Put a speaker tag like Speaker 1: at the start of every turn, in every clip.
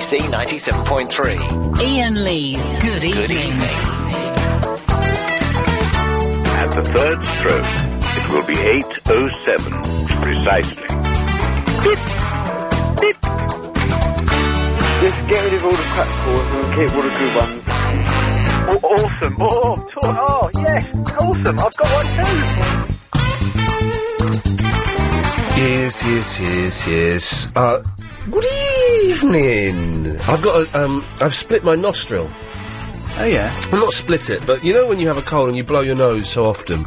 Speaker 1: C 97.3.
Speaker 2: Ian Lee's Good Evening.
Speaker 1: Good evening.
Speaker 3: At the third stroke, it will be 8.07 precisely.
Speaker 4: Just get rid of all the crap calls and keep all the good ones.
Speaker 3: Oh, awesome. Oh, to- oh, yes. Awesome. I've got one too.
Speaker 5: Yes, yes, yes, yes. Uh, good evening. I've got a, um, I've split my nostril.
Speaker 6: Oh, yeah.
Speaker 5: Well, not split it, but you know when you have a cold and you blow your nose so often.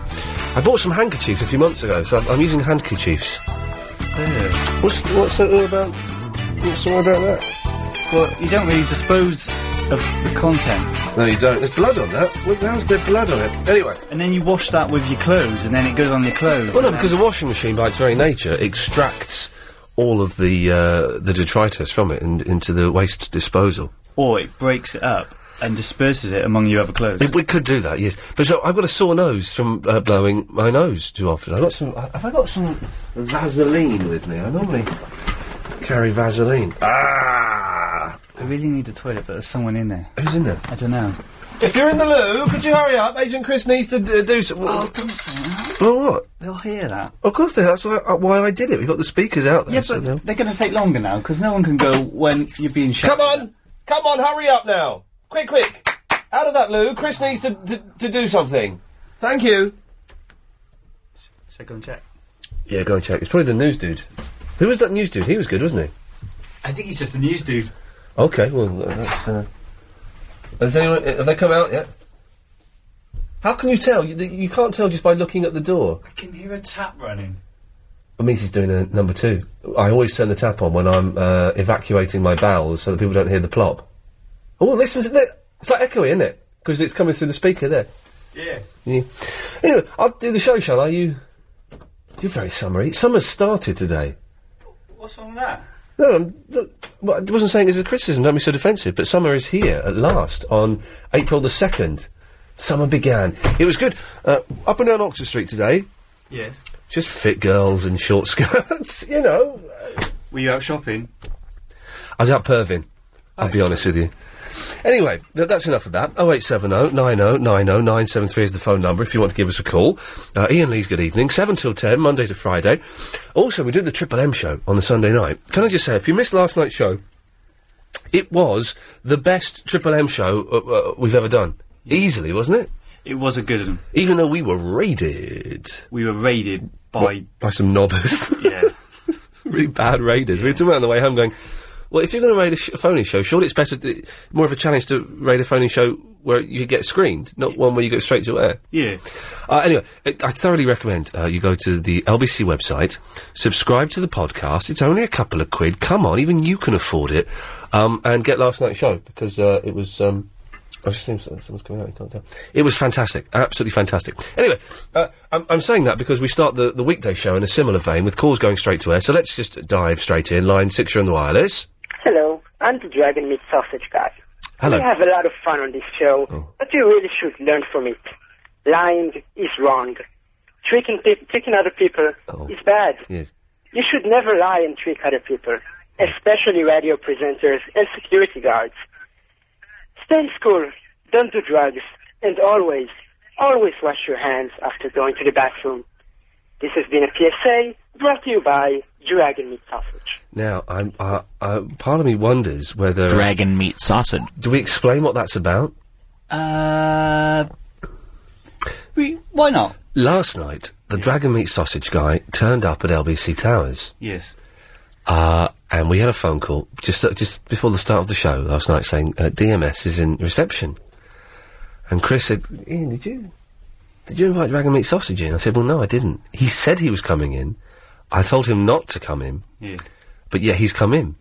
Speaker 5: I bought some handkerchiefs a few months ago, so I'm, I'm using handkerchiefs. What's what's that all about? What's all about that?
Speaker 6: Well, you don't really dispose of the contents.
Speaker 5: No, you don't. There's blood on that. What the hell's there blood on it? Anyway.
Speaker 6: And then you wash that with your clothes, and then it goes on your clothes.
Speaker 5: Well, no,
Speaker 6: and
Speaker 5: because the washing machine, by its very nature, extracts all of the uh, the detritus from it and into the waste disposal.
Speaker 6: then- or it breaks it up and disperses it among your other clothes.
Speaker 5: We could do that, yes. But so I've got a sore nose from uh, blowing my nose too often. I've got some. Have I got some Vaseline with me? I normally carry Vaseline. Ah!
Speaker 6: I really need a toilet, but there's someone in there.
Speaker 5: Who's in there?
Speaker 6: I don't know.
Speaker 5: If you're in the loo, could you hurry up? Agent Chris needs to d- do some.
Speaker 6: Oh, don't say that.
Speaker 5: Well, what?
Speaker 6: They'll hear that.
Speaker 5: Of course, they- that's why, uh, why I did it. We've got the speakers out there.
Speaker 6: Yeah,
Speaker 5: so
Speaker 6: but
Speaker 5: they'll-
Speaker 6: they're going to take longer now because no one can go when you're being shot.
Speaker 5: Come on! Come on, hurry up now! Quick, quick! Out of that loo, Chris needs to, to, to do something. Thank you.
Speaker 6: Should I go and check?
Speaker 5: Yeah, go and check. It's probably the news dude. Who was that news dude? He was good, wasn't he?
Speaker 6: I think he's just the news dude.
Speaker 5: Okay, well, uh, that's. Uh... Has anyone, uh, have they come out yet? How can you tell? You, you can't tell just by looking at the door.
Speaker 6: I can hear a tap running.
Speaker 5: It means he's doing a number two. I always turn the tap on when I'm uh, evacuating my bowels so that people don't hear the plop. Oh, listen to that. It's like echoey, isn't it? Because it's coming through the speaker there.
Speaker 6: Yeah.
Speaker 5: Yeah. Anyway, I'll do the show, shall I? You, you're very summary. Summer's started today.
Speaker 6: What's on that?
Speaker 5: No, I'm, th- well, I wasn't saying this as a criticism. Don't be so defensive. But summer is here at last on April the second. Summer began. It was good. Uh, up and down Oxford Street today.
Speaker 6: Yes.
Speaker 5: Just fit girls in short skirts. you know,
Speaker 6: Were you out shopping?
Speaker 5: I was out perving.
Speaker 6: Oh,
Speaker 5: I'll be honest with you. Anyway, th- that's enough of that. 0870 90 90 973 is the phone number if you want to give us a call. Uh, Ian Lee's good evening. 7 till 10, Monday to Friday. Also, we do the Triple M show on the Sunday night. Can I just say, if you missed last night's show, it was the best Triple M show uh, uh, we've ever done. Easily, wasn't it?
Speaker 6: It was a good one.
Speaker 5: Even though we were raided
Speaker 6: We were raided by.
Speaker 5: by some knobbers.
Speaker 6: yeah.
Speaker 5: really bad raiders. We were talking about on the way home going, well, if you're going to raid a, sh- a phony show, surely it's better, to, more of a challenge to raid a phony show where you get screened, not one where you go straight to air.
Speaker 6: Yeah.
Speaker 5: Uh, anyway, I, I thoroughly recommend uh, you go to the LBC website, subscribe to the podcast. It's only a couple of quid. Come on, even you can afford it. Um, and get last night's show because uh, it was. Um, I just seems uh, someone's coming out. You can't tell. It was fantastic, absolutely fantastic. Anyway, uh, I'm, I'm saying that because we start the, the weekday show in a similar vein with calls going straight to air. So let's just dive straight in. Line six, you're on the wireless.
Speaker 7: Hello, I'm the Dragon Meat Sausage Guy.
Speaker 5: Hello.
Speaker 7: We have a lot of fun on this show,
Speaker 5: Oh.
Speaker 7: but you really should learn from it. Lying is wrong. Tricking, pe- tricking other people
Speaker 5: Oh.
Speaker 7: is bad.
Speaker 5: Yes.
Speaker 7: You should never lie and trick other people, especially radio presenters and security guards. Stay in school, don't do drugs, and always, always wash your hands after going to the bathroom. This has been a PSA brought to you by Dragon Meat Sausage.
Speaker 5: Now, I'm, uh, uh, part of me wonders whether
Speaker 8: Dragon meat sausage.
Speaker 5: do we explain what that's about.
Speaker 6: Uh. We, why not?
Speaker 5: Last night, the Dragon Meat Sausage guy turned up at LBC Towers,
Speaker 6: Yes.
Speaker 5: uh, and we had a phone call just uh, just before the start of the show last night saying uh, DMS is in reception. And Chris said, "Ian, did you did you invite Dragon Meat Sausage in?" I said, "Well, no, I didn't." He said he was coming in. I told him not to come in,
Speaker 6: Yeah.
Speaker 5: but yeah, he's come in.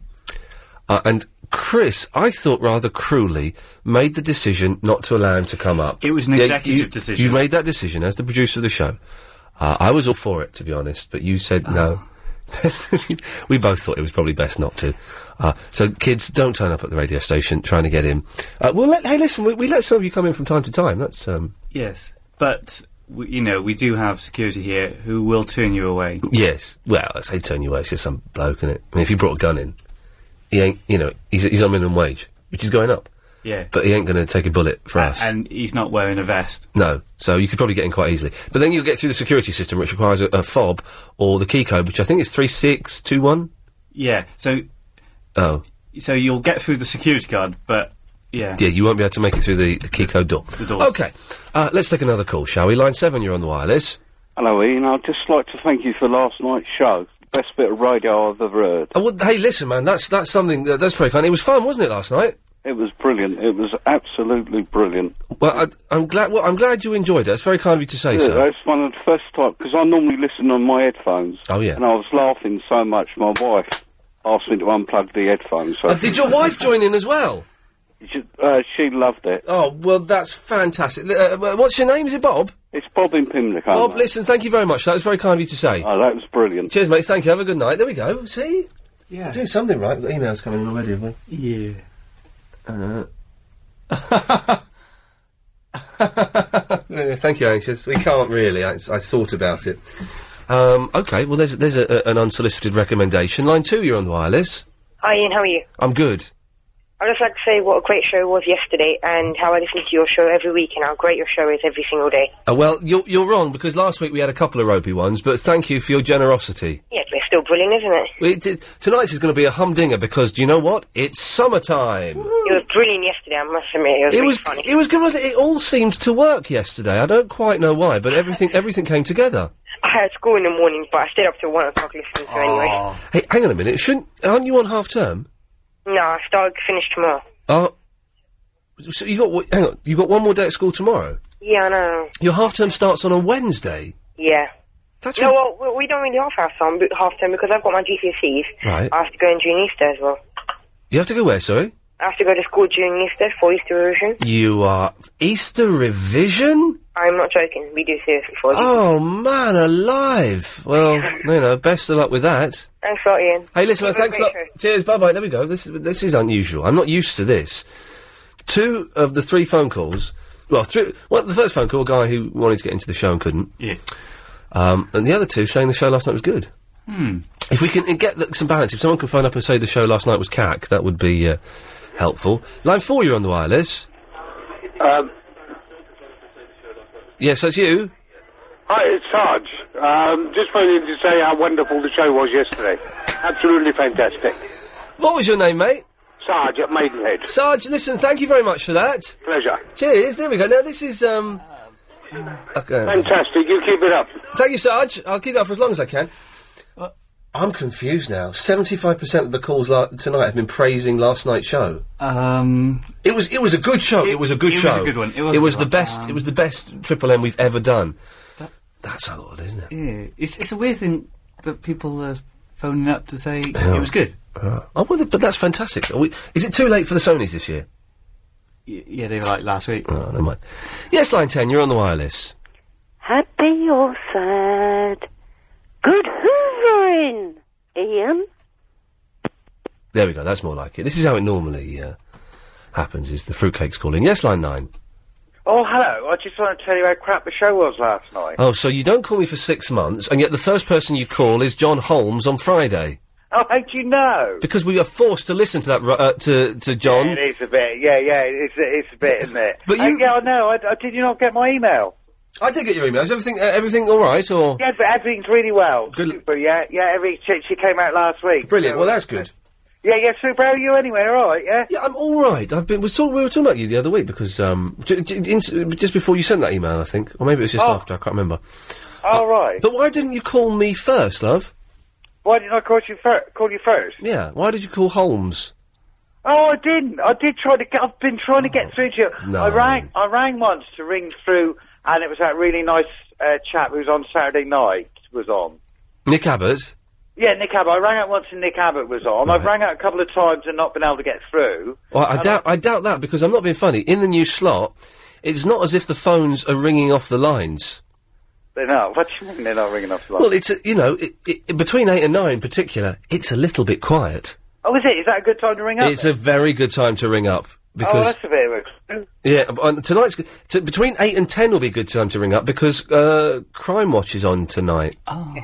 Speaker 5: Uh, and Chris, I thought rather cruelly, made the decision not to allow him to come up.
Speaker 6: It was an
Speaker 5: Yeah,
Speaker 6: executive
Speaker 5: you-
Speaker 6: decision.
Speaker 5: You made that decision as the producer of the show. Uh, I was all for it, to be honest, but you said no.
Speaker 6: Oh.
Speaker 5: we both thought it was probably best not to. Uh, so, kids, don't turn up at the radio station trying to get in. Uh, well, let, hey, listen, we, we let some of you come in from time to time. That's um,
Speaker 6: Yes. But, we, you know, we do have security here who will turn you away.
Speaker 5: yes. Well, I say turn you away. It's just some bloke in it. I mean, if you brought a gun in, he ain't, you know, he's, he's on minimum wage, which is going up.
Speaker 6: Yeah.
Speaker 5: But he ain't going to take a bullet for us.
Speaker 6: And he's not wearing a vest.
Speaker 5: No, so you could probably get in quite easily. But then you'll get through the security system, which requires a, a fob or the key code, which I think is 3621.
Speaker 6: Yeah. So
Speaker 5: Oh.
Speaker 6: so you'll get through the security guard, but yeah.
Speaker 5: Yeah, you won't be able to make it through the, the key code door.
Speaker 6: The doors.
Speaker 5: Okay, uh, let's take another call, shall we? Line 7, you're on the wireless.
Speaker 7: Hello, Ian. I'd just like to thank you for last night's show. Best bit of radio I've ever heard.
Speaker 5: Oh, well, hey, listen, man, that's that's something, that, that's very kind. It was fun, wasn't it, last night?
Speaker 7: It was brilliant. It was absolutely brilliant.
Speaker 5: Well, I, I'm glad. Well, I'm glad you enjoyed it. It's very kind of you to say
Speaker 7: Yeah,
Speaker 5: so.
Speaker 7: That's one of the first time because I normally listen on my headphones.
Speaker 5: Oh, yeah.
Speaker 7: And I was laughing so much, my wife asked me to unplug the headphones. So
Speaker 5: Uh, did your wife join in as well?
Speaker 7: She, uh, she loved it.
Speaker 5: Oh, well, that's fantastic. Li- Uh, well, what's your name? Is it Bob?
Speaker 7: It's Bob in Pimlico.
Speaker 5: Bob, listen, thank you very much. That was very kind of you to say.
Speaker 7: Oh, that was brilliant.
Speaker 5: Cheers, mate. Thank you. Have a good night. There we go. See?
Speaker 6: Yeah.
Speaker 5: We're doing something right. We've got emails coming in already, have we?
Speaker 6: Yeah.
Speaker 5: Yeah, thank you, Anxious. We can't really. I, I thought about it. Um, okay, well, there's, there's a, a, an unsolicited recommendation. Line two, you're on the wireless.
Speaker 9: Hi Ian, how are you?
Speaker 5: I'm good.
Speaker 9: I'd just like to say what a great show was yesterday and how I listen to your show every week and how great your show is every single day.
Speaker 5: Uh, well, you're, you're wrong because last week we had a couple of ropey ones, but thank you for your generosity.
Speaker 9: Yeah, but it's still brilliant, isn't it?
Speaker 5: We did, tonight's is going to be a humdinger because do you know what? It's
Speaker 9: It
Speaker 5: summertime.
Speaker 9: was brilliant yesterday, I must admit. It was,
Speaker 5: It
Speaker 9: really
Speaker 5: was
Speaker 9: funny.
Speaker 5: it was good. Wasn't it? it all seemed to work yesterday. I don't quite know why, but everything everything came together.
Speaker 9: I had school in the morning, but I stayed up till one o'clock listening to it anyway.
Speaker 5: Hey, hang on a minute. Shouldn't aren't you on half term?
Speaker 9: No, I start finish tomorrow.
Speaker 5: Uh, so you got wh- hang on. You got one more day at school tomorrow.
Speaker 9: Yeah, I know.
Speaker 5: Your half term starts on a Wednesday.
Speaker 9: Yeah.
Speaker 5: That's
Speaker 9: no,
Speaker 5: a-
Speaker 9: well, we- we don't really have half time, but- half time because I've got my GCSEs.
Speaker 5: Right.
Speaker 9: I have to go in during Easter as well.
Speaker 5: You have to go where? Sorry,
Speaker 9: I have to go to school during Easter for Easter revision.
Speaker 5: you are Easter revision.
Speaker 9: I'm not joking. We do seriously for you.
Speaker 5: Oh man, alive! Well, you know, best of luck with that.
Speaker 9: Thanks a lot, Ian.
Speaker 5: Hey, listen,
Speaker 9: Have a
Speaker 5: thanks a
Speaker 9: great
Speaker 5: lot.
Speaker 9: show.
Speaker 5: Cheers, bye bye. There we go. This this is unusual. I'm not used to this. Two of the three phone calls. Well, three, well, the first phone call, a guy who wanted to get into the show and couldn't,
Speaker 6: Yeah.
Speaker 5: um, and the other two saying the show last night was good. Hmm. If we can uh, get the, some balance, if someone can phone up and say the show last night was cack, that would be uh, helpful. Line four, you're on the wireless.
Speaker 10: Um,
Speaker 5: Yes, that's you.
Speaker 10: hi, it's Sarge. Um, just wanted to say how wonderful the show was yesterday. Absolutely fantastic.
Speaker 5: What was your name, mate?
Speaker 10: Sarge at Maidenhead.
Speaker 5: Sarge. Listen, thank you very much for that.
Speaker 10: Pleasure.
Speaker 5: Cheers. There we go. Now this is um. Okay.
Speaker 10: Fantastic. You keep it up.
Speaker 5: Thank you, Sarge. I'll keep that for as long as I can. Uh, I'm confused now. Seventy-five percent of the calls la- tonight have been praising last night's show.
Speaker 6: Um.
Speaker 5: It was it was a good show. It, was a good
Speaker 6: it
Speaker 5: show.
Speaker 6: was a good one. It was a good
Speaker 5: the
Speaker 6: one.
Speaker 5: best. it
Speaker 6: Um,
Speaker 5: was the best Triple M we've ever done. That's odd, isn't it?
Speaker 6: Yeah. It's it's a weird thing that people are phoning up to say it was good.
Speaker 5: I wonder, but that's fantastic. Are we, is it too late for the Sony's this year?
Speaker 6: Y- Yeah, they were like last week.
Speaker 5: Oh, never mind. Yes, line ten. You're on the wireless.
Speaker 11: Happy or sad? Good hoovering, Ian.
Speaker 5: There we go. That's more like it. This is how it normally uh, happens. Is the fruitcakes calling? Yes, line nine.
Speaker 12: Oh, hello. I just want to tell you how crap the show was last night.
Speaker 5: Oh, so you don't call me for six months, and yet the first person you call is John Holmes on Friday.
Speaker 12: Oh, how do you know?
Speaker 5: Because we are forced to listen to that ru- uh, to to John.
Speaker 12: Yeah, it is a bit. Yeah, yeah, it's, it's a bit, isn't it?
Speaker 5: But
Speaker 12: Uh,
Speaker 5: you-
Speaker 12: yeah, I know. I, I, did you not get my email?
Speaker 5: I did get your email. Is everything uh, everything all right or
Speaker 12: Yeah, but everything's really well.
Speaker 5: Good-
Speaker 12: Super, yeah, yeah. Every she, she came out last week.
Speaker 5: brilliant?
Speaker 12: So-
Speaker 5: Well, that's good.
Speaker 12: Yeah, yeah. Super, how are you anyway? All right, yeah.
Speaker 5: Yeah, I'm all right. I've been. We, talk, we were talking about you the other week because um, j- j- in, just before you sent that email, I think, or maybe it was just
Speaker 12: Oh.
Speaker 5: after. I can't remember.
Speaker 12: All right.
Speaker 5: But why didn't you call me first, love?
Speaker 12: Why didn't I call you fir- call you first?
Speaker 5: Yeah. Why did you call Holmes?
Speaker 12: Oh, I didn't. I did try to get. I've been trying to get through to you.
Speaker 5: Oh, No.
Speaker 12: I rang. I rang once to ring through, and it was that really nice uh, chap who was on Saturday night was on.
Speaker 5: Nick Abbott.
Speaker 12: Yeah, Nick Abbott. I rang out once and Nick Abbott was on. I've
Speaker 5: Right.
Speaker 12: rang out a couple of times and not been able to get through.
Speaker 5: Well, I doubt I doubt that because I'm not being funny. In the new slot, it's not as if the phones are ringing off the lines.
Speaker 12: They're not. What do you mean they're not ringing off the line?
Speaker 5: Well, it's a, you know it, it, between eight and nine in particular, it's a little bit quiet.
Speaker 12: oh, is it? Is that a good time to ring up?
Speaker 5: It's a very good time to ring up
Speaker 12: oh,
Speaker 5: because
Speaker 12: that's a bit of a...
Speaker 5: yeah, b- on tonight's g- t- between eight and ten will be a good time to ring up because uh, Crime Watch is on tonight.
Speaker 12: well,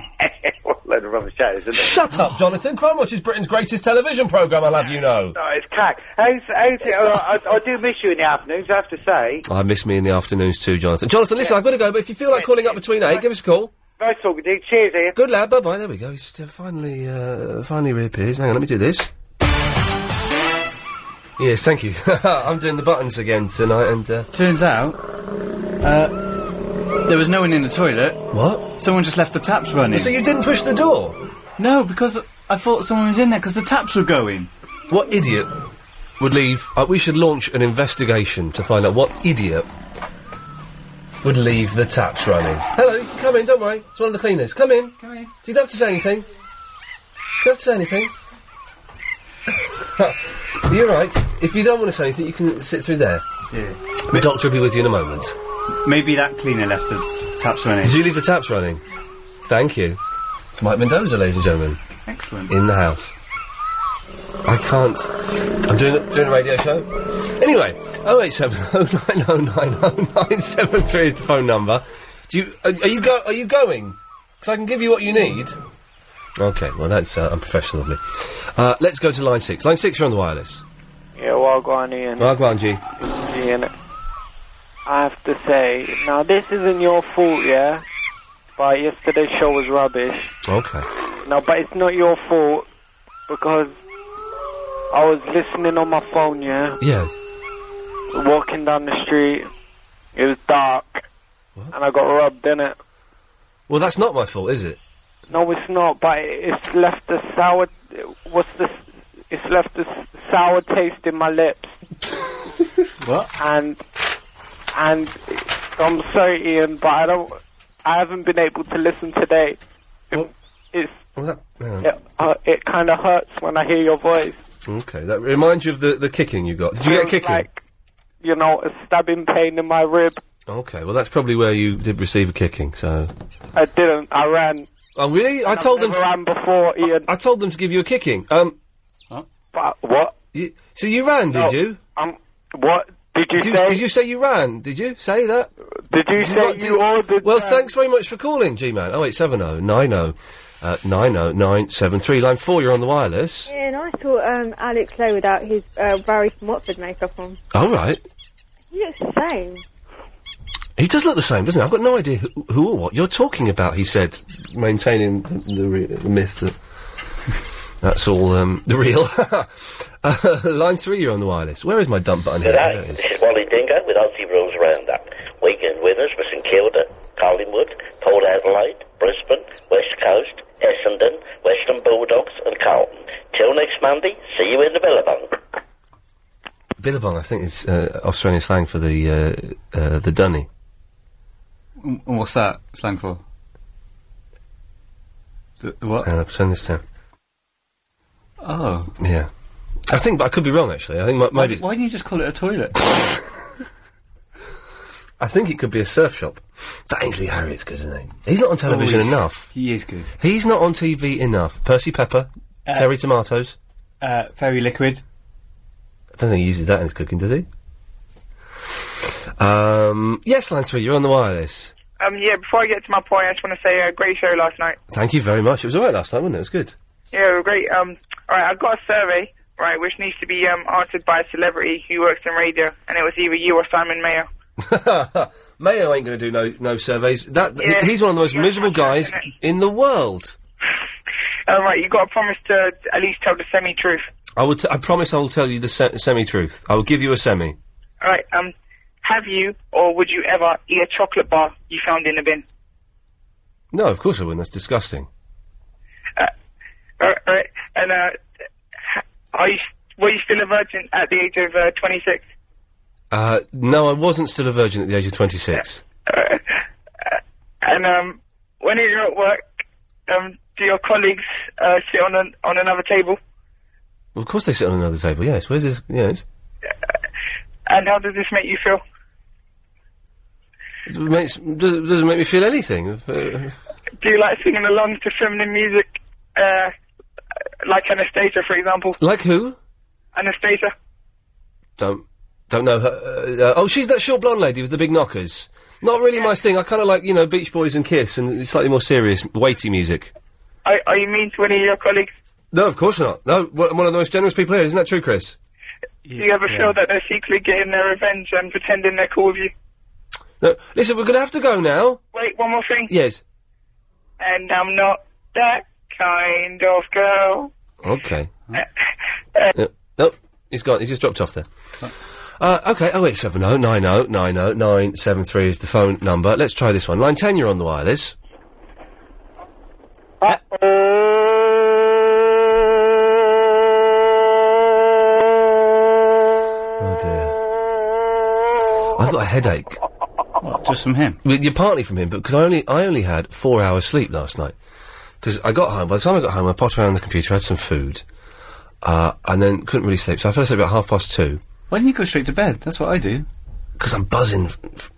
Speaker 7: load of rubbish that is, isn't it?
Speaker 5: Shut up, Jonathan. Crime Watch is Britain's greatest television programme, I'll have you know.
Speaker 7: No, Oh, it's cack. How's, how's it, I, I, I do miss you in the afternoons, I have to say.
Speaker 5: I Ah, miss me in the afternoons too, Jonathan. Jonathan, listen, I've got to go, but if you feel like calling up between eight, give us a call.
Speaker 7: Nice talking to you. Cheers, Ian.
Speaker 5: Good lad. Bye bye. There we go. He's uh, finally uh, finally reappears. Hang on, let me do this. Yes, thank you. I'm doing the buttons again tonight, and uh,
Speaker 6: Turns out, uh, there was no one in the toilet.
Speaker 5: What?
Speaker 6: Someone just left the taps running.
Speaker 5: So you didn't push the door?
Speaker 6: No, because I thought someone was in there because the taps were going.
Speaker 5: What idiot would leave? Uh, we should launch an investigation to find out what idiot would leave the taps running. Hello, come in. Don't worry. It's one of the cleaners. Come in. Come in. Do you have to say anything? Do you have to say anything? You're right. If you don't want to say anything, you can sit through there.
Speaker 6: Yeah.
Speaker 5: The doctor will be with you in a moment.
Speaker 6: Maybe that cleaner left the taps running.
Speaker 5: Did you leave the taps running? Thank you. It's Mike Mendoza, ladies and gentlemen.
Speaker 6: Excellent.
Speaker 5: In the house. I can't. I'm doing a, doing a radio show. Anyway, 08709090973 is the phone number. Do you are, are you go are you going? Because I can give you what you need. Okay, well that's uh, unprofessional of me. Uh, let's go to line six. Line six, you're on the wireless.
Speaker 12: Yeah, well, go on, Ian.
Speaker 5: Well, go on, G.
Speaker 12: Ian, I have to say, now this isn't your fault, yeah? But yesterday's show was rubbish.
Speaker 5: Okay.
Speaker 12: No, but it's not your fault because I was listening on my phone, yeah?
Speaker 5: Yes.
Speaker 12: Walking down the street, it was dark, and I got robbed in it.
Speaker 5: Well, that's not my fault, is it?
Speaker 12: No, it's not, but it's left a sour. What's this? It's left a s- sour taste in my lips.
Speaker 6: what?
Speaker 12: And and I'm sorry, Ian, but I don't. I haven't been able to listen today. It, it's it, uh, it kind of hurts when I hear your voice.
Speaker 5: Okay, that reminds you of the, the kicking you got. Did you get a
Speaker 12: Feels
Speaker 5: kicking?
Speaker 12: Like, you know, a stabbing pain in my rib.
Speaker 5: Okay, well that's probably where you did receive a kicking. So
Speaker 12: I didn't. I ran.
Speaker 5: Oh, really? I
Speaker 12: And I've
Speaker 5: told them.
Speaker 12: never ran before, Ian.
Speaker 5: I, told them to give you a kicking. Um,
Speaker 12: but what?
Speaker 5: You, so you ran,
Speaker 12: No,
Speaker 5: did you?
Speaker 12: Um, what did you
Speaker 5: did,
Speaker 12: say?
Speaker 5: Did you say you ran? Did you say that?
Speaker 12: Did you say
Speaker 5: not-
Speaker 12: you ordered uh,
Speaker 5: Well,
Speaker 12: that?
Speaker 5: thanks very much for calling, G-Man. Oh eight seven zero nine zero nine zero nine seven three. Line four, you're on the wireless.
Speaker 13: Yeah, and I thought um, Alex Lowe without his uh, Barry from Watford makeup on.
Speaker 5: All right.
Speaker 13: He looks the same.
Speaker 5: He does look the same, doesn't he? I've got no idea who, who or what you're talking about. He said, maintaining the, the, re- the myth that that's all um, the real. uh, line three, you're on the wireless. Where is my dump button? Here?
Speaker 14: G'day,
Speaker 5: There it is.
Speaker 14: this is Wally Dingo with Aussie Rules Roundup. Weekend winners for St Kilda, Collingwood, Port Adelaide, Brisbane, West Coast, Essendon, Western Bulldogs and Carlton. Till next Monday, see you in the Billabong.
Speaker 5: Billabong, I think, is uh, Australian slang for the uh, uh, the dunny.
Speaker 6: And and what's that slang for? The, what?
Speaker 5: Hang on, I'll turn this down.
Speaker 6: Oh.
Speaker 5: Yeah, I think, but I could be wrong. Actually, I think mi-
Speaker 6: Why,
Speaker 5: maybe
Speaker 6: did, why didn't you just call it a toilet?
Speaker 5: I think it could be a surf shop. That Ainsley Harriott's good, isn't he? He's not on television
Speaker 6: he's-
Speaker 5: enough.
Speaker 6: He is good.
Speaker 5: He's not on TV enough. Percy Pepper,
Speaker 6: Uh,
Speaker 5: Terry Tomatoes.
Speaker 6: Uh, very liquid.
Speaker 5: I don't think he uses that in his cooking, does he? Um, yes, line three. You're on the wireless.
Speaker 15: Um, yeah, before I get to my point, I just want to say a great show last night.
Speaker 5: Thank you very much. It was all right last night, wasn't it? It was good.
Speaker 15: Yeah, great. Um, all right, I've got a survey, right, which needs to be um, answered by a celebrity who works in radio, and it was either you or Simon Mayo.
Speaker 5: Mayo ain't going to do no no surveys. That he-
Speaker 15: Yeah.
Speaker 5: he's one of the most miserable guys in the world.
Speaker 15: All right, you got to promise to at least tell the semi-truth.
Speaker 5: I would. T- I promise. I will tell you the se- semi truth. I will give you a semi.
Speaker 15: All right, um, have you or would you ever eat a chocolate bar you found in a bin?
Speaker 5: No, of course I wouldn't. That's disgusting.
Speaker 15: All right, all right and uh, ha- are you were you still a virgin at the age of uh, 26?
Speaker 5: Uh, no, I wasn't still a virgin at the age of twenty six.
Speaker 15: And um, when you're at work, um, do your colleagues uh, sit on an, on another table?
Speaker 5: Well, of course they sit on another table. Yes. Where's this? Yes.
Speaker 15: And how does this make you feel?
Speaker 5: It makes, does, doesn't make me feel anything. Uh,
Speaker 15: Do you like singing along to feminine music, uh, like Anastasia, for example?
Speaker 5: like who?
Speaker 15: Anastasia.
Speaker 5: Don't don't know her. Uh, uh, oh, she's that short blonde lady with the big knockers. Not really my thing. I kind of like you know Beach Boys and Kiss and slightly more serious, weighty music.
Speaker 16: Are, are you mean to any of your colleagues?
Speaker 5: No, of course not. No, wh- I'm one of the most generous people here. Isn't that true, Chris?
Speaker 16: Do you ever feel that they're secretly getting their revenge and pretending they're cool with you?
Speaker 5: No. Listen, we're going to have to go now.
Speaker 16: Wait, one more thing.
Speaker 5: Yes.
Speaker 16: And I'm not that kind of girl. Uh,
Speaker 5: Okay. no, nope, he's gone. He just dropped off there. Uh, okay, oh eight seven oh nine oh nine oh nine seven three is the phone number. Let's try this one. Line ten, you're on the wireless. Oh dear, I've got a headache. What, just from him? Well, you're partly from him, but because I only I only had four hours sleep last night. Because I got home, by the time I got home, I potted around on the computer, had some food, uh, and then couldn't really sleep. So I fell asleep about half past two. Why didn't you go straight to bed? That's what I do. Because I'm buzzing f- f-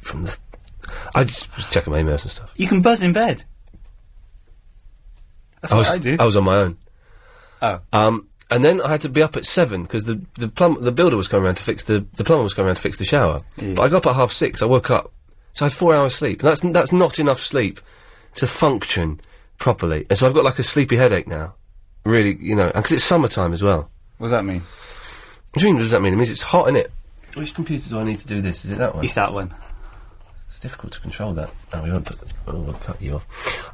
Speaker 5: from the. I just was checking my emails and stuff.
Speaker 6: You can buzz in bed. That's
Speaker 5: I
Speaker 6: what
Speaker 5: was,
Speaker 6: I do.
Speaker 5: I was on my own.
Speaker 6: Oh.
Speaker 5: Um, and then I had to be up at seven because the the plum the builder was coming around to fix the the plumber was coming around to fix the shower. But I got up at half six. I woke up, so I had four hours sleep. That's that's not enough sleep to function properly. And so I've got like a sleepy headache now. Really, you know, because it's summertime as well. What does that mean? What do you mean? What does that mean? It means it's hot, innit? Which computer do I need to do this? Is it that one? It's that one. It's difficult to control that. Oh, we won't put. The, oh, we'll cut you off.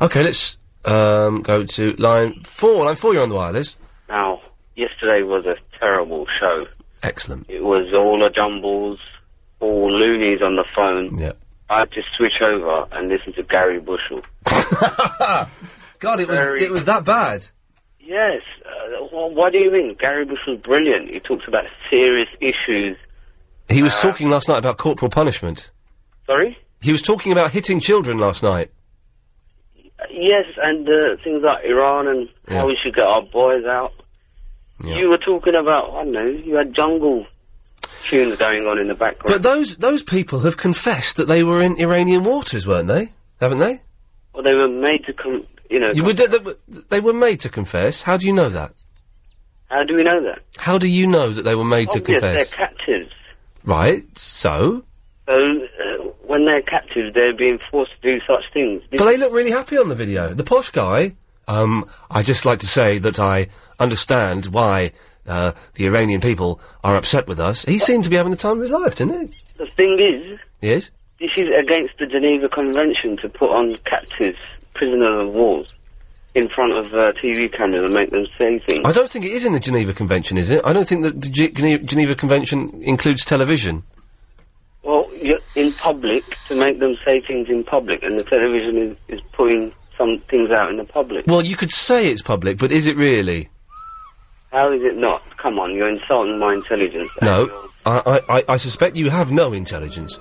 Speaker 5: Okay, let's um, go to line four. Line four, you're on the wireless.
Speaker 17: Now, yesterday was a terrible show.
Speaker 5: Excellent.
Speaker 17: It was all a jumbles, all loonies on the phone.
Speaker 5: Yeah.
Speaker 17: I had to switch over and listen to Gary Bushell.
Speaker 5: God, it was it was that bad.
Speaker 17: Yes. Uh, wh- why do you mean? Gary Bushell's brilliant. He talks about serious issues.
Speaker 5: He was talking last night about corporal punishment.
Speaker 17: Sorry?
Speaker 5: He was talking about hitting children last night.
Speaker 17: Yes, and uh, things like Iran and how we should get our boys out. You were talking about, I don't know, you had jungle tunes going on in the background.
Speaker 5: But those those people have confessed that they were in Iranian waters, weren't they? Haven't they?
Speaker 17: Well, they were made to come, you know.
Speaker 5: You would, they, were- they were made to confess. How do you know that?
Speaker 17: How do we know that?
Speaker 5: How do you know that they were made to
Speaker 17: Obvious, they're
Speaker 5: confess?
Speaker 17: captives.
Speaker 5: Right. So,
Speaker 17: So, uh, when they're captives, they're being forced to do such things.
Speaker 5: but they look really happy on the video. The posh guy. Um, I just like to say that I understand why uh, the Iranian people are upset with us. He seemed to be having the time of his life, didn't
Speaker 17: The thing is,
Speaker 5: he? Yes.
Speaker 17: this is against the Geneva Convention to put on captives, prisoners of war, in front of uh, TV cameras and make them say things.
Speaker 5: I don't think it is in the Geneva Convention, is it? I don't think that the G- Gene- Geneva Convention includes television.
Speaker 17: Well, you in public, to make them say things in public, and the television is, is putting some things out in the public.
Speaker 5: Well, you could say it's public, but is it really?
Speaker 17: How is it not? Come on, you're insulting my intelligence.
Speaker 5: No, I, I, I- I suspect you have no intelligence.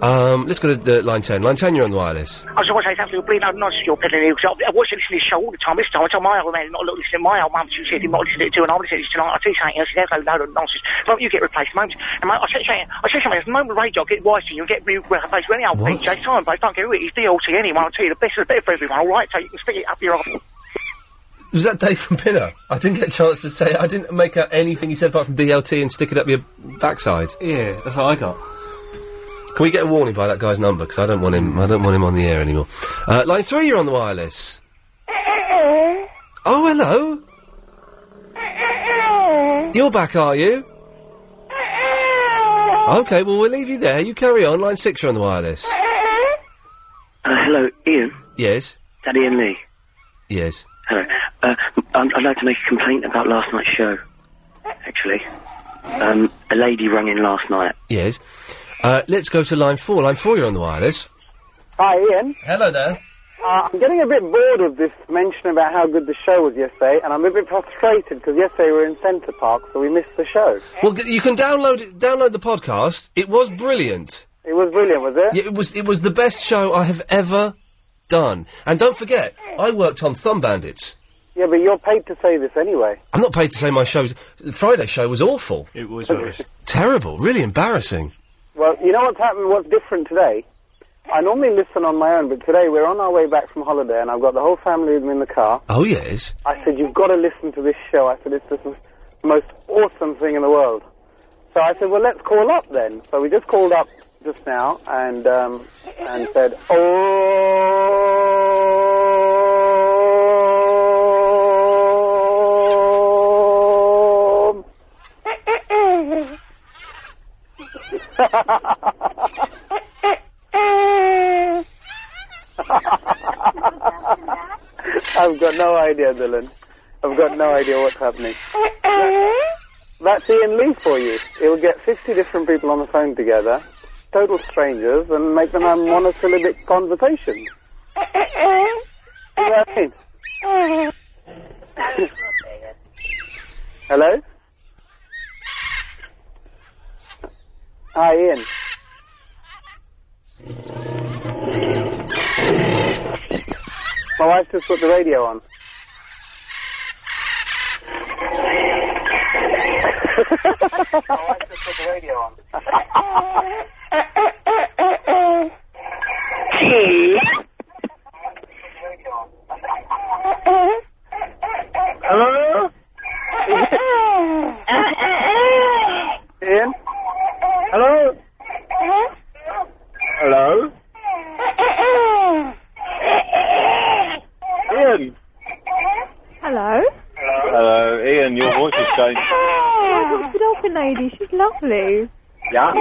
Speaker 5: Um, let's go to the line 10. Line 10, you're on the wireless.
Speaker 11: I was always absolutely brilliant. I'm not stupid. And he was, I was listening to this show all the time.
Speaker 18: Uh,
Speaker 11: This time I told my old man not to listen to my old mum. She said, you're not listening to it too, and I'm listening to it tonight. I see something else. There's no load of nonsense. Mum, you get replaced, mum. And mate, I said something, I said something else. Mum, the radio, get wise to you. Get re- replaced with any old
Speaker 5: What?
Speaker 11: DJ. Simon, but don't get rid of it. He's DLT anyway. I'll tell you, the best of the better for everyone, all right? So you can stick it up your ass.
Speaker 5: Was that Dave from Pinner? I didn't get a chance to say I didn't make out anything he said apart from DLT and stick it up your backside. Yeah, that's what I got. Can we get a warning by that guy's number? Because I don't want him. I don't want him on the air anymore. Uh, line three, you're on the wireless. Oh, hello. You're back, are you? Okay, well we'll leave you there. You carry on. Line six, you're on the wireless.
Speaker 18: Uh, hello, Ian.
Speaker 5: Yes.
Speaker 18: Daddy and Lee.
Speaker 5: Yes.
Speaker 18: Hello. Uh, I'm, I'd like to make a complaint about last night's show. Actually, um, a lady rang in last night.
Speaker 5: Yes. Uh, let's go to line four. Line four, you're on the wireless.
Speaker 12: Hi, Ian.
Speaker 5: Hello there.
Speaker 12: Uh, I'm getting a bit bored of this mention about how good the show was yesterday, and I'm a bit frustrated because yesterday we were in Centre Park, so we missed the show.
Speaker 5: Well, g- you can download it- download the podcast. It was brilliant.
Speaker 12: It was brilliant, was it?
Speaker 5: Yeah, it was it was the best show I have ever done. And don't forget, I worked on Thumb Bandits.
Speaker 12: Yeah, but you're paid to say this anyway.
Speaker 5: I'm not paid to say my shows. The Friday show was awful.
Speaker 12: It was rubbish.
Speaker 5: Terrible. Really embarrassing.
Speaker 12: Well, you know what's happened, what's different today? I normally listen on my own, but today we're on our way back from holiday, and I've got the whole family with me in the car.
Speaker 5: Oh yes.
Speaker 12: I said, you've got to listen to this show. I said, it's just the most awesome thing in the world. So I said, well, let's call up then. So we just called up just now and um, and said, oh,
Speaker 15: I've got no idea, Dylan. I've got no idea what's happening. That's Ian Lee for you. He'll get 50 different people on the phone together, total strangers, and make them have monosyllabic conversations. You know what I mean? Hello? Hi, Ian. My wife just put the radio on.
Speaker 19: Hello?
Speaker 15: Ian?
Speaker 20: Hello?
Speaker 19: Hello? Eh,
Speaker 20: Ian?
Speaker 13: Hello.
Speaker 20: Hello, Ian, your voice has changed.
Speaker 13: Oh, my God, good open lady. She's lovely.
Speaker 20: Yeah,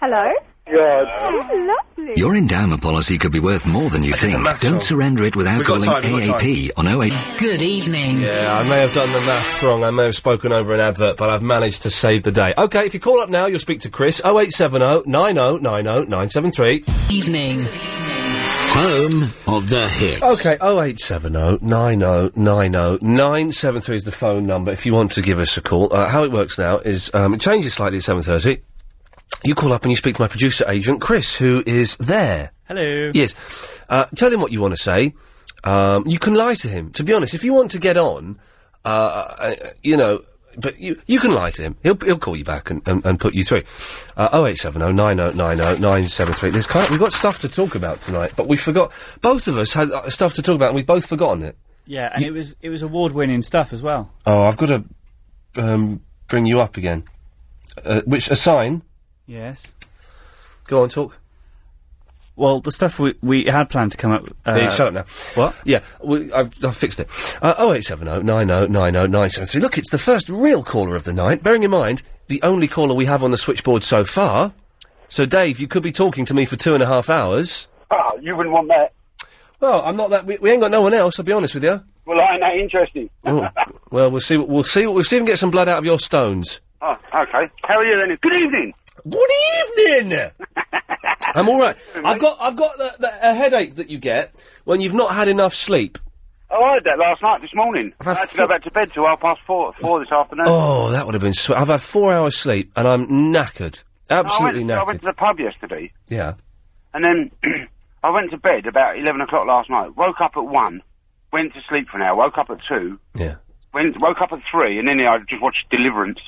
Speaker 13: Hello. She's lovely.
Speaker 1: Your endowment policy could be worth more than you think. Don't surrender it without
Speaker 5: We've got
Speaker 1: calling
Speaker 5: time, we've got
Speaker 1: AAP on 08.
Speaker 2: Good evening.
Speaker 5: Yeah, I may have done the maths wrong. I may have spoken over an advert, but I've managed to save the day. Okay, if you call up now, you'll speak to Chris. 0870 9090 973.
Speaker 2: Evening.
Speaker 1: Home of the hits.
Speaker 5: Okay, 0870 9090 973 is the phone number if you want to give us a call. Uh, how it works now is um, it changes slightly at 7.30. You call up and you speak to my producer agent, Chris, who is there.
Speaker 21: Hello.
Speaker 5: Yes. Uh, tell him what you want to say. Um, you can lie to him. To be honest, if you want to get on, uh, uh, you know, but you, you can lie to him. He'll, he'll call you back and, and, and put you through. Uh, 0870 9090 973. There's kind of- we've got stuff to talk about tonight, but we forgot. Both of us had uh, stuff to talk about and we've both forgotten it.
Speaker 21: Yeah, and it was it was award winning stuff as well.
Speaker 5: Oh, I've got to um, bring you up again. Uh, which, a sign.
Speaker 21: Yes.
Speaker 5: Go on, talk.
Speaker 21: Well, the stuff we, we had planned to come up. Uh,
Speaker 5: Hey, shut up now.
Speaker 21: What?
Speaker 5: Yeah, we, I've, I've fixed it. Uh, 0870 90 90 973. Look, it's the first real caller of the night. Bearing in mind, the only caller we have on the switchboard so far. So, Dave, you could be talking to me for two and a half hours.
Speaker 20: Ah, you wouldn't want that.
Speaker 5: Well, I'm not that. We, we ain't got no one else. I'll be honest with you.
Speaker 20: Well, I ain't that interesting.
Speaker 5: Oh, well, we'll see. what- We'll see. We'll see if we can get some blood out of your stones.
Speaker 20: Oh, okay. How are you then? Good evening.
Speaker 5: Good e- evening. I'm all right. I've got I've got the, the, a headache that you get when you've not had enough sleep.
Speaker 20: Oh, I had that last night, this morning. I had to go back to bed till half past four, four this afternoon.
Speaker 5: Oh, that would have been sweet. I've had four hours sleep and I'm knackered. Absolutely
Speaker 20: No, Oh, I went, I
Speaker 5: knackered.
Speaker 20: went to the pub yesterday,
Speaker 5: Yeah.
Speaker 20: and then I went to bed about 11 o'clock last night, woke up at 1, went to sleep for an hour, woke up at 2,
Speaker 5: Yeah.
Speaker 20: went, woke up at 3, and then I just watched Deliverance.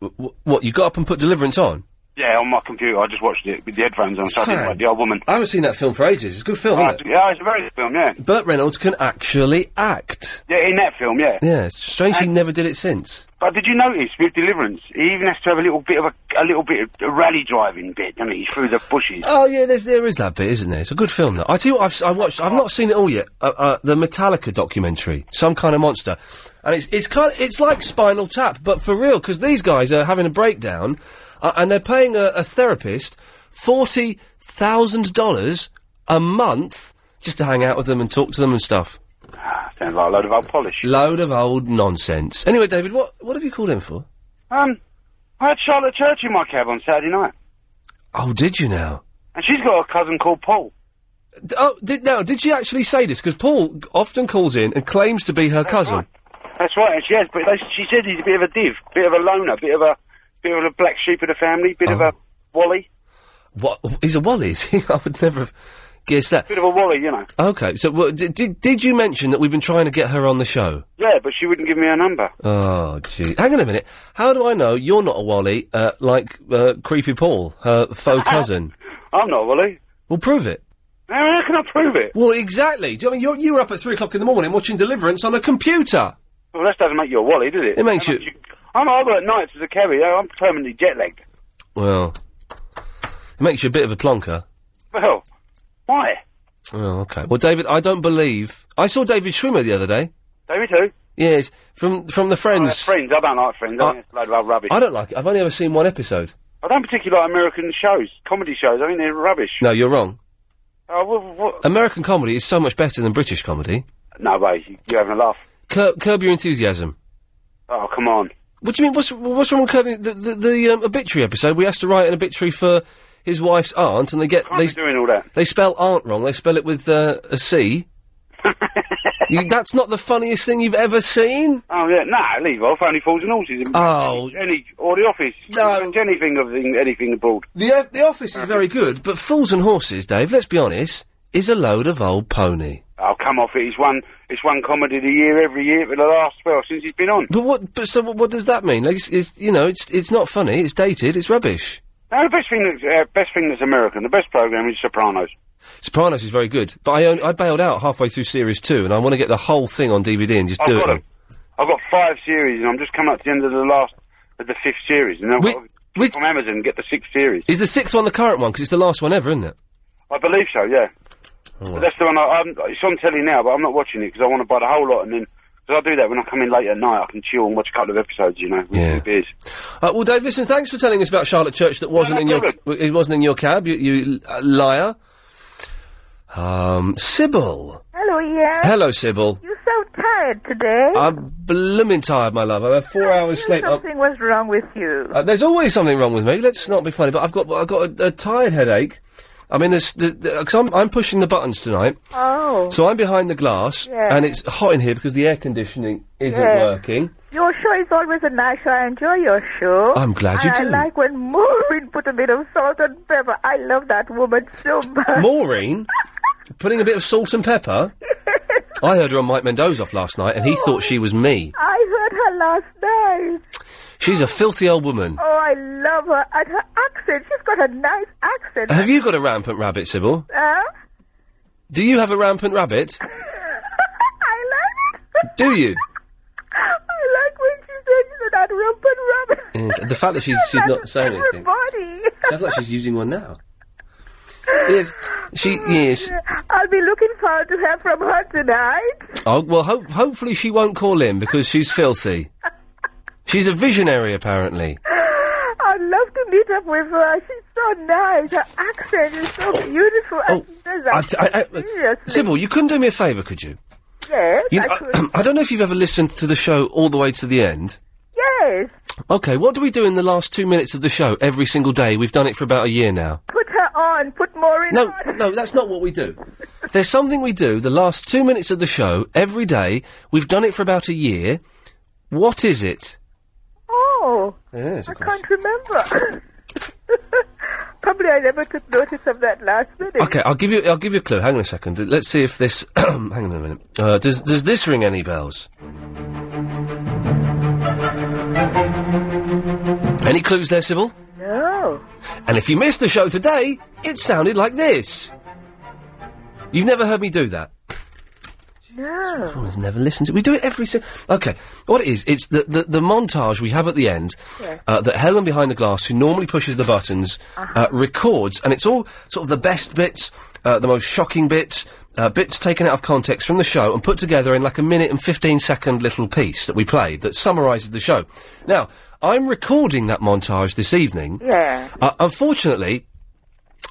Speaker 5: W- what, you got up and put Deliverance on?
Speaker 20: Yeah, on my computer, I just watched it with the headphones on, so I didn't
Speaker 5: Fan.
Speaker 20: like the old woman.
Speaker 5: I haven't seen that film for ages. It's a good film,
Speaker 20: Oh,
Speaker 5: isn't it?
Speaker 20: yeah, it's a very good film, yeah.
Speaker 5: Burt Reynolds can actually act.
Speaker 20: Yeah, in that film, yeah.
Speaker 5: Yeah, it's strange he never did it since.
Speaker 20: But did you notice with Deliverance, he even has to have a little bit of a, a little bit of a rally driving bit, doesn't he, through the bushes?
Speaker 5: Oh yeah, there's there is that bit, isn't there? It's a good film though. I tell you what, I've, si watched. I've not seen it all yet. Uh, uh, the Metallica documentary, some kind of monster, and it's it's kind it's like Spinal Tap, but for real, because these guys are having a breakdown, uh, and they're paying a, a therapist forty thousand dollars a month just to hang out with them and talk to them and stuff.
Speaker 20: Sounds like a load of old polish.
Speaker 5: Load of old nonsense. Anyway, David, what what have you called in for?
Speaker 20: Um, I had Charlotte Church in my cab on Saturday night,
Speaker 5: Oh, did you now?
Speaker 20: and she's got a cousin called Paul.
Speaker 5: D- Oh, did, now, did she actually say this? Because Paul g- often calls in and claims to be her cousin.
Speaker 20: That's right, and she has, but they, she said he's a bit of a div, bit of a loner, bit of a, bit of a black sheep of the family, bit of a wally,
Speaker 5: Oh. What? He's a Wally, is he? I would never have guessed that.
Speaker 20: bit of a wally, you know.
Speaker 5: Okay, so well, did, did, did you mention that we've been trying to get her on the show?
Speaker 20: Yeah, but she wouldn't give me her number.
Speaker 5: Oh, gee. Hang on a minute. How do I know you're not a Wally uh, like uh, Creepy Paul, her faux cousin?
Speaker 20: I'm not a wally.
Speaker 5: Well, prove it.
Speaker 20: How how can I prove it?
Speaker 5: Well, exactly. Do you know what I mean you're, you were up at three o'clock in the morning watching Deliverance on a computer?
Speaker 20: Well, that doesn't make you a wally, does it?
Speaker 5: It makes you.
Speaker 20: I'm over at nights as a carrier. I'm permanently jet lagged.
Speaker 5: Well, it makes you a bit of a plonker.
Speaker 20: Well, why?
Speaker 5: Oh, okay. Well, David, I don't believe. I saw David Schwimmer the other day.
Speaker 20: David who?
Speaker 5: Yes, from
Speaker 20: Oh,
Speaker 5: from the
Speaker 20: they're
Speaker 5: Friends.
Speaker 20: friends. I don't like friends. I, think it's a load of old rubbish.
Speaker 5: I don't like it. I've only ever seen one episode.
Speaker 20: I don't particularly like American shows, comedy shows. I mean, they're rubbish.
Speaker 5: No, you're wrong.
Speaker 20: Oh, well, what?
Speaker 5: American comedy is so much better than British comedy.
Speaker 20: No way. You- You're having a laugh.
Speaker 5: Curb, curb your enthusiasm.
Speaker 20: Oh, come on.
Speaker 5: What do you mean? What's what's wrong with curbing the the, the um, obituary episode? We asked to write an obituary for his wife's aunt, and they get they
Speaker 20: doing all that.
Speaker 5: They spell aunt wrong. They spell it with uh, a C. you, that's not the funniest thing you've ever seen.
Speaker 20: Oh yeah, nah, leave off. Only fools and horses.
Speaker 5: Oh.
Speaker 20: any or the office. No, anything of the, anything abroad.
Speaker 5: The uh, the office is very good, but fools and horses, Dave. Let's be honest, is a load of old pony.
Speaker 20: I'll come off it. He's won. It's one comedy of the year every year for the last well since he's been on.
Speaker 5: But what? But so what what does that mean? Like, it's, it's, you know, it's it's not funny. It's dated. It's rubbish.
Speaker 20: Now the best thing that's uh, best thing that's American. The best program is Sopranos.
Speaker 5: Sopranos is very good, but I own, I bailed out halfway through series two, and I want to get the whole thing on DVD and just
Speaker 20: I've
Speaker 5: do
Speaker 20: got
Speaker 5: it.
Speaker 20: them. I've got five series, and I'm just coming up to the end of the last of the fifth series, and I've got to click on Amazon and get the sixth series.
Speaker 5: Is the sixth one the current one? Because it's the last one ever, isn't it?
Speaker 20: I believe so. Yeah.
Speaker 5: Oh,
Speaker 20: But
Speaker 5: well.
Speaker 20: that's the one. I, I'm, it's on telly now, but I'm not watching it because I want to buy the whole lot, and then because I do that when I come in late at night, I can chill and watch a couple of episodes, you know, with
Speaker 5: Yeah.
Speaker 20: two beers.
Speaker 5: Uh, well, Dave, listen. Thanks for telling us about Charlotte Church. That wasn't in your w- it wasn't in your cab. You, you uh, liar. Um, Sybil.
Speaker 15: Hello, yeah.
Speaker 5: Hello, Sybil.
Speaker 15: You're so tired today.
Speaker 5: I'm blooming tired, my love. I've had four hours sleep. I'm-
Speaker 15: Something was wrong with you.
Speaker 5: Uh, there's always something wrong with me. Let's not be funny, but I've got I've got a, a tired headache. I mean, there's the, the, cause I'm I'm pushing the buttons tonight,
Speaker 15: Oh.
Speaker 5: so I'm behind the glass,
Speaker 15: Yeah.
Speaker 5: and it's hot in here because the air conditioning isn't
Speaker 15: Yeah.
Speaker 5: working.
Speaker 15: Your show is always a nice show. I enjoy your show.
Speaker 5: I'm glad you
Speaker 15: And
Speaker 5: do.
Speaker 15: I like when Maureen put a bit of salt and pepper. I love that woman so much.
Speaker 5: Maureen, putting a bit of salt and pepper. I heard her on Mike Mendoza off last night, and he thought she was me.
Speaker 15: I heard her last night.
Speaker 5: She's a filthy old woman.
Speaker 15: Oh, I love her. And her accent. She's got a nice accent.
Speaker 5: Have you got a rampant rabbit, Sybil?
Speaker 15: Huh?
Speaker 5: Do you have a rampant rabbit?
Speaker 15: I like it.
Speaker 5: Do you?
Speaker 15: I like when she said she's an unrumpin rabbit.
Speaker 5: Yes, The fact that she's she's not saying anything
Speaker 15: Everybody.
Speaker 5: sounds like she's using one now. Yes, she yes.
Speaker 15: I'll be looking forward to hear from her tonight.
Speaker 5: Oh, well, ho- hopefully she won't call in because she's filthy. She's a visionary, apparently.
Speaker 15: I'd love to meet up with her. She's so nice. Her accent is so beautiful. Oh,
Speaker 5: I t- I- uh, I- Sybil, you couldn't do me a favour, could you?
Speaker 15: yes,
Speaker 5: you
Speaker 15: I
Speaker 5: kn-
Speaker 15: could.
Speaker 5: I don't know uh, if you've ever listened to the show all the way to the end.
Speaker 15: yes.
Speaker 5: Okay, what do we do in the last two minutes of the show every single day? We've done it for about a year now.
Speaker 15: Put her on. Put Maureen
Speaker 5: No,
Speaker 15: on.
Speaker 5: no, that's not what we do. There's something we do the last two minutes of the show every day. We've done it for about a year. What is it?
Speaker 15: Oh,
Speaker 5: Yes,
Speaker 15: I
Speaker 5: of course.
Speaker 15: can't remember. Probably I never took notice of that last minute.
Speaker 5: Okay, I'll give you. I'll give you a clue. Hang on a second. Let's see if this. hang on a minute. Uh, does does this ring any bells? Any clues there, Sybil?
Speaker 15: No.
Speaker 5: And if you missed the show today, it sounded like this. You've never heard me do that.
Speaker 15: No.
Speaker 5: Someone's never listened to. We do it every. Si- okay, what it is? It's the, the the montage we have at the end
Speaker 22: Yeah.
Speaker 5: uh, that Helen behind the glass, who normally pushes the buttons, uh, records, and it's all sort of the best bits, uh, the most shocking bits, uh, bits taken out of context from the show, and put together in like a minute and fifteen second little piece that we played that summarises the show. Now I'm recording that montage this evening.
Speaker 15: Yeah.
Speaker 5: Uh, unfortunately,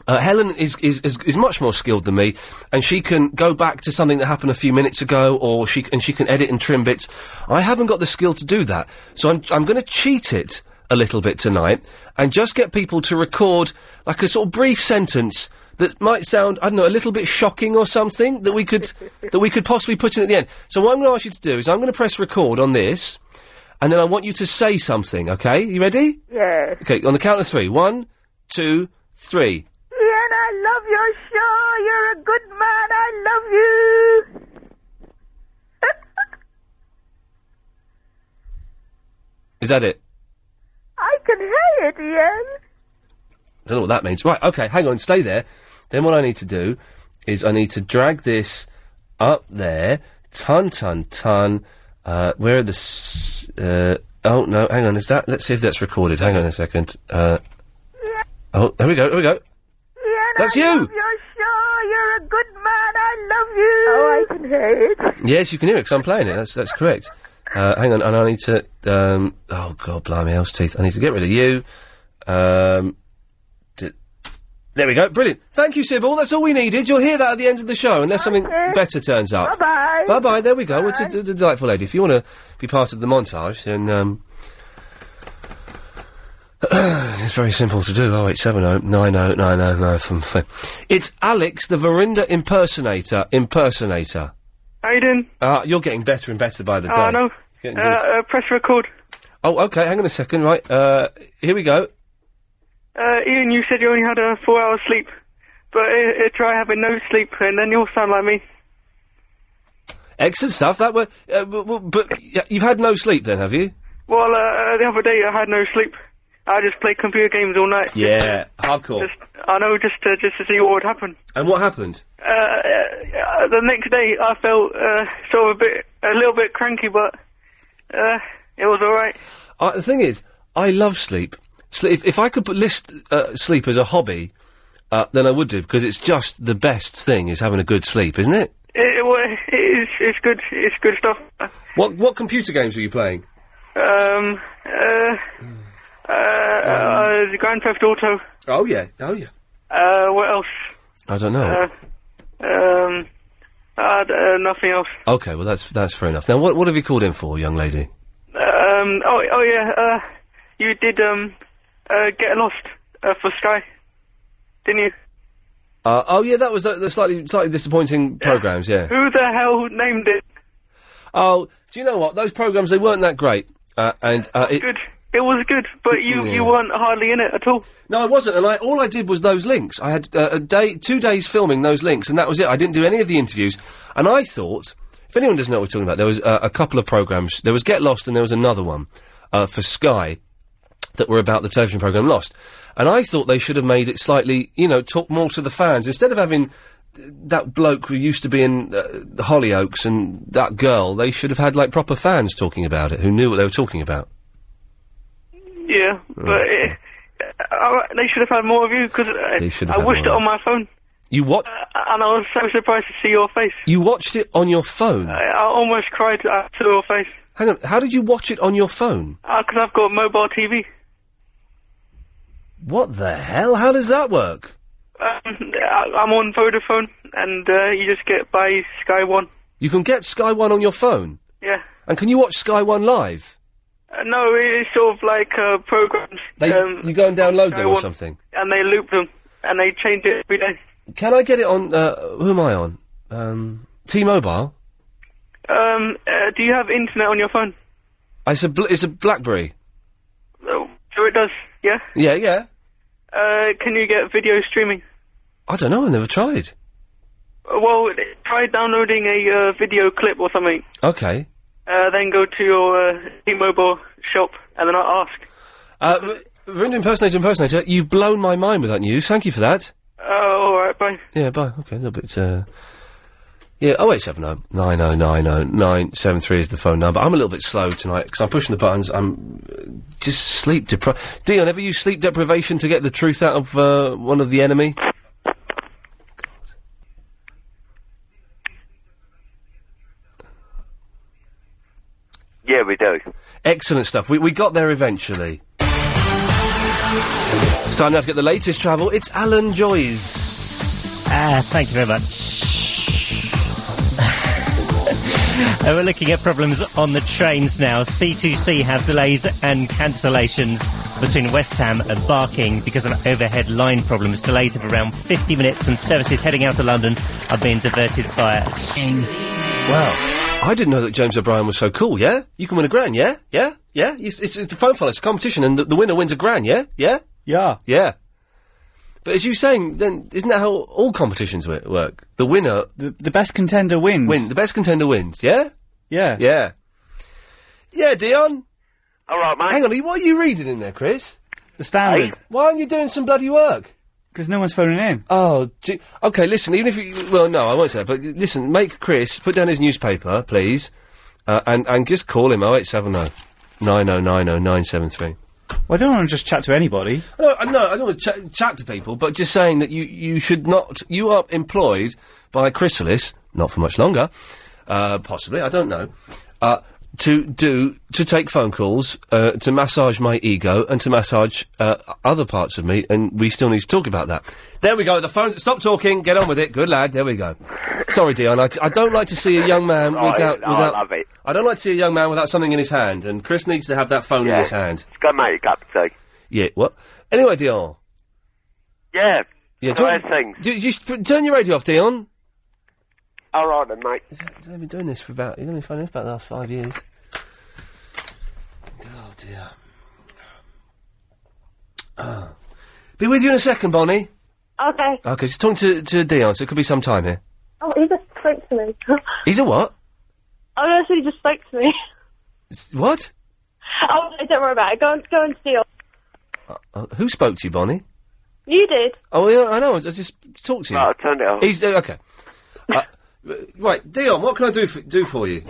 Speaker 5: uh, Helen is, is, is, is much more skilled than me, and she can go back to something that happened a few minutes ago, or she and she can edit and trim bits. I haven't got the skill to do that, so I'm I'm going to cheat it a little bit tonight and just get people to record like a sort of brief sentence that might sound I don't know a little bit shocking or something that we could that we could possibly put in at the end. So what I'm going to ask you to do is I'm going to press record on this, and then I want you to say something. Okay, you ready?
Speaker 15: Yes.
Speaker 5: Okay, on the count of three. One, two, three.
Speaker 15: Ian, I love your show. You're a good man. I love you.
Speaker 5: Is that it?
Speaker 15: I can hear it, Ian.
Speaker 5: don't know what that means. Right, okay, hang on, stay there. Then what I need to do is I need to drag this up there. Ton, ton, ton. Uh, where are the. S- uh, oh, no, hang on, is that. Let's see if that's recorded. Hang on a second. Uh, oh, here we go, here we go.
Speaker 15: Ian,
Speaker 5: That's
Speaker 15: I
Speaker 5: you.
Speaker 15: love your show. You're a good man. I love you. Oh, I can hear it.
Speaker 5: Yes, you can hear it 'cause I'm playing it. That's that's correct. Uh, hang on, and I need to. Um, oh God, blimey, else teeth! I need to get rid of you. Um, d- there we go. Brilliant. Thank you, Sybil. That's all we needed. You'll hear that at the end of the show, unless something better turns up.
Speaker 12: Bye-bye.
Speaker 5: Bye bye. There we go. It's a, it's a delightful lady. If you want to be part of the montage, then um, it's very simple to do. Oh eight seven oh nine oh nine oh nine from. It's Alex, the Verinda impersonator. Impersonator.
Speaker 3: How you doing?
Speaker 5: Uh, you're getting better and better by the day.
Speaker 3: Oh, I know.
Speaker 5: It's getting
Speaker 3: Uh,
Speaker 5: good.
Speaker 3: uh, press record.
Speaker 5: Oh, okay. Hang on a second. Right. Uh, here we go.
Speaker 3: Uh, Ian, you said you only had uh, four hours sleep, but uh, uh, try having no sleep, and then you'll sound like me.
Speaker 5: Excellent stuff. That were, uh, but, but- but y- you've had no sleep then, have you?
Speaker 3: Well, uh, uh, the other day I had no sleep. I just played computer games all night.
Speaker 5: Yeah, hardcore.
Speaker 3: I know, just uh, just to see what would happen.
Speaker 5: And what happened?
Speaker 3: Uh, uh, the next day I felt uh, sort of a bit, a little bit cranky, but uh, it was all right.
Speaker 5: Uh, the thing is, I love sleep. Sle- if, if I could put list uh, sleep as a hobby, uh, then I would do because it's just the best thing is having a good sleep, isn't it?
Speaker 3: It, it, wa- it's, it's good. It's good stuff.
Speaker 5: What what computer games were you playing?
Speaker 3: Um, uh, uh, uh, Grand Theft Auto.
Speaker 5: Um. Oh yeah, oh yeah.
Speaker 3: Uh, what else?
Speaker 5: I don't know.
Speaker 3: Uh, um, uh, d- uh, nothing else.
Speaker 5: okay, well that's that's fair enough. Now, what what have you called in for, young lady?
Speaker 3: Um, oh, oh yeah. Uh, you did um, uh, get lost uh, for Sky, didn't you?
Speaker 5: Uh, oh yeah, that was uh, the slightly slightly disappointing programs. Yeah.
Speaker 3: Who the hell named it?
Speaker 5: Oh, do you know what? Those programs they weren't that great, uh, and uh, it,
Speaker 3: Good. It was good, but you
Speaker 5: Yeah.
Speaker 3: you weren't hardly in it at all.
Speaker 5: No, I wasn't, and I, all I did was those links. I had uh, a day, two days filming those links, and that was it. I didn't do any of the interviews, and I thought, if anyone doesn't know what we're talking about, there was uh, a couple of programs. There was Get Lost, and there was another one uh, for Sky that were about the television program Lost, and I thought they should have made it slightly, you know, talk more to the fans instead of having uh, that bloke who used to be in uh, Hollyoaks and that girl. They should have had like proper fans talking about it who knew what they were talking about.
Speaker 3: Yeah,
Speaker 5: Oh,
Speaker 3: but it, uh, they should have had more of you because
Speaker 5: They should
Speaker 3: I
Speaker 5: have had
Speaker 3: wished it
Speaker 5: more.
Speaker 3: on my phone,
Speaker 5: You what?
Speaker 23: Uh,
Speaker 3: and I was so surprised to see your face.
Speaker 5: You watched it on your phone.
Speaker 3: I, I almost cried uh, to your face
Speaker 5: Hang on, how did you watch it on your phone?
Speaker 3: because Uh, I've got mobile TV.
Speaker 5: What the hell? How does that work?
Speaker 3: Um, I, I'm on Vodafone, and uh, you just get by Sky One.
Speaker 5: You can get Sky One on your phone,
Speaker 3: Yeah.
Speaker 5: and can you watch Sky One live?
Speaker 3: Uh, no, it's sort of like uh, programs,
Speaker 5: They, you go and download
Speaker 3: Sky
Speaker 5: them or
Speaker 3: One.
Speaker 5: something.
Speaker 3: and they loop them, and they change it every day.
Speaker 5: Can I get it on? Uh, who am I on? Um, T-Mobile.
Speaker 3: Um, uh, do you have internet on your phone?
Speaker 5: I said bl- it's a BlackBerry.
Speaker 3: Uh, sure, it does. Yeah.
Speaker 5: Yeah, yeah.
Speaker 3: Uh, can you get video streaming?
Speaker 5: I don't know. I've never tried.
Speaker 3: Uh, Well, try downloading a uh, video clip or something.
Speaker 5: Okay.
Speaker 3: Uh, then go to your uh, T-Mobile shop, and then I ask.
Speaker 5: Uh, Verinda impersonator, impersonator. You've blown my mind with that news. Thank you for that.
Speaker 3: Oh, all right, bye.
Speaker 5: Yeah, bye. Okay, a little bit. Uh, yeah, oh eight seven oh nine oh nine oh nine seven three is the phone number. I'm a little bit slow tonight because I'm pushing the buttons. I'm uh, just sleep deprived. Dion, ever use sleep deprivation to get the truth out of uh, one of the enemy?
Speaker 23: Yeah, we do.
Speaker 5: Excellent stuff. We we got there eventually. It's time now to get the latest travel. It's Alan Joyce.
Speaker 24: Ah, thank you very much. Uh, we're looking at problems on the trains now. C2C have delays and cancellations between West Ham and Barking because of overhead line problems. Delays of around 50 minutes and services heading out of London are being diverted via Spring.
Speaker 5: Wow. I didn't know that James O'Brien was so cool, yeah? You can win a grand, yeah? Yeah? Yeah? It's, it's, it's a phone call, it's a competition, and the, the winner wins a grand, yeah? Yeah? Yeah. Yeah. But as you were saying, then, isn't that how all competitions wo- work? The winner... The, the best contender wins. Win. The best contender wins, yeah? Yeah. Yeah. Yeah, Dion.
Speaker 23: All right, mate.
Speaker 5: Hang on, are you- what are you reading in there, Chris? The
Speaker 23: Standard.
Speaker 5: Why aren't you doing some bloody work? Because no one's phoning in. Oh, gee. okay. Listen, even if you well, no, I won't say that. But listen, make Chris put down his newspaper, please, uh, and and just call him 0870 9090973.
Speaker 24: Well, I don't want to just chat to anybody.
Speaker 5: No, I- no, I don't want to ch- chat to people, but just saying that you, you should not. You are employed by Chrysalis, not for much longer, uh, possibly, I don't know, uh, to do to take phone calls, uh, to massage my ego, and to massage uh, other parts of me, and we still need to talk about that. There we go. The phones. Stop talking. Get on with it. Good lad. There we go. Sorry, Dion. I, I don't like to see a young man
Speaker 23: Oh,
Speaker 5: without
Speaker 23: no, I
Speaker 5: without.
Speaker 23: love it.
Speaker 5: I don't like to see a young man without something in his hand, and Chris needs to have that phone in
Speaker 23: Yeah.
Speaker 5: his hand.
Speaker 23: It's got my cup of tea.
Speaker 5: Yeah. What? Anyway, Dion.
Speaker 23: Yeah.
Speaker 5: Yeah.
Speaker 23: So
Speaker 5: Do,
Speaker 23: that's things.
Speaker 5: do, you sh- p- turn your radio off, Dion.
Speaker 23: All right then, mate.
Speaker 5: I've been doing this for about. You've been funny about the last five years. Oh dear. Oh. Be with you in a second, Bonnie.
Speaker 13: Okay.
Speaker 5: Okay, just talking to, to Dion, so it could be some time here.
Speaker 13: Oh, he just spoke to me.
Speaker 5: He's a what?
Speaker 13: oh, no, so he just spoke to me.
Speaker 5: S- What?
Speaker 13: Oh, no, don't worry about it. Go and, go and see him.
Speaker 5: Uh, who spoke to you, Bonnie?
Speaker 13: You did.
Speaker 5: Oh, yeah, I know, I just talked to you.
Speaker 23: Right, I turned it off.
Speaker 5: He's, uh, okay. Uh, uh, right, Dion, what can I do for, do for you?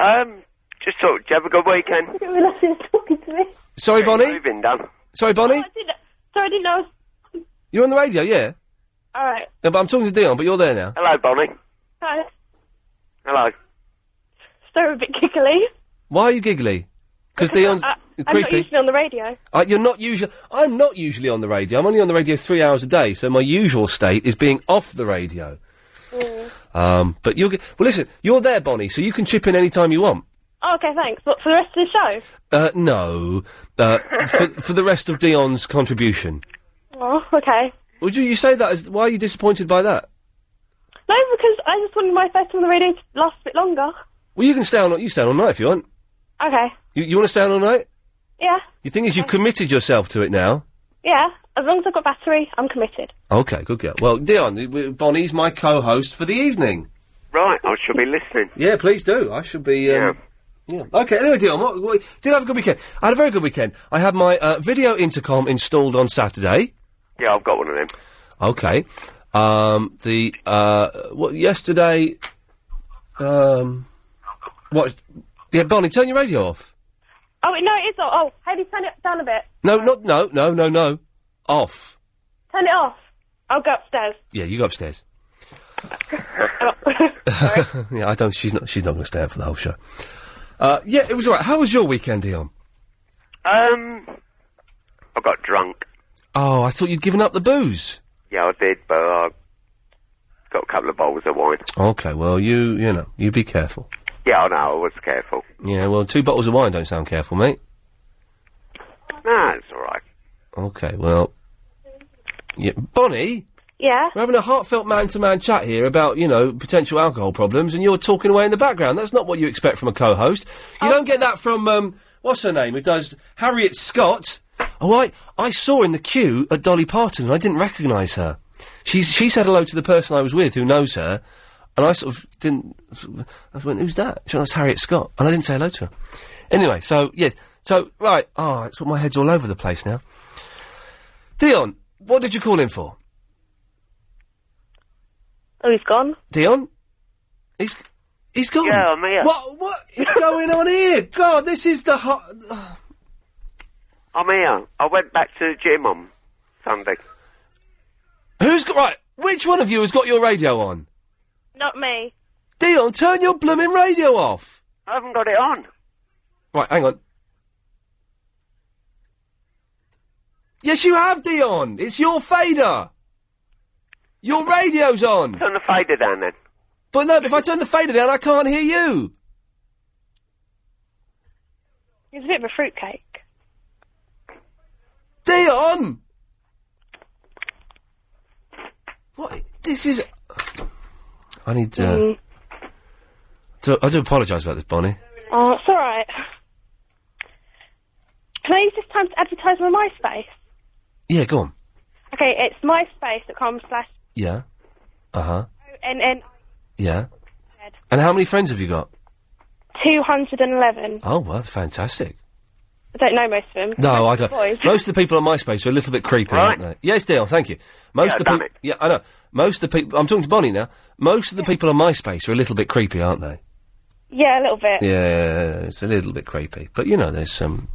Speaker 23: Um, just talk. Did you have a good weekend? I
Speaker 13: didn't realise he was talking to me.
Speaker 5: Sorry, Bonnie?
Speaker 23: Moving, done.
Speaker 5: Sorry, Bonnie?
Speaker 13: Sorry, I didn't know.
Speaker 5: You're on the radio, yeah?
Speaker 13: All right.
Speaker 5: No, but I'm talking to Dion, but you're there now.
Speaker 23: Hello, Bonnie.
Speaker 13: Hi.
Speaker 23: Hello.
Speaker 13: Sorry, a bit giggly.
Speaker 5: Why are you giggly? Because Dion's
Speaker 13: I, I'm not
Speaker 5: creepy.
Speaker 13: usually on the radio.
Speaker 5: Uh, you're not usually. I'm not usually on the radio. I'm only on the radio three hours a day, so my usual state is being off the radio.
Speaker 13: Mm.
Speaker 5: Um, but you'll get. Well, listen, you're there, Bonnie, so you can chip in any time you want.
Speaker 13: Oh, okay, thanks. What, for the rest of the show?
Speaker 5: Uh, no, uh, for, for the rest of Dion's contribution.
Speaker 13: Oh, okay.
Speaker 5: Would you, you say that? As, why are you disappointed by that?
Speaker 13: No, because I just wanted my first on the radio to last a bit longer.
Speaker 5: Well, you can stay on. You stay on all night if you want.
Speaker 13: Okay.
Speaker 5: You, you want to stay on all night?
Speaker 13: Yeah,
Speaker 5: You think is you've committed yourself to it now?
Speaker 13: yeah. As long as I've got battery, I'm committed.
Speaker 5: Okay, good girl. Well, Dion, y- w- Bonnie's my co-host for the evening.
Speaker 23: Right, I shall be listening.
Speaker 5: Yeah, please do. I should be. Um, yeah. Okay. Anyway, Dion, what, what, did I have a good weekend? I had a very good weekend. I had my uh, video intercom installed on Saturday.
Speaker 23: Yeah, I've got one of them.
Speaker 5: Okay. Um, the uh, what yesterday? Um, what? Yeah, Bonnie, turn your radio off.
Speaker 13: Oh, wait, no, it is. on. Oh, Haley, turn it down a bit.
Speaker 5: No, not no, no, no, no. Off.
Speaker 13: Turn it off. I'll go upstairs.
Speaker 5: Yeah, you go upstairs. yeah, I don't. She's not. She's not going to stay up for the whole show. Uh, yeah, it was all right. How was your weekend, Dion?
Speaker 23: Um, I got drunk.
Speaker 5: Oh, I thought you'd given up the booze.
Speaker 23: Yeah, I did, but uh, I got a couple of bottles of wine.
Speaker 5: Okay, well, you you know, you be careful.
Speaker 23: Yeah, I know. I was careful.
Speaker 5: Yeah, well, two bottles of wine don't sound careful, mate.
Speaker 23: Nah, it's all right.
Speaker 5: Okay, well, yeah, Bonnie,
Speaker 13: Yeah.
Speaker 5: we're having a heartfelt man-to-man chat here about you know potential alcohol problems, and you're talking away in the background. That's not what you expect from a co-host. You don't get that from um, what's her name? Who does Harriet Scott? Oh, I I saw in the queue at Dolly Parton, and I didn't recognise her. She's she said hello to the person I was with, who knows her, and I sort of didn't. sort of- I went, "Who's that?" She went, "That's Harriet Scott," and I didn't say hello to her. Anyway, so yes, so right. Oh, it's my head's all over the place now. Dion, what did you call in for?
Speaker 13: Oh, he's gone.
Speaker 5: Dion? He's he's gone.
Speaker 23: Yeah, I'm here.
Speaker 5: What what is going on here? God, this is the hot.
Speaker 23: I'm here. I went back to the gym on Sunday.
Speaker 5: Who's got right? Which one of you has got your radio on?
Speaker 13: Not me.
Speaker 5: Dion, turn your blooming radio off.
Speaker 23: I haven't got it on.
Speaker 5: Right, hang on. Yes, you have, Dion. It's your fader. Your radio's on.
Speaker 23: Turn the fader down then.
Speaker 5: But no, if I turn the fader down, I can't hear you.
Speaker 13: He's a bit of a fruitcake.
Speaker 5: Dion. What? This is. I need to.
Speaker 13: Mm.
Speaker 5: So I do apologise about this, Bonnie.
Speaker 13: Oh, it's all right. Can I use this time to advertise my MySpace?
Speaker 5: Yeah, go on.
Speaker 13: Okay, it's myspace.com slash
Speaker 5: Yeah. Uh huh.
Speaker 13: NN
Speaker 5: Yeah. And how many friends have you got?
Speaker 13: 211.
Speaker 5: Oh, well, fantastic.
Speaker 13: I don't know most of them.
Speaker 5: No, I don't.
Speaker 13: Boys.
Speaker 5: Most of the people on MySpace are a little bit creepy, aren't they? Yes, Dale, thank you. Most
Speaker 23: Yeah,
Speaker 5: of the
Speaker 23: damn
Speaker 5: people.
Speaker 23: it.
Speaker 5: Yeah, I know. Most of the people. I'm talking to Bonnie now. Most of the people on MySpace are a little bit creepy, aren't they?
Speaker 13: Yeah, a little bit.
Speaker 5: Yeah, it's a little bit creepy. But, you know, there's some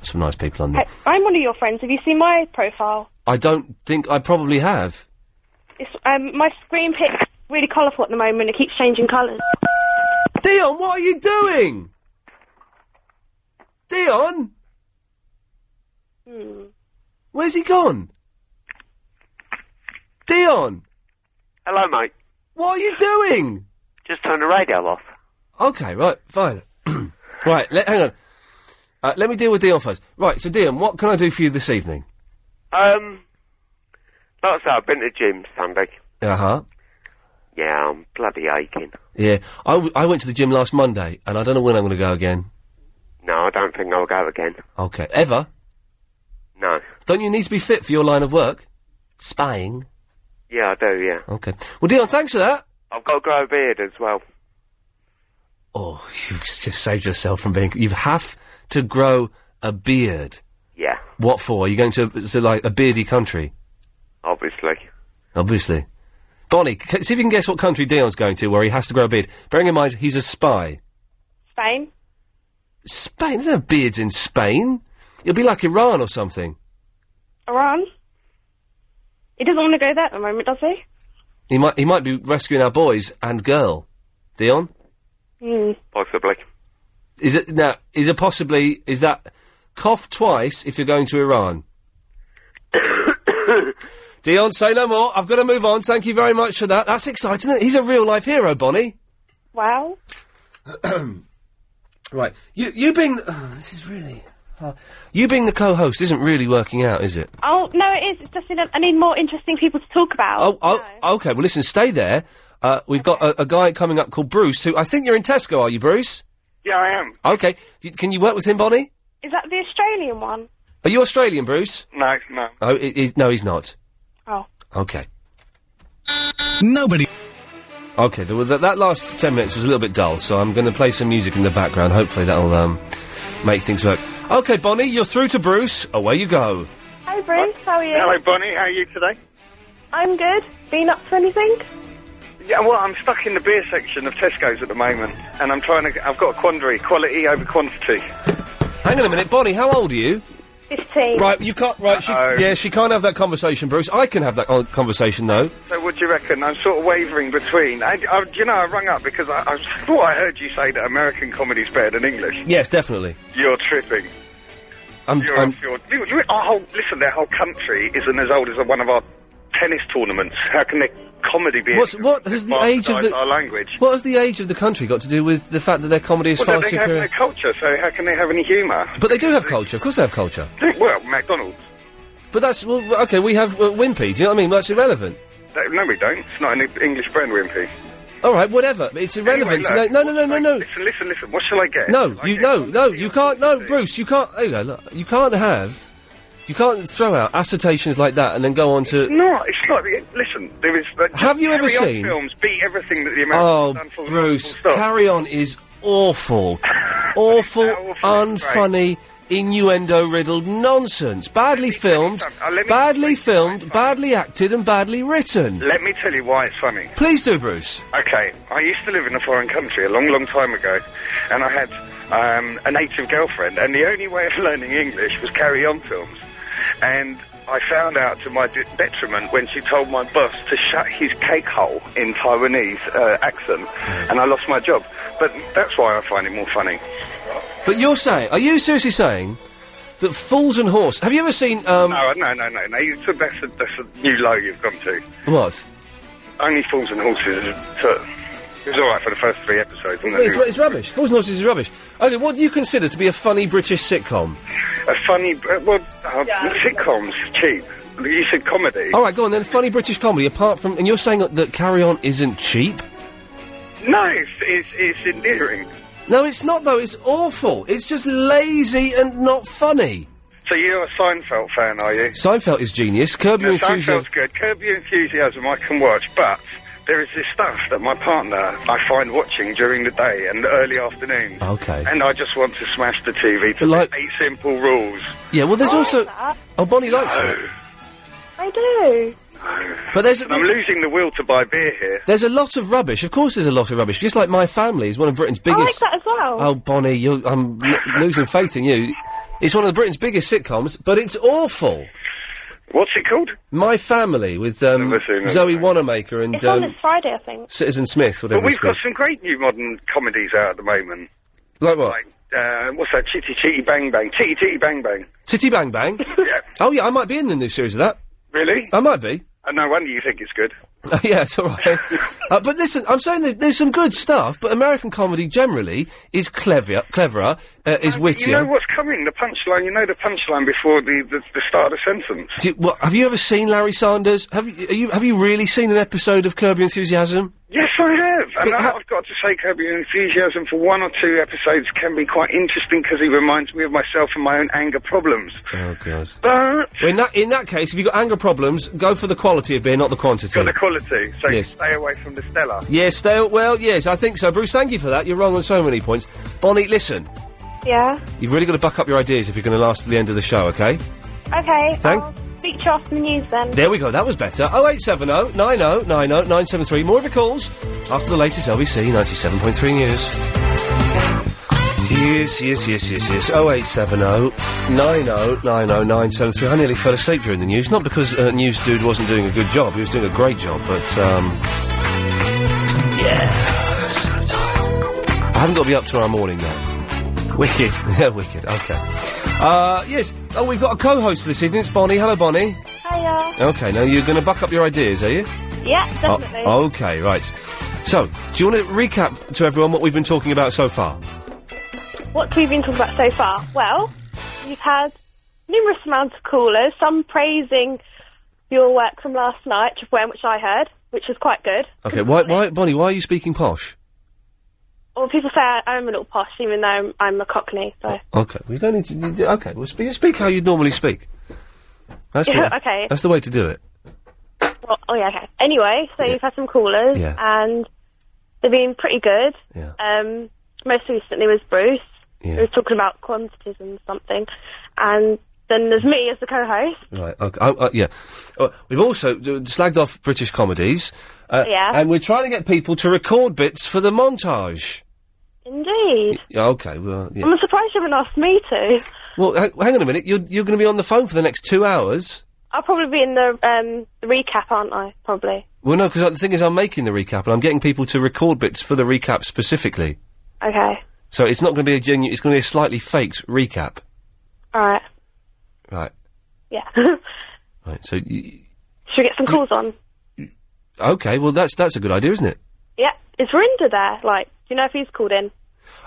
Speaker 5: some nice people on there.
Speaker 13: Hey, I'm one of your friends. Have you seen my profile?
Speaker 5: I don't think I probably have.
Speaker 13: It's, um, my screen pic's really colourful at the moment. It keeps changing colours.
Speaker 5: Dion, what are you doing? Leon?
Speaker 12: Hmm.
Speaker 5: Where's he gone? Dion!
Speaker 23: Hello, mate.
Speaker 5: What are you doing?
Speaker 23: Just turn the radio off.
Speaker 5: Okay, right, fine. right, let, hang on. Uh, let me deal with Dion first. Right, so Dion, what can I do for you this evening?
Speaker 23: Um, like I said, I've been to the gym Sunday.
Speaker 5: Uh huh.
Speaker 23: Yeah, I'm bloody aching.
Speaker 5: Yeah, I, w- I went to the gym last Monday, and I don't know when I'm going to go again.
Speaker 23: No, I don't think I'll go again.
Speaker 5: Okay, ever?
Speaker 23: No.
Speaker 5: Don't you need to be fit for your line of work? Spying.
Speaker 23: Yeah, I do, yeah.
Speaker 5: Okay. Well, Dion, thanks for that.
Speaker 23: I've got to grow a beard as well.
Speaker 5: Oh, you s- just saved yourself from being. You have to grow a beard.
Speaker 23: Yeah.
Speaker 5: What for? Are you going to, to like a beardy country?
Speaker 23: Obviously.
Speaker 5: Obviously. Bonnie, c- see if you can guess what country Dion's going to where he has to grow a beard. Bearing in mind, he's a spy.
Speaker 13: Spain.
Speaker 5: Spain? They don't have beards in Spain. It'll be like Iran or something.
Speaker 13: Iran. He doesn't want to go there at the moment, does he?
Speaker 5: He might he might be rescuing our boys and girl. Dion,
Speaker 13: Hmm.
Speaker 23: Possibly.
Speaker 5: is it now? Is it possibly? Is that cough twice if you're going to Iran? Dion, say no more. I've got to move on. Thank you very much for that. That's exciting. Isn't it? He's a real life hero, Bonnie.
Speaker 13: Wow.
Speaker 5: right, you you being oh, this is really hard. you being the co-host isn't really working out, is it?
Speaker 13: Oh no, it is. It's just in a, I need more interesting people to talk about.
Speaker 5: Oh, oh okay. Well, listen, stay there. Uh, we've got a, a guy coming up called Bruce, who I think you're in Tesco, are you, Bruce?
Speaker 25: Yeah, I am.
Speaker 5: Okay. Y- Can you work with him, Bonnie?
Speaker 13: Is that the Australian one?
Speaker 5: Are you Australian, Bruce?
Speaker 25: No, no.
Speaker 5: Oh, i i no, he's not.
Speaker 13: Oh.
Speaker 5: Okay. Nobody. Okay, there was that, that last ten minutes was a little bit dull, so I'm going to play some music in the background. Hopefully, that'll um, make things work. Okay, Bonnie, you're through to Bruce. Away you go.
Speaker 13: Hi, Bruce. How are you?
Speaker 25: Hello, Bonnie. How are you today?
Speaker 13: I'm good. Been up to anything?
Speaker 25: Yeah, well, I'm stuck in the beer section of Tesco's at the moment, and I'm trying to. I've got a quandary: quality over quantity.
Speaker 5: Hang on a minute, Bonnie. How old are you?
Speaker 13: Fifteen.
Speaker 5: Right, you can't. Right, she, yeah, she can't have that conversation, Bruce. I can have that con- conversation though.
Speaker 25: So, what do you reckon? I'm sort of wavering between. I, I, you know, I rung up because I, I thought I heard you say that American comedy's better than English.
Speaker 5: Yes, definitely.
Speaker 25: You're tripping.
Speaker 5: I'm.
Speaker 25: You're,
Speaker 5: I'm
Speaker 25: you're, you- you- our whole, listen, their whole country isn't as old as one of our tennis tournaments. How can their comedy be?
Speaker 5: What's, what has the age of the
Speaker 25: our language?
Speaker 5: What has the age of the country got to do with the fact that their comedy is
Speaker 25: Well,
Speaker 5: far
Speaker 25: they have
Speaker 5: superior?
Speaker 25: no culture, so how can they have any humour?
Speaker 5: But they do have culture. Of course, they have culture.
Speaker 25: Well, McDonald's.
Speaker 5: But that's well, okay. We have uh, Wimpy. Do you know what I mean? That's irrelevant.
Speaker 25: They- No, we don't. It's not an English brand, Wimpy.
Speaker 5: All right, whatever. It's irrelevant.
Speaker 25: Anyway, look,
Speaker 5: no, no, no, no, no, no.
Speaker 25: Listen, listen, listen. What shall I get?
Speaker 5: No, you no, no. You can't. No, Bruce, you can't. There you go. Look, you can't have. You can't throw out assertions like that and then go on to.
Speaker 25: No, it's not. it- Listen, there is. Uh,
Speaker 5: Have you ever
Speaker 25: Carry On
Speaker 5: seen-
Speaker 25: films beat everything that the
Speaker 5: Oh,
Speaker 25: Americans have done for
Speaker 5: Bruce, Carry On is awful, awful, unfunny, innuendo-riddled nonsense. Badly filmed,
Speaker 25: uh, let me-
Speaker 5: badly filmed, badly acted, and badly written.
Speaker 25: Let me tell you why it's funny.
Speaker 5: Please do, Bruce.
Speaker 25: Okay, I used to live in a foreign country a long, long time ago, and I had um, a native girlfriend, and the only way of learning English was carry on films. And I found out to my de- detriment when she told my boss to shut his cake hole in Taiwanese uh, accent, and I lost my job. But that's why I find it more funny.
Speaker 5: But you're saying, are you seriously saying that Fools and Horse? Have you ever seen? Um,
Speaker 25: no, no, no, no, no. You, that's, a, that's a new low you've gone to.
Speaker 5: What?
Speaker 25: Only Fools and Horses is- it was all right for the first three episodes. wasn't it?
Speaker 5: It's, it's rubbish. Fools and Horses is rubbish. Okay, what do you consider to be a funny British sitcom?
Speaker 25: A funny, uh, well, uh, sitcoms cheap. You said comedy.
Speaker 5: All right, go on then. Funny British comedy, apart from, and you're saying that Carry On isn't cheap?
Speaker 25: No, it's, it's, it's endearing.
Speaker 5: No, it's not though. It's awful. It's just lazy and not funny.
Speaker 25: So you're a Seinfeld fan, are you?
Speaker 5: Seinfeld is genius. Curb Your
Speaker 25: No,
Speaker 5: Enthusiasm.
Speaker 25: Seinfeld's good. Curb Your Enthusiasm I can watch, but there is this stuff that my partner I find watching during the day and the early afternoon.
Speaker 5: Okay.
Speaker 25: And I just want to smash the TV to eight simple rules.
Speaker 5: Yeah. Well, there's also. Oh, Bonnie likes it.
Speaker 13: I do.
Speaker 5: But there's.
Speaker 25: I'm losing the will to buy beer here.
Speaker 5: There's a lot of rubbish. Of course, there's a lot of rubbish. Just like my family is one of Britain's
Speaker 13: I
Speaker 5: biggest.
Speaker 13: like that as well.
Speaker 5: Oh, Bonnie, you I'm l- losing faith in you. It's one of Britain's biggest sitcoms, but it's awful.
Speaker 25: What's it called?
Speaker 5: My Family with um,
Speaker 25: it.
Speaker 5: Zoe Wanamaker and
Speaker 13: It's on
Speaker 5: um,
Speaker 13: this Friday, I think.
Speaker 5: Citizen Smith, whatever
Speaker 25: but we've
Speaker 5: it's called.
Speaker 25: got some great new modern comedies out at the moment.
Speaker 5: Like what?
Speaker 25: Like uh, what's that? Chitty Chitty Bang Bang. Chitty Chitty Bang Bang.
Speaker 5: Titty Bang Bang.
Speaker 25: Yeah.
Speaker 5: Oh yeah, I might be in the new series of that.
Speaker 25: Really?
Speaker 5: I might be.
Speaker 25: And no wonder you think it's good.
Speaker 5: Oh, yeah, it's all right. uh, but listen, I'm saying there's, there's some good stuff, but American comedy generally is clever, cleverer, uh, is wittier.
Speaker 25: You know what's coming? The punchline. You know the punchline before the, the, the start of the sentence.
Speaker 5: Do you- what, have you ever seen Larry Sanders? Have you, are you have you really seen an episode of Curb Your Enthusiasm?
Speaker 25: Yes, I have. And I I've got to say, Kirby, your enthusiasm for one or two episodes can be quite interesting because he reminds me of myself and my own anger problems.
Speaker 5: Oh god.
Speaker 25: Well,
Speaker 5: in that in that case, if you've got anger problems, go for the quality of beer, not the quantity.
Speaker 25: Got the quality, so
Speaker 5: Yes.
Speaker 25: stay away from the Stella.
Speaker 5: Yes, they, well, yes, I think so. Bruce, thank you for that. You're wrong on so many points. Bonnie, listen,
Speaker 13: Yeah.
Speaker 5: you've really got to buck up your ideas if you're going to last to the end of the show, okay?
Speaker 13: Okay.
Speaker 5: Thank-
Speaker 13: I'll speak to you after the news then.
Speaker 5: There we go, that was better. 0870 90 90 973. More of your calls after the latest LBC 97.3 news. Yes, yes, yes, yes, yes. 0870 90 90 973. I nearly fell asleep during the news, not because uh, News Dude wasn't doing a good job, he was doing a great job, but, um, yeah, so tired. I haven't got to be up tomorrow morning, though. Wicked. yeah, wicked, okay. Uh, yes, oh, we've got a co-host for this evening, it's Bonnie. Hello, Bonnie.
Speaker 13: Hiya.
Speaker 5: Okay, now you're going to buck up your ideas, are you?
Speaker 13: Yeah,
Speaker 5: Oh,
Speaker 13: definitely.
Speaker 5: okay, right. So, do you want to recap to everyone what we've been talking about so far?
Speaker 13: What have we been talking about so far? Well, we've had numerous amounts of callers, some praising your work from last night, Chipwhen, which I heard, which was quite good.
Speaker 5: Okay, why, why, Bonnie, why are you speaking posh?
Speaker 13: Or people say I, I'm a little posh, even though I'm, I'm a cockney, so.
Speaker 5: Okay, we don't need to. you- you- Okay, well, speak, speak how you'd normally speak. That's the,
Speaker 13: Okay.
Speaker 5: That's the way to do it.
Speaker 13: Well, oh yeah, okay. Anyway, so you've had some callers,
Speaker 5: Yeah.
Speaker 13: and they've been pretty good. Yeah. Um, most recently was Bruce.
Speaker 5: Yeah.
Speaker 13: He was talking about quantities and something, and then there's me as the co-host.
Speaker 5: Right. Okay. Oh, uh, yeah. Uh, we've also uh, slagged off British comedies. Uh,
Speaker 13: Yeah.
Speaker 5: And we're trying to get people to record bits for the montage.
Speaker 13: Indeed.
Speaker 5: Yeah, okay. Well. Yeah.
Speaker 13: I'm surprised you haven't asked me to.
Speaker 5: Well, ha- hang on a minute. You're you're going to be on the phone for the next two hours.
Speaker 13: I'll probably be in the um, recap, aren't I? Probably.
Speaker 5: Well, no, because the thing is, I'm making the recap and I'm getting people to record bits for the recap specifically.
Speaker 13: Okay.
Speaker 5: So it's not going to be a genuine. It's going to be a slightly faked recap.
Speaker 13: All right.
Speaker 5: Right.
Speaker 13: Yeah. Should
Speaker 5: Right. So. Y-
Speaker 13: we get some calls on?
Speaker 5: okay. Well, that's that's a good idea, isn't it?
Speaker 13: Yeah. Is Verinda there? Like, do you know if he's called in?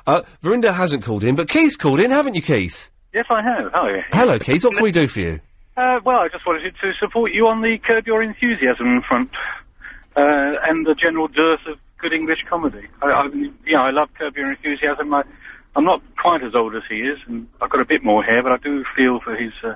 Speaker 5: Uh, Verinda hasn't called in, but Keith's called in, haven't you, Keith?
Speaker 7: Yes, I have. Hi.
Speaker 5: Hello, Keith. What can we do for you?
Speaker 7: Uh, well, I just wanted to support you on the Curb Your Enthusiasm front uh, and the general dearth of good English comedy. I, I, you know, I love Curb Your Enthusiasm. I, I'm not quite as old as he is, and I've got a bit more hair, but I do feel for his uh,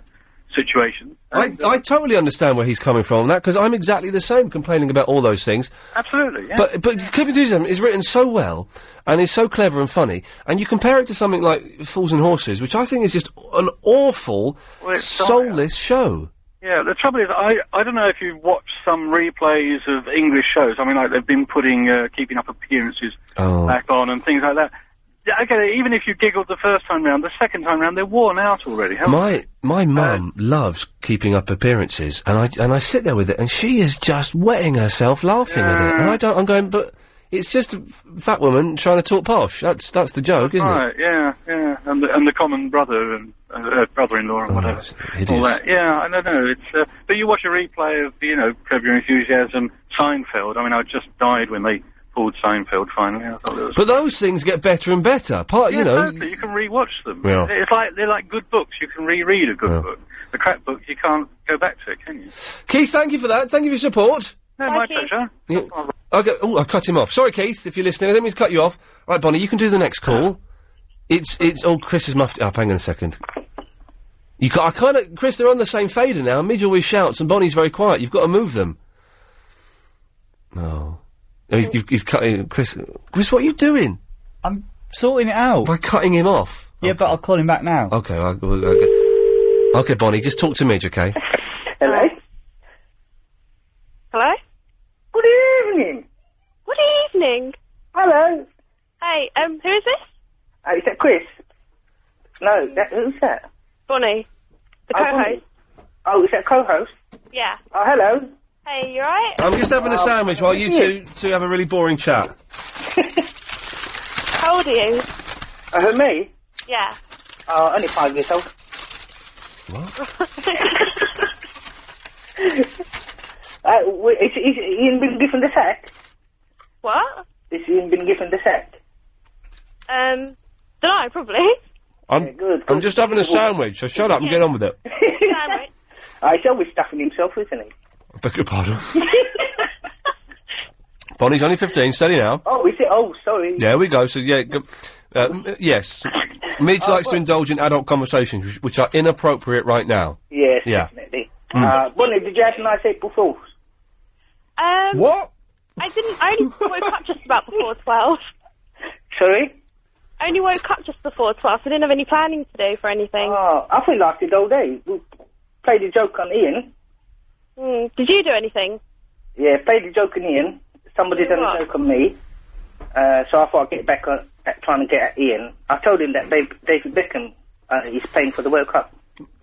Speaker 7: situation.
Speaker 5: I, I totally understand where he's coming from on that because I'm exactly the same, complaining about all those things.
Speaker 7: Absolutely. Yeah.
Speaker 5: But but Curb Your Enthusiasm is written so well and is so clever and funny, and you compare it to something like Fools and Horses, which I think is just an awful,
Speaker 7: Well, it's
Speaker 5: soulless show.
Speaker 7: Yeah, the trouble is, I, I don't know if you watch some replays of English shows. I mean, like they've been putting uh, keeping up appearances
Speaker 5: Oh.
Speaker 7: back on and things like that. Yeah, I get it. Even if you giggled the first time round, the second time round, they're worn out already. haven't they?
Speaker 5: My my mum loves keeping up appearances, and I and I sit there with it, and she is just wetting herself laughing at it, and I don't. I'm going, but it's just a f- fat woman trying to talk posh. That's that's the joke, isn't it?
Speaker 7: right, yeah, yeah, and the, and the common brother and uh, uh, brother-in-law
Speaker 5: Oh,
Speaker 7: and whatever, all that. Yeah, I don't know. It's uh, but you watch a replay of you know Curb Your Enthusiasm, Seinfeld. I mean, I just died when they pulled Seinfeld finally. I thought it was.
Speaker 5: But those things get better and better. Part,
Speaker 7: Yeah,
Speaker 5: you know,
Speaker 7: totally. you can rewatch them.
Speaker 5: Yeah.
Speaker 7: It's like they're like good books. You can reread a good book. The crap book, you can't go back to it, can you?
Speaker 5: Keith, thank you for that. Thank you for your support.
Speaker 7: No, my pleasure.
Speaker 5: Yeah. Okay. Oh, I cut him off. Sorry, Keith, if you're listening. I didn't mean to cut you off. Right, Bonnie, you can do the next call. It's it's. Oh, Chris has muffed it up. Hang on a second. You ca I kind of Chris. They're on the same fader now. Midge always shouts, and Bonnie's very quiet. You've got to move them. No. Oh, he's, you've- he's cutting Chris. Chris, what are you doing?
Speaker 6: I'm sorting it out
Speaker 5: by cutting him off.
Speaker 6: Yeah, but I'll call him back now.
Speaker 5: Okay. I, okay. Okay, Bonnie, just talk to Midge, okay?
Speaker 13: Hello. Hello. Good evening. Good evening. Hello. Hey, um, who is this?
Speaker 19: Oh, is that Chris? No, that, who's that?
Speaker 13: Bonnie, the
Speaker 19: Oh,
Speaker 13: co-host.
Speaker 19: Oh, is that co-host?
Speaker 13: Yeah.
Speaker 19: Oh, hello. Um,
Speaker 13: Hey, you alright?
Speaker 5: I'm just having a sandwich while you two two have a really boring chat.
Speaker 13: How old are you?
Speaker 19: Uh, who, me?
Speaker 13: Yeah.
Speaker 12: Uh,
Speaker 19: Oh,
Speaker 12: only five years old. Uh, wait, is, is Ian been given the sack?
Speaker 13: What?
Speaker 12: Is Ian been given the sack?
Speaker 13: Um, don't know, probably.
Speaker 5: I'm, I'm just having a sandwich, so shut up and get on with it.
Speaker 19: Oh,
Speaker 12: Uh, he's always stuffing himself, isn't he?
Speaker 5: I beg your pardon. Bonnie's only 15, steady now.
Speaker 12: Oh, is it? Oh, sorry.
Speaker 5: There we go. So, yeah, go, uh, m- yes. Midge
Speaker 12: Oh,
Speaker 5: likes to
Speaker 12: well.
Speaker 5: indulge in adult conversations, which, which are inappropriate right now.
Speaker 12: Yes,
Speaker 5: Yeah.
Speaker 12: definitely.
Speaker 5: Mm.
Speaker 12: Uh, Bonnie, did you have a nice April Fool's?
Speaker 13: Um,
Speaker 5: what?
Speaker 13: I didn't. I only woke up just about before twelve.
Speaker 12: Sorry.
Speaker 13: I only woke up just before twelve. So I didn't have any planning to do for anything.
Speaker 12: Oh, I feel like it all day. We played a joke on Ian.
Speaker 13: Mm. Did you do anything?
Speaker 12: Yeah, played a joke on Ian. Somebody done
Speaker 13: What?
Speaker 12: a joke on me. Uh, so I thought I'd get back on at trying to get at Ian. I told him that Dave, David Beckham uh, is paying for the World Cup.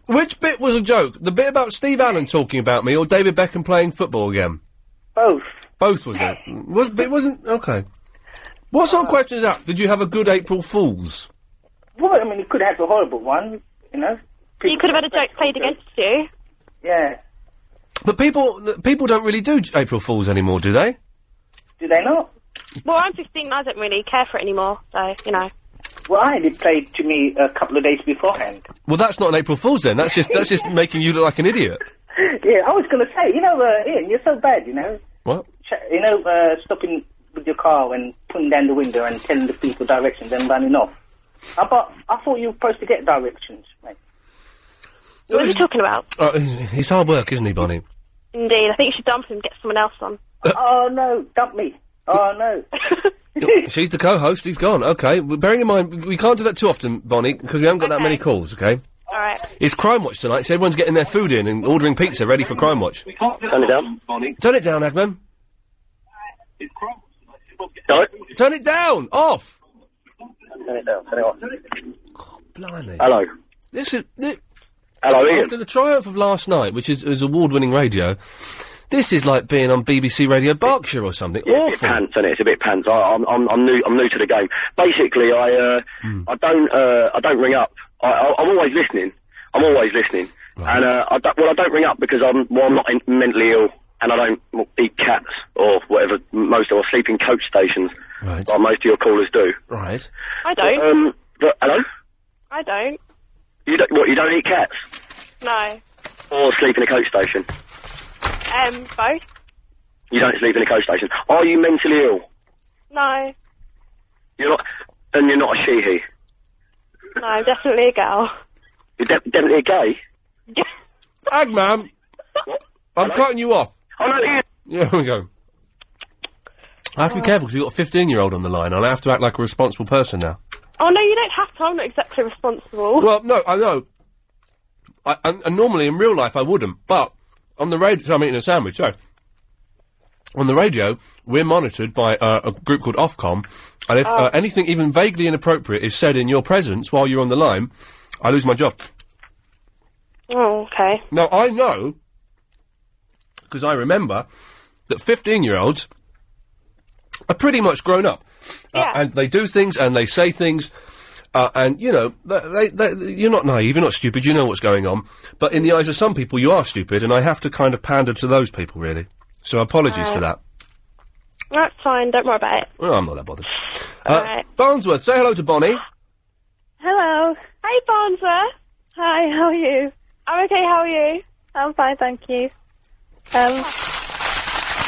Speaker 5: Which bit was a joke? The bit about Steve Allen talking about me or David Beckham playing football again?
Speaker 12: Both.
Speaker 5: Both was it? Was but it wasn't okay. What
Speaker 12: Uh,
Speaker 5: sort of question is that? Did you have a good April Fools?
Speaker 12: Well, I mean, he could have had a horrible one, you know.
Speaker 13: you could have had a joke played against you.
Speaker 12: Yeah.
Speaker 5: But people people don't really do J- April Fools anymore, do they?
Speaker 12: Do they not?
Speaker 13: Well, I'm 15 and I don't really care for it anymore, so, you know.
Speaker 12: Well, I had it played to me a couple of days beforehand.
Speaker 5: Well, that's not an April Fools then. That's just that's just making you look like an idiot.
Speaker 12: yeah, I was going to say, you know, uh, Ian, you're so bad, you know.
Speaker 5: What?
Speaker 12: Ch- You know, uh, stopping with your car and putting down the window and telling the people directions and running off. I, but I thought you were supposed to get directions, mate.
Speaker 5: What are you
Speaker 13: talking about?
Speaker 5: Uh, he's hard work, isn't he, Bonnie?
Speaker 13: Indeed, I think you should dump him and get someone else on.
Speaker 12: oh, no, dump me. Oh, no.
Speaker 5: She's the co-host. He's gone. Okay. Well, bearing in mind we can't do that too often, Bonnie, because we haven't got that many calls. Okay.
Speaker 13: All right.
Speaker 5: It's Crime Watch tonight, so everyone's getting their food in and ordering pizza ready for Crime Watch.
Speaker 7: Turn it down.
Speaker 5: Bonnie. Turn it down, Agman.
Speaker 7: Sorry?
Speaker 5: Turn it down. Off.
Speaker 7: Turn it down. Turn it off.
Speaker 5: Blimey.
Speaker 7: Hello.
Speaker 5: This is. This,
Speaker 7: Hello, Ian.
Speaker 5: After the triumph of last night, which is, is award-winning radio, this is like being on BBC Radio Berkshire or something.
Speaker 7: Yeah, It's a
Speaker 5: Awful.
Speaker 7: bit pants, is it? It's a bit pants. I, I'm, I'm, I'm new. I'm new to the game. Basically, I, uh, I don't, uh, I don't ring up. I, I, I'm always listening. I'm always listening. And uh, I don't, well, I don't ring up because I'm, well, I'm not in, mentally ill, and I don't well, eat cats or whatever. m- Most of or sleep in coach stations,
Speaker 5: right.
Speaker 7: like most of your callers do.
Speaker 5: Right.
Speaker 13: I don't.
Speaker 7: um, but, hello.
Speaker 13: I don't.
Speaker 7: You don't, what? You don't eat cats
Speaker 13: No.
Speaker 7: or sleep in a coach station.
Speaker 13: Um, both?
Speaker 7: You don't sleep in a coach station. Are you mentally ill?
Speaker 13: No.
Speaker 7: You're not, and you're not a sheehee.
Speaker 13: No, I'm definitely a girl.
Speaker 7: You're de- definitely a gay.
Speaker 5: Agman. I'm cutting you off.
Speaker 7: Oh no, Ian.
Speaker 5: Yeah, here we go. I have to be careful because we've got a 15-year-old on the line, and I have to act like a responsible person now.
Speaker 13: Oh, no, you don't have to. I'm not exactly responsible.
Speaker 5: Well, no, I know. I, and, and normally in real life I wouldn't, but on the radio, so I'm eating a sandwich. So on the radio, we're monitored by uh, a group called Ofcom, and if uh, anything even vaguely inappropriate is said in your presence while you're on the line, I lose my job.
Speaker 13: Oh, okay.
Speaker 5: Now I know because I remember that fifteen-year-olds are pretty much grown up, uh, and they do things and they say things, uh, and you know, they, they, they, you're not naive, you're not stupid, you know what's going on. But in the eyes of some people, you are stupid, and I have to kind of pander to those people, really. So apologies for
Speaker 13: Right.
Speaker 5: that.
Speaker 13: That's fine. Don't worry about it.
Speaker 5: Well, I'm not that bothered. Uh, Barnsworth, say hello to Bonnie.
Speaker 13: Hello. Hey, Barnsworth. Hi, how are you? I'm okay, how are you? I'm fine, thank you. Um,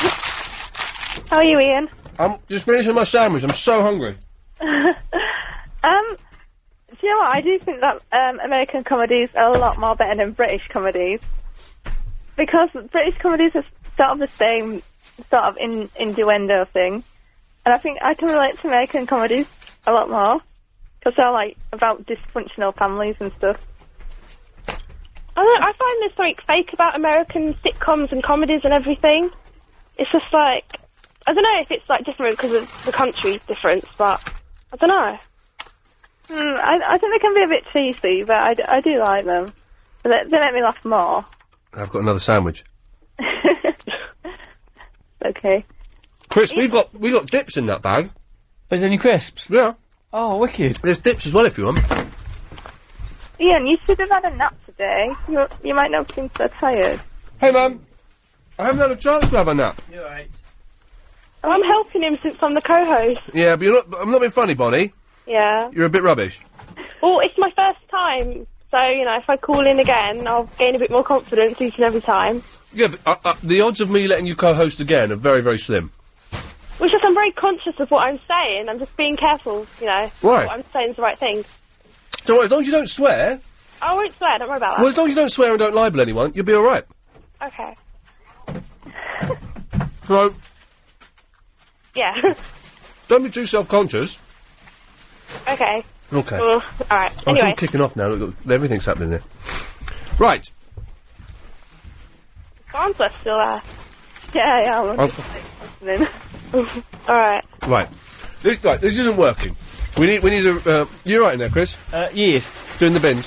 Speaker 13: how are you, Ian?
Speaker 5: I'm just finishing my sandwich. I'm so hungry.
Speaker 26: Um, do you know what? I do think that um, American comedies are a lot more better than British comedies because British comedies are sort of the same sort of in, innuendo thing, and I think I can relate to American comedies a lot more because they're like about dysfunctional families and stuff.
Speaker 13: I, don't, I find there's something fake about American sitcoms and comedies and everything. It's just like, I don't know if it's like different because of the country difference, but I don't know.
Speaker 26: Hmm, I, I think they can be a bit cheesy, but I, d- I do like them. They, they make me laugh more.
Speaker 5: I've got another sandwich.
Speaker 26: Okay.
Speaker 5: Chris, we've got we have got dips in that bag. There's any crisps? Yeah. Oh, wicked. There's dips as well if you want.
Speaker 8: Ian, you should have had a nap today. You you might not seem so tired.
Speaker 5: Hey, mum. I haven't had a chance to have a nap.
Speaker 6: You're right.
Speaker 13: Oh, I'm helping him since I'm the co-host.
Speaker 5: Yeah, but you're not. but I'm not being funny, Bonnie.
Speaker 13: Yeah.
Speaker 5: You're a bit rubbish.
Speaker 13: Well, it's my first time, so you know if I call in again, I'll gain a bit more confidence each and every time.
Speaker 5: Yeah, but uh, uh, the odds of me letting you co-host again are very, very slim.
Speaker 13: Which is, I'm very conscious of what I'm saying. I'm just being careful, you know.
Speaker 5: Right.
Speaker 13: What I'm saying is the right thing.
Speaker 5: So as long as you don't swear,
Speaker 13: I won't swear. Don't worry about that.
Speaker 5: well, as long as you don't swear and don't libel anyone, you'll be all right.
Speaker 13: Okay.
Speaker 5: So
Speaker 13: Yeah.
Speaker 5: don't be too self-conscious.
Speaker 13: okay.
Speaker 5: Okay.
Speaker 13: Well, Oh, all right.
Speaker 5: I'm
Speaker 13: Anyway.
Speaker 5: all kicking off now. Look, look, everything's happening there. Right.
Speaker 13: Farnsworth's still there. Yeah, yeah. I'm
Speaker 5: I'm-
Speaker 13: listening. All right.
Speaker 5: Right. This, right, this isn't working. We need, we need a. Uh, you right in there, Chris? Uh, yes. Doing the bins.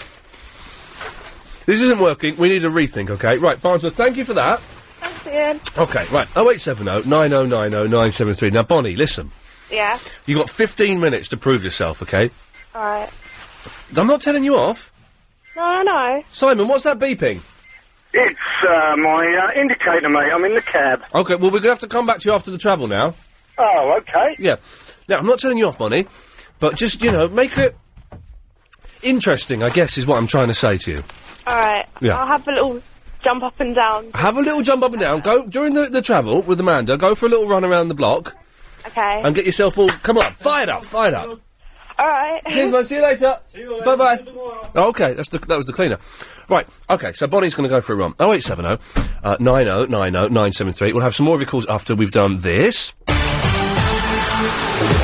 Speaker 5: This isn't working. We need a rethink, okay? Right, Barnesworth, thank you for that.
Speaker 13: Thanks, Ian.
Speaker 5: Okay, right. Oh, 0870 9090 973. Now, Bonnie, listen.
Speaker 13: Yeah.
Speaker 5: You've got 15 minutes to prove yourself, okay?
Speaker 13: All right.
Speaker 5: I'm not telling you off.
Speaker 13: No, I know.
Speaker 5: Simon, what's that beeping?
Speaker 4: It's uh, my uh, indicator, mate. I'm in the cab.
Speaker 5: Okay, well, we're going to have to come back to you after the travel now.
Speaker 4: Oh, okay.
Speaker 5: Yeah. Now, I'm not telling you off, Bonnie, but just, you know, make it interesting, I guess, is what I'm trying to say to you.
Speaker 13: All right.
Speaker 5: Yeah.
Speaker 13: I'll have a little jump up and down.
Speaker 5: Have a little jump up and down. Go during the, the travel with Amanda. Go for a little run around the block
Speaker 13: Okay.
Speaker 5: and get yourself all. Come on, fired up, fired up.
Speaker 13: All right.
Speaker 5: Cheers, mate. See you later. See you later. Bye bye. Okay, that's the, that was the cleaner. Right. Okay. So Bonnie's going to go for a run. Oh eight seven oh uh, nine oh nine oh nine seven three. We'll have some more of your calls after we've done this,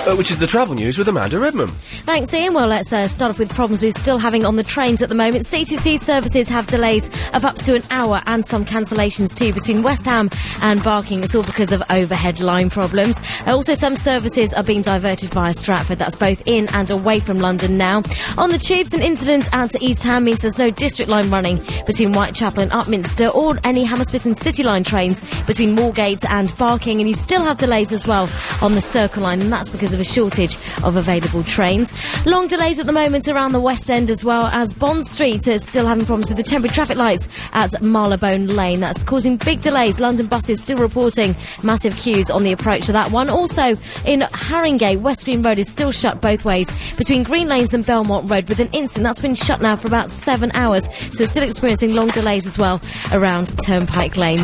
Speaker 5: uh, which is the travel news with Amanda Redman.
Speaker 27: Thanks, Ian. Well, let's uh, start off with problems we're still having on the trains at the moment. C2C services have delays of up to an hour and some cancellations too between West Ham and Barking. It's all because of overhead line problems. Uh, also, some services are being diverted via Stratford. That's both in and away from London now. On the tubes, an incident out to East Ham means there's no district line running between Whitechapel and Upminster or any Hammersmith and City line trains between Moorgate and Barking. And you still have delays as well on the Circle Line, and that's because of a shortage of available trains. Long delays at the moment around the West End as well as Bond Street is still having problems with the temporary traffic lights at Marylebone Lane. That's causing big delays. London buses still reporting massive queues on the approach to that one. Also in Haringey, West Green Road is still shut both ways between Green Lanes and Belmont Road with an incident that's been shut now for about seven hours. So we're still experiencing long delays as well around Turnpike Lane.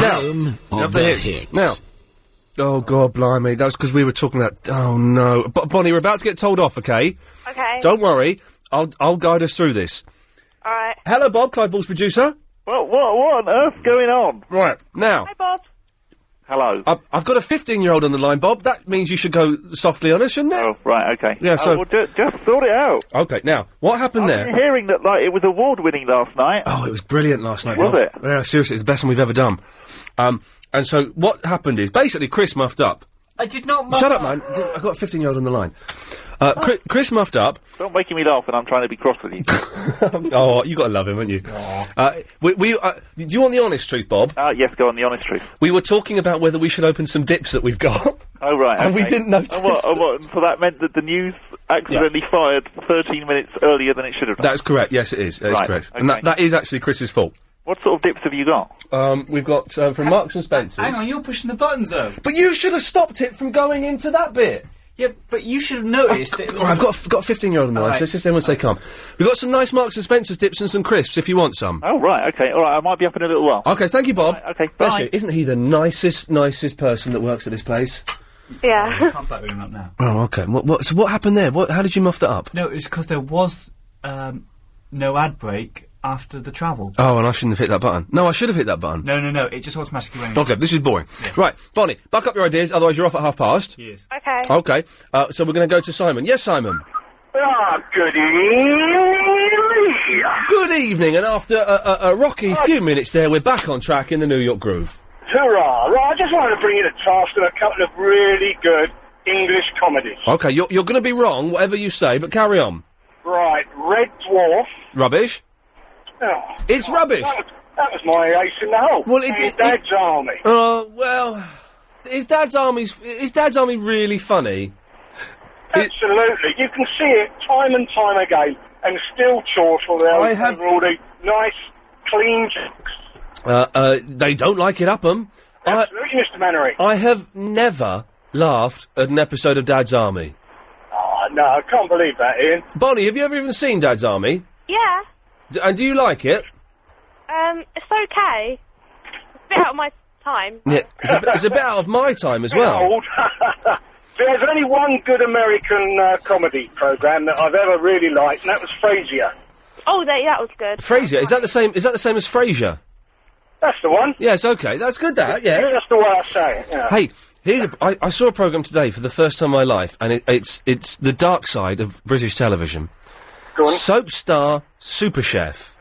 Speaker 5: now, of the hits. Now. Oh God, blimey! That was because we were talking about. Oh no, B- Bonnie, we're about to get told off. Okay.
Speaker 13: Okay.
Speaker 5: Don't worry. I'll I'll guide us through this.
Speaker 13: All right.
Speaker 5: Hello, Bob, Clive Ball's producer.
Speaker 28: What, what, what on earth going on?
Speaker 5: Right now. Hi,
Speaker 13: Bob.
Speaker 28: Hello.
Speaker 5: I, I've got a 15 year old on the line, Bob. That means you should go softly on us, shouldn't it? Oh,
Speaker 28: right, okay.
Speaker 5: Yeah,
Speaker 28: Oh,
Speaker 5: so.
Speaker 28: well, Oh, ju- just sort it out.
Speaker 5: okay, now, what happened
Speaker 28: I've been
Speaker 5: there?
Speaker 28: hearing that like it was award winning last night.
Speaker 5: Oh, it was brilliant last night,
Speaker 28: Was
Speaker 5: Bob. it? Yeah, seriously, it's the best one we've ever done. Um, and so what happened is basically Chris muffed up.
Speaker 28: I did not.
Speaker 5: Shut up, man. D- I've got a 15 year old on the line. Uh, Chris, Chris muffed up.
Speaker 28: Stop making me laugh when I'm trying to be cross with you.
Speaker 5: oh, you gotta love him, haven't you? Uh, we, we, uh, do you want the honest truth, Bob?
Speaker 28: Uh, yes, go on, the honest truth.
Speaker 5: We were talking about whether we should open some dips that we've got.
Speaker 28: Oh right,
Speaker 5: And we
Speaker 28: okay.
Speaker 5: didn't notice
Speaker 28: And what, and what, and so that meant that the news accidentally fired 13 minutes earlier than it should have. Done.
Speaker 5: That's correct. Yes, it is. That is
Speaker 28: Right,
Speaker 5: correct.
Speaker 28: okay.
Speaker 5: And that, that is actually Chris's fault.
Speaker 28: What sort of dips have you got?
Speaker 5: Um, we've got uh, from Marks and Spencer's.
Speaker 6: Hang on, you're pushing the buttons though.
Speaker 5: But you should have stopped it from going into that bit.
Speaker 6: Yeah, but you should have noticed. it was-
Speaker 5: Right, I've got I've got a fifteen year old in the line,
Speaker 6: Alright.
Speaker 5: so let's just everyone stay calm. We've got some nice Marks and Spencers dips and some crisps if you want some.
Speaker 28: Oh right, okay, all right. I might be up in a little while.
Speaker 5: Okay, thank you, Bob.
Speaker 28: okay,
Speaker 5: Bless
Speaker 28: bye.
Speaker 5: you. Isn't he the nicest, nicest person that works at this place?
Speaker 13: Yeah.
Speaker 6: Can't back him up now.
Speaker 5: Oh, okay. What, what, so what happened there? What, how did you muff that up?
Speaker 6: No, it's because there was um, no ad break after the travel.
Speaker 5: Oh, and I shouldn't have hit that button. No, I should have hit that button.
Speaker 6: No, no, no. It just automatically went. in.
Speaker 5: Okay, this is boring. Right, Bonnie, back up your ideas, otherwise you're off at half past.
Speaker 6: Yes.
Speaker 13: Okay.
Speaker 5: Okay, uh, so we're going to go to Simon. Yes, Simon.
Speaker 4: Ah, good evening.
Speaker 5: Good evening, and after a, a, a rocky few minutes there, we're back on track in the New York groove.
Speaker 4: Hurrah. Right, I just wanted to bring you to task on a couple of really good English comedies.
Speaker 5: Okay, you're, you're going to be wrong, whatever you say, but carry on.
Speaker 4: Right, Red Dwarf.
Speaker 5: Rubbish.
Speaker 4: Oh,
Speaker 5: It's rubbish.
Speaker 4: That was, that was my ace in the hole. Well, it, Dad's Army.
Speaker 5: Uh, well, is Dad's Army's is Dad's Army really funny?
Speaker 4: Absolutely. You can see it time and time again.
Speaker 7: and still chortle now
Speaker 5: I
Speaker 7: over
Speaker 5: have-
Speaker 7: all the nice, clean...
Speaker 5: Uh, uh, they don't like it up 'em.
Speaker 7: Absolutely, Mr Mannery.
Speaker 5: I have never laughed at an episode of Dad's Army.
Speaker 7: Oh, no, I can't believe that, Ian.
Speaker 5: Bonnie, have you ever even seen Dad's Army?
Speaker 13: Yeah.
Speaker 5: D- and do you like it?
Speaker 13: Um, it's okay. It's a bit out of my time.
Speaker 5: Yeah, it's a, bit- it's a bit out of my time as well.
Speaker 7: Old. There's only one good American uh, comedy program that I've ever really liked, and that was Frasier.
Speaker 13: Oh, there, that was good.
Speaker 5: Frasier, is that the same? Is that the same as Frasier?
Speaker 7: That's the one.
Speaker 5: Yes, okay, that's good. That yeah.
Speaker 7: That's the way I say it. yeah.
Speaker 5: Hey, here's a, I, I saw a program today for the first time in my life, and it, it's it's the dark side of British television. Soap star Super Chef.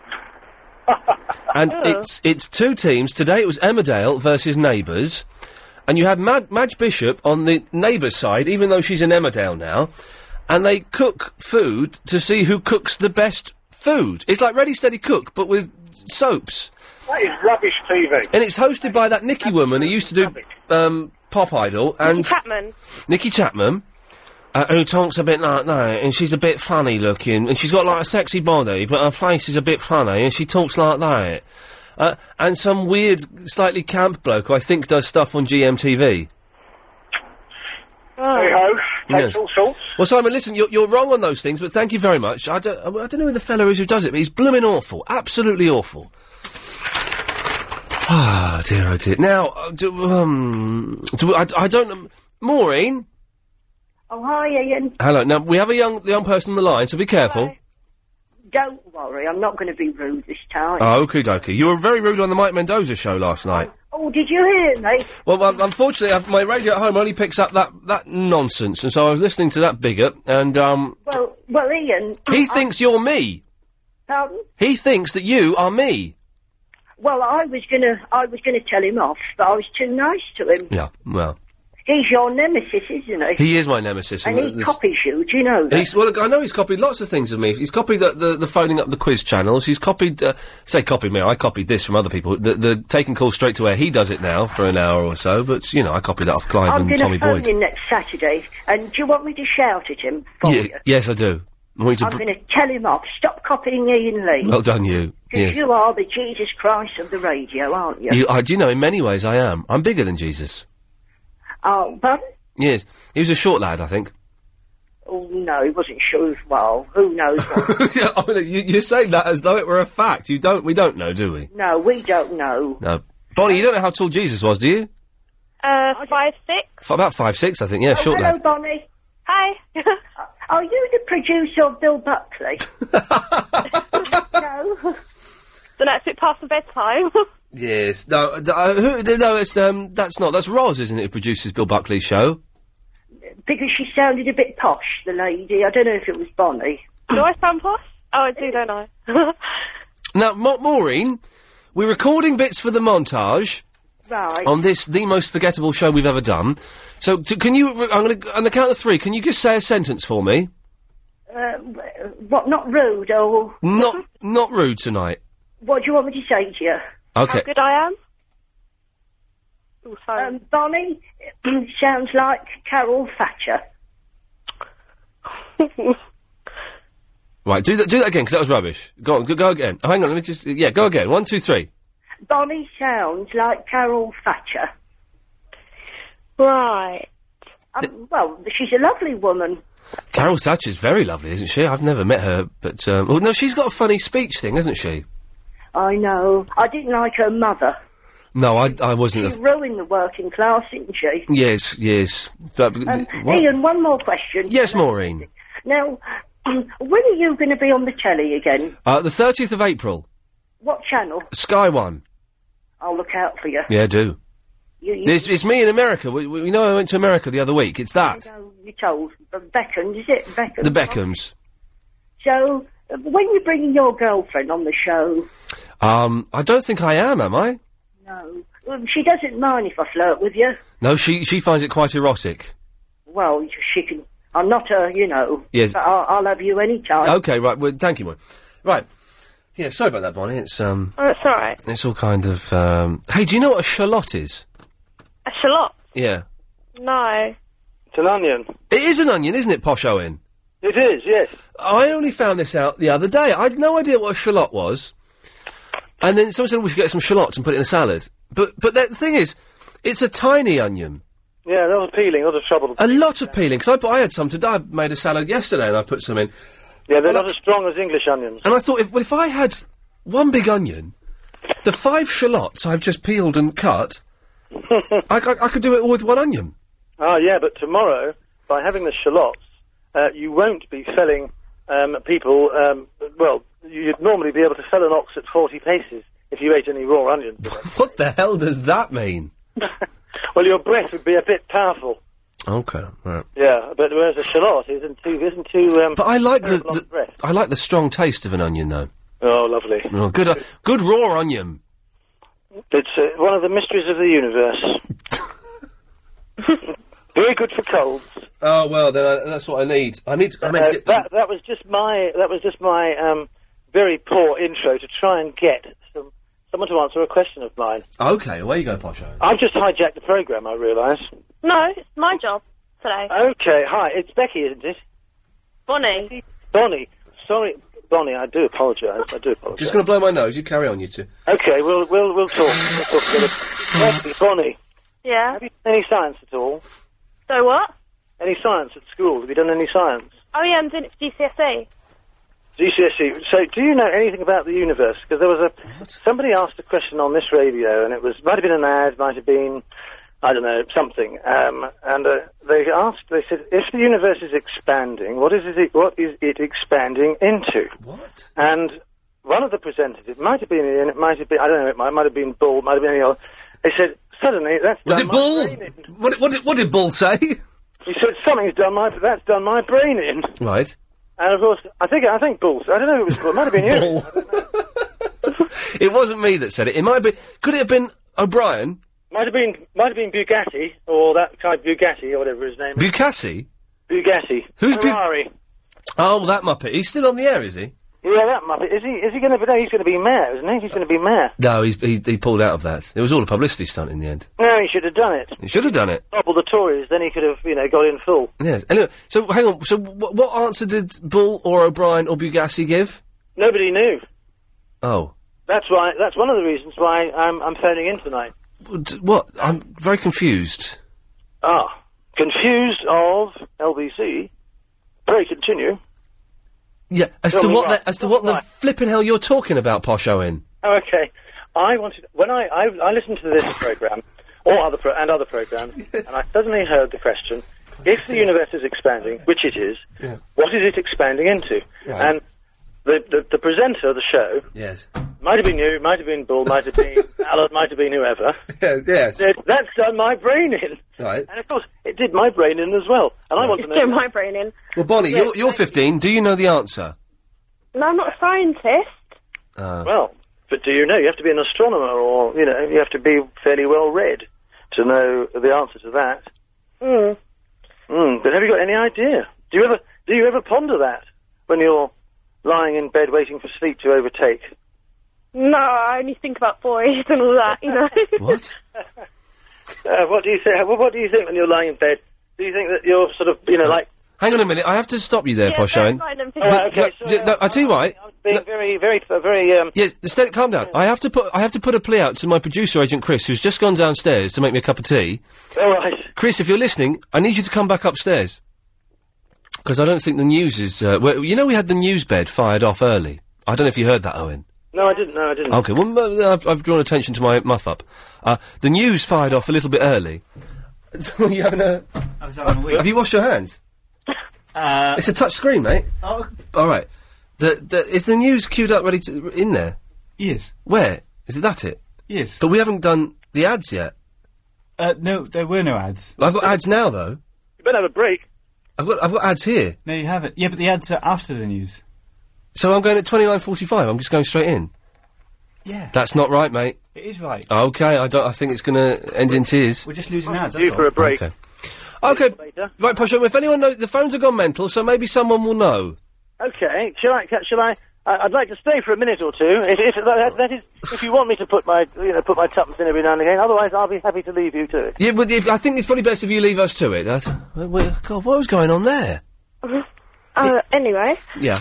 Speaker 5: and
Speaker 15: Oh.
Speaker 5: it's it's two teams. Today it was Emmerdale versus Neighbours, and you had Mad, Madge Bishop on the Neighbours side, even though she's in Emmerdale now. And they cook food to see who cooks the best food. It's like Ready Steady Cook, but with soaps.
Speaker 7: That is rubbish TV.
Speaker 5: And it's hosted by that Nikki woman who used to do um, Pop Idol and
Speaker 13: Chapman.
Speaker 5: Nikki Chapman, uh, who talks a bit like that, and she's a bit funny looking, and she's got like a sexy body, but her face is a bit funny, and she talks like that. Uh, and some weird, slightly camp bloke who I think does stuff on GMTV.
Speaker 7: Hey ho,
Speaker 5: Yes.
Speaker 7: takes all sorts.
Speaker 5: Well, Simon, listen, you're, you're wrong on those things, but thank you very much. I don't, I don't know who the fellow is who does it, but he's blooming awful. Absolutely awful. Ah, dear, oh dear. Now, uh, do, um, do, I, I don't know. Maureen?
Speaker 11: Oh, hi, Ian.
Speaker 5: Hello. Now, we have a young young person on the line, so be careful.
Speaker 11: Don't worry, I'm not going to be rude this time.
Speaker 5: Oh, okie dokie. You were very rude on the Mike Mendoza show last night.
Speaker 11: Oh, did you hear me?
Speaker 5: Well, un- unfortunately, I've, my radio at home only picks up that, that nonsense, and so I was listening to that bigot, and, um,
Speaker 11: Well, well, Ian.
Speaker 5: he
Speaker 11: I-
Speaker 5: thinks you're me.
Speaker 11: Pardon?
Speaker 5: He thinks that you are me.
Speaker 11: Um, Well, I was gonna, I was gonna tell him off, but I was too nice to him.
Speaker 5: Yeah, well,
Speaker 11: He's your nemesis, isn't he?
Speaker 5: he is my nemesis.
Speaker 11: and he
Speaker 5: this-
Speaker 11: copies you. Do you know that?
Speaker 5: He's, well, look, I know he's copied lots of things of me. He's copied the, the, the phoning up the quiz channels. He's copied, uh, say, copied me. I copied this from other people. The, the taking calls straight to where he does it now for an hour or so. But you know, I copied that off Clive
Speaker 11: I'm
Speaker 5: and
Speaker 11: going
Speaker 5: Tommy
Speaker 11: to phone
Speaker 5: Boyd.
Speaker 11: him next Saturday, and do you want me to shout at him? For
Speaker 5: Ye- yes, I do. I want you
Speaker 11: I'm
Speaker 5: to br-
Speaker 11: going to tell him off. Stop copying Ian Lee.
Speaker 5: well done, you.
Speaker 11: Because
Speaker 5: Yes.
Speaker 11: you are the Jesus Christ of the radio, aren't you?
Speaker 5: You, I do know. In many ways, I am. I'm bigger than Jesus.
Speaker 11: Oh, pardon?
Speaker 5: Yes, he was a short lad, I think.
Speaker 11: Oh, no, he wasn't sure. Well, who knows? what-
Speaker 5: Yeah, I mean, you, you say that as though it were a fact. You don't. We don't know, do we?
Speaker 11: no, we don't know.
Speaker 5: No. Bonnie, you don't know how tall Jesus was, do you?
Speaker 11: Uh, five, six?
Speaker 5: F- about five six, I think. Yeah, short
Speaker 11: Oh, Hello,
Speaker 5: lad.
Speaker 11: Bonnie. Hi. Are you the producer of Bill Buckley? no.
Speaker 13: The next bit past the bedtime.
Speaker 5: Yes. No, uh, d- uh, who, d- no, it's, um, that's not. That's Roz, isn't it, who produces Bill Buckley's show?
Speaker 11: Because she sounded a bit posh, the lady. I don't know if it was Bonnie. Do I sound posh? Oh, I do, don't I?
Speaker 5: Now, Ma- Maureen, we're recording bits for the montage
Speaker 11: right.
Speaker 5: on this, the most forgettable show we've ever done. So, t- can you, re- I'm going to, on the count of three, can you just say a sentence for me?
Speaker 11: Uh, what, not rude, or
Speaker 5: Not,
Speaker 11: Mm-hmm.
Speaker 5: not rude tonight.
Speaker 11: what do you want me to say to you?
Speaker 5: Okay. How good
Speaker 11: I am? Um, Bonnie sounds like Carol Thatcher.
Speaker 5: Right, do that, do that again, because that was rubbish. Go on, go, go again. Hang on, let me just, yeah, go again. One, two, three.
Speaker 11: Bonnie sounds like Carol Thatcher. Right. Um, well, she's a lovely woman.
Speaker 5: Carol Thatcher's very lovely, isn't she? I've never met her, but, um, well, no, she's got a funny speech thing, hasn't she?
Speaker 11: I know. I didn't like her mother.
Speaker 5: No, I, I
Speaker 11: She
Speaker 5: wasn't a,
Speaker 11: ruined the working class, didn't she?
Speaker 5: yes, yes. But,
Speaker 11: Um,
Speaker 5: what?
Speaker 11: Ian, one more question.
Speaker 5: Yes, Maureen.
Speaker 11: Now, um, when are you going to be on the telly again?
Speaker 5: Uh, the 30th of April,
Speaker 11: What channel?
Speaker 5: Sky One.
Speaker 11: I'll look out for you.
Speaker 5: Yeah, do.
Speaker 11: You, you,
Speaker 5: It's, it's me in America. We, we we know I went to America the other week. It's that.
Speaker 11: you told uh, Beckham, is it Beckham?
Speaker 5: The Beckhams.
Speaker 11: So, uh, when you bringing your girlfriend on the show,
Speaker 5: Um, I don't think I am, am I?
Speaker 11: no, um, she doesn't mind if I flirt with you.
Speaker 5: No, she, she finds it quite erotic.
Speaker 11: Well, she can. I'm not her, you know.
Speaker 5: Yes. Oh.
Speaker 11: But I'll, I'll have you any time.
Speaker 5: Okay, right. Well, thank you, Mike. Right. Yeah, sorry about that, Bonnie. It's, um,
Speaker 11: Oh, it's all right.
Speaker 5: it's all kind of, um... Hey, do you know what a shallot is?
Speaker 13: A shallot?
Speaker 5: Yeah.
Speaker 13: No.
Speaker 5: It's an onion. It is an onion, isn't it, Posh Owen? It is, yes. I only found this out the other day. I had no idea what a shallot was. And then someone said we should get some shallots and put it in a salad. But but that, the thing is, it's a tiny onion.
Speaker 29: Yeah, that was peeling, that was shoveled.
Speaker 5: A lot of peeling. Because I, put- I had some today. I made a salad yesterday and I put some in.
Speaker 29: Yeah, they're
Speaker 5: And I-
Speaker 29: not as strong as English onions.
Speaker 5: And I thought, if, well, if I had one big onion, the five shallots I've just peeled and cut, I, I- I could do it all with one onion.
Speaker 29: Ah, yeah, but tomorrow, by having the shallots, uh, you won't be selling um, people, um, well, you'd normally be able to sell an ox at 40 paces if you ate any raw onions.
Speaker 5: What the hell does that mean?
Speaker 29: well, your breath would be a bit powerful.
Speaker 5: Okay, right.
Speaker 29: Yeah, but whereas a shallot isn't too, isn't too, um,
Speaker 5: But I like the,
Speaker 29: very long
Speaker 5: the
Speaker 29: breath.
Speaker 5: I like the strong taste of an onion, though.
Speaker 29: Oh, lovely.
Speaker 5: Oh, good, o- good raw onion.
Speaker 29: It's uh, one of the mysteries of the universe. Very good for colds.
Speaker 5: Oh well, then I, that's what I need. I need. To, I meant
Speaker 29: Uh,
Speaker 5: to get.
Speaker 29: that, that was just my that was just my um, very poor intro to try and get some, someone to answer a question of mine.
Speaker 5: Okay, away you go, Posho.
Speaker 29: I've just hijacked the program. I realise.
Speaker 13: No, it's my job today.
Speaker 29: Okay, hi, it's Becky, isn't it?
Speaker 13: Bonnie.
Speaker 29: Bonnie, sorry, Bonnie, I do apologise. I do apologise.
Speaker 5: Just going to blow my nose. You carry on, you two.
Speaker 29: Okay, we'll we'll we'll talk. We'll talk together. Becky, Bonnie,
Speaker 13: Yeah.
Speaker 29: any science at all?
Speaker 13: So what?
Speaker 29: Any science at school? Have you done any science?
Speaker 13: Oh yeah, I'm doing it for GCSE.
Speaker 29: GCSE. E. So, do you know anything about the universe? Because there was a somebody asked a question on this radio, and it was might have been an ad, might have been I don't know something. Um, and uh, they asked, they said, if the universe is expanding, what is it? What is it expanding into?
Speaker 5: What?
Speaker 29: And one of the presenters, it might have been Ian, it might have been I don't know, it might, might have been Bull, might have been any other. They said suddenly that's
Speaker 5: Was
Speaker 29: done
Speaker 5: it
Speaker 29: my brain in."
Speaker 5: Bull? What, what, did, what did Bull say?
Speaker 29: He said something's done my that's done my brain in.
Speaker 5: Right.
Speaker 29: And of course, I think I think Bull. I don't know if it was Bull. It might have been you.
Speaker 5: It wasn't me that said it. It might be. Could it have been O'Brien?
Speaker 29: Might have been might have been Bugatti or that guy Bugatti or whatever his name is.
Speaker 5: Bucassi?
Speaker 29: Bugatti.
Speaker 5: Who's Bu-
Speaker 29: Ferrari?
Speaker 5: Oh, that muppet. He's still on the air, is he?
Speaker 29: yeah, that muppet. Is he is he going to be? No, he's going to be mayor, isn't he? He's going to be mayor.
Speaker 5: No, he's, he, he pulled out of that. It was all a publicity stunt in the end.
Speaker 29: No, he should have done it.
Speaker 5: He should have done it.
Speaker 29: Double the Tories, then he could have you know got in full.
Speaker 5: Yes. Anyway, so hang on. So wh- what answer did Bull or O'Brien or Bugassi give?
Speaker 29: Nobody knew.
Speaker 5: Oh,
Speaker 29: That's why. That's one of the reasons why I'm I'm phoning in tonight.
Speaker 5: W- d- what? I'm very confused.
Speaker 29: Ah, confused of LBC. Pray continue.
Speaker 5: Yeah, as
Speaker 29: Tell
Speaker 5: to
Speaker 29: me
Speaker 5: what
Speaker 29: why.
Speaker 5: the, as to what the flipping hell you're talking about, Posho in.
Speaker 29: Oh, okay. I wanted when I I, I listened to this program or other pro- and other programs, and I suddenly heard the question: If the universe is expanding, which it is,
Speaker 5: Yeah.
Speaker 29: what is it expanding into?
Speaker 5: Right.
Speaker 29: And the, the the presenter of the show
Speaker 5: Yes.
Speaker 29: might have been you, might have been Bull, might have been Alan, might have been whoever.
Speaker 5: yes.
Speaker 29: Said, That's done my brain in.
Speaker 5: Right.
Speaker 29: And of course, it did my brain in as well. And I want to
Speaker 13: It's
Speaker 29: know.
Speaker 13: doing my brain in.
Speaker 5: Well, Bonnie,
Speaker 13: Yes,
Speaker 5: you're you're 15. Do you know the answer?
Speaker 13: No, I'm not a scientist.
Speaker 5: Uh,
Speaker 29: Well, but do you know? You have to be an astronomer, or you know, you have to be fairly well read to know the answer to that.
Speaker 13: Hmm.
Speaker 29: Mm, but have you got any idea? Do you ever do you ever ponder that when you're lying in bed waiting for sleep to overtake?
Speaker 13: No, I only think about boys and all that, you know.
Speaker 5: What?
Speaker 29: Uh, what do you think? What, what do you think when you're lying in bed? Do you think that you're sort of
Speaker 5: Uh,
Speaker 29: you know like
Speaker 5: Hang on a minute. I have to stop you there,
Speaker 29: Yeah,
Speaker 5: Posho. in.
Speaker 29: that's fine, I'm
Speaker 5: No,
Speaker 29: thinking- All right, okay,
Speaker 5: no, j- no, I tell you why.
Speaker 29: being very very very um?
Speaker 5: Yes, steady, calm down. I have to put I have to put a plea out to my producer agent Chris, who's just gone downstairs to make me a cup of tea.
Speaker 29: All right.
Speaker 5: Chris, if you're listening, I need you to come back upstairs because I don't think the news is. Uh, well, you know, we had the news bed fired off early. I don't know if you heard that, Owen.
Speaker 29: No, I didn't. No, I didn't.
Speaker 5: Okay, well, m- uh, I've, I've drawn attention to my muff up. Uh, the news fired off a little bit early. you having a?
Speaker 6: I was having a week.
Speaker 5: Have you washed your hands? Uh, it's a touch screen, mate.
Speaker 6: Oh,
Speaker 5: All right. The, the, is the news queued up ready to in there? Yes. Where is it? That it?
Speaker 6: Yes.
Speaker 5: But we haven't done the ads yet.
Speaker 6: uh, no, there were no ads.
Speaker 5: I've got ads now, though.
Speaker 29: You better have a break.
Speaker 5: I've got I've got ads here.
Speaker 6: No, you haven't. Yeah, but the ads are after the news.
Speaker 5: So I'm going at twenty nine forty five. I'm just going straight in.
Speaker 6: Yeah.
Speaker 5: That's not right, mate.
Speaker 6: It is right.
Speaker 5: Okay, I don't. I think it's going to end in tears.
Speaker 6: We're just losing ads.
Speaker 5: Due
Speaker 6: That's all.
Speaker 5: Okay. Okay. Right, Posham, if anyone knows, the phones have gone mental, so maybe someone will know.
Speaker 29: Okay, shall I? ca- Shall I? I- I'd like to stay for a minute or two. If, if that, that is, if you want me to put my, you know, put my tuppence in every now and again. Otherwise, I'll be happy to leave you to it.
Speaker 5: Yeah, but if, I think it's probably best if you leave us to it. That's- uh, well, God, what was going on there?
Speaker 13: Uh, anyway,
Speaker 5: Yeah.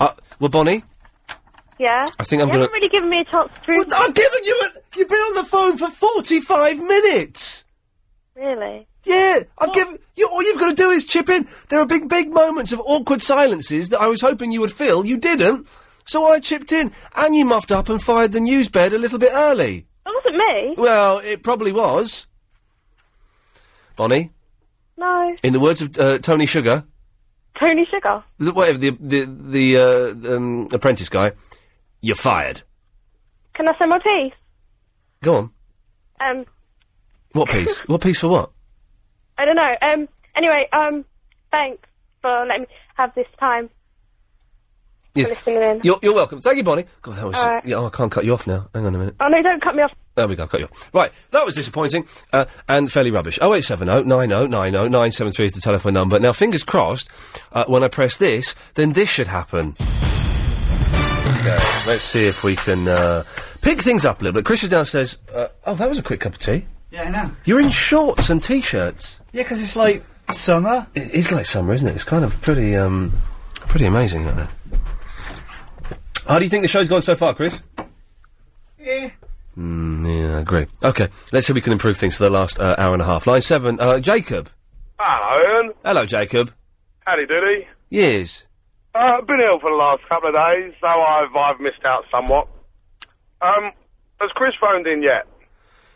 Speaker 5: Uh, well, Bonnie,
Speaker 13: yeah.
Speaker 5: I think I'm
Speaker 13: you
Speaker 5: gonna-
Speaker 13: haven't really given me a chance to.
Speaker 5: I've given you a. You've been on the phone for forty-five minutes.
Speaker 13: Really?
Speaker 5: Yeah, I've given you. All you've got to do is chip in. There are big, big moments of awkward silences that I was hoping you would fill. You didn't, so I chipped in, and you muffed up and fired the news bed a little bit early.
Speaker 13: That wasn't me.
Speaker 5: Well, it probably was. Bonnie,
Speaker 13: No.
Speaker 5: in the words of uh, Tony Sugar,
Speaker 13: Tony Sugar.
Speaker 5: the, whatever the the the uh, um, apprentice guy, you're fired.
Speaker 13: Can I say my piece?
Speaker 5: Go on.
Speaker 13: Um,
Speaker 5: What piece? what piece for what?
Speaker 13: I don't know. Um, anyway, um, thanks for letting me have this time. listening in.
Speaker 5: You're, you're welcome. Thank you, Bonnie. God, that was.
Speaker 13: All right.
Speaker 5: yeah, oh, I can't cut you off now. Hang on a minute.
Speaker 13: Oh no, don't cut me off.
Speaker 5: There we go. Cut you off. Right. That was disappointing uh, and fairly rubbish. Oh, 0870 90 90 973 is the telephone number. Now, fingers crossed, uh, when I press this, then this should happen. Okay. Let's see if we can uh, pick things up a little bit. Chris is downstairs. Uh, oh, that was a quick cup of tea.
Speaker 6: Yeah, I know.
Speaker 5: You're in shorts and t shirts.
Speaker 6: Yeah, because it's like summer.
Speaker 5: It is like summer, isn't it? It's kind of pretty, um, pretty amazing, isn't it? How do you think the show's gone so far, Chris?
Speaker 6: Yeah.
Speaker 5: Mm, yeah, I agree. Okay, let's see if we can improve things for the last uh, hour and a half. Line seven, uh, Jacob.
Speaker 10: Hello, Ian.
Speaker 5: Hello, Jacob.
Speaker 10: Howdy doody.
Speaker 5: Yes.
Speaker 10: Uh, I've been ill for the last couple of days, so I've, I've missed out somewhat. Um, has Chris phoned in yet?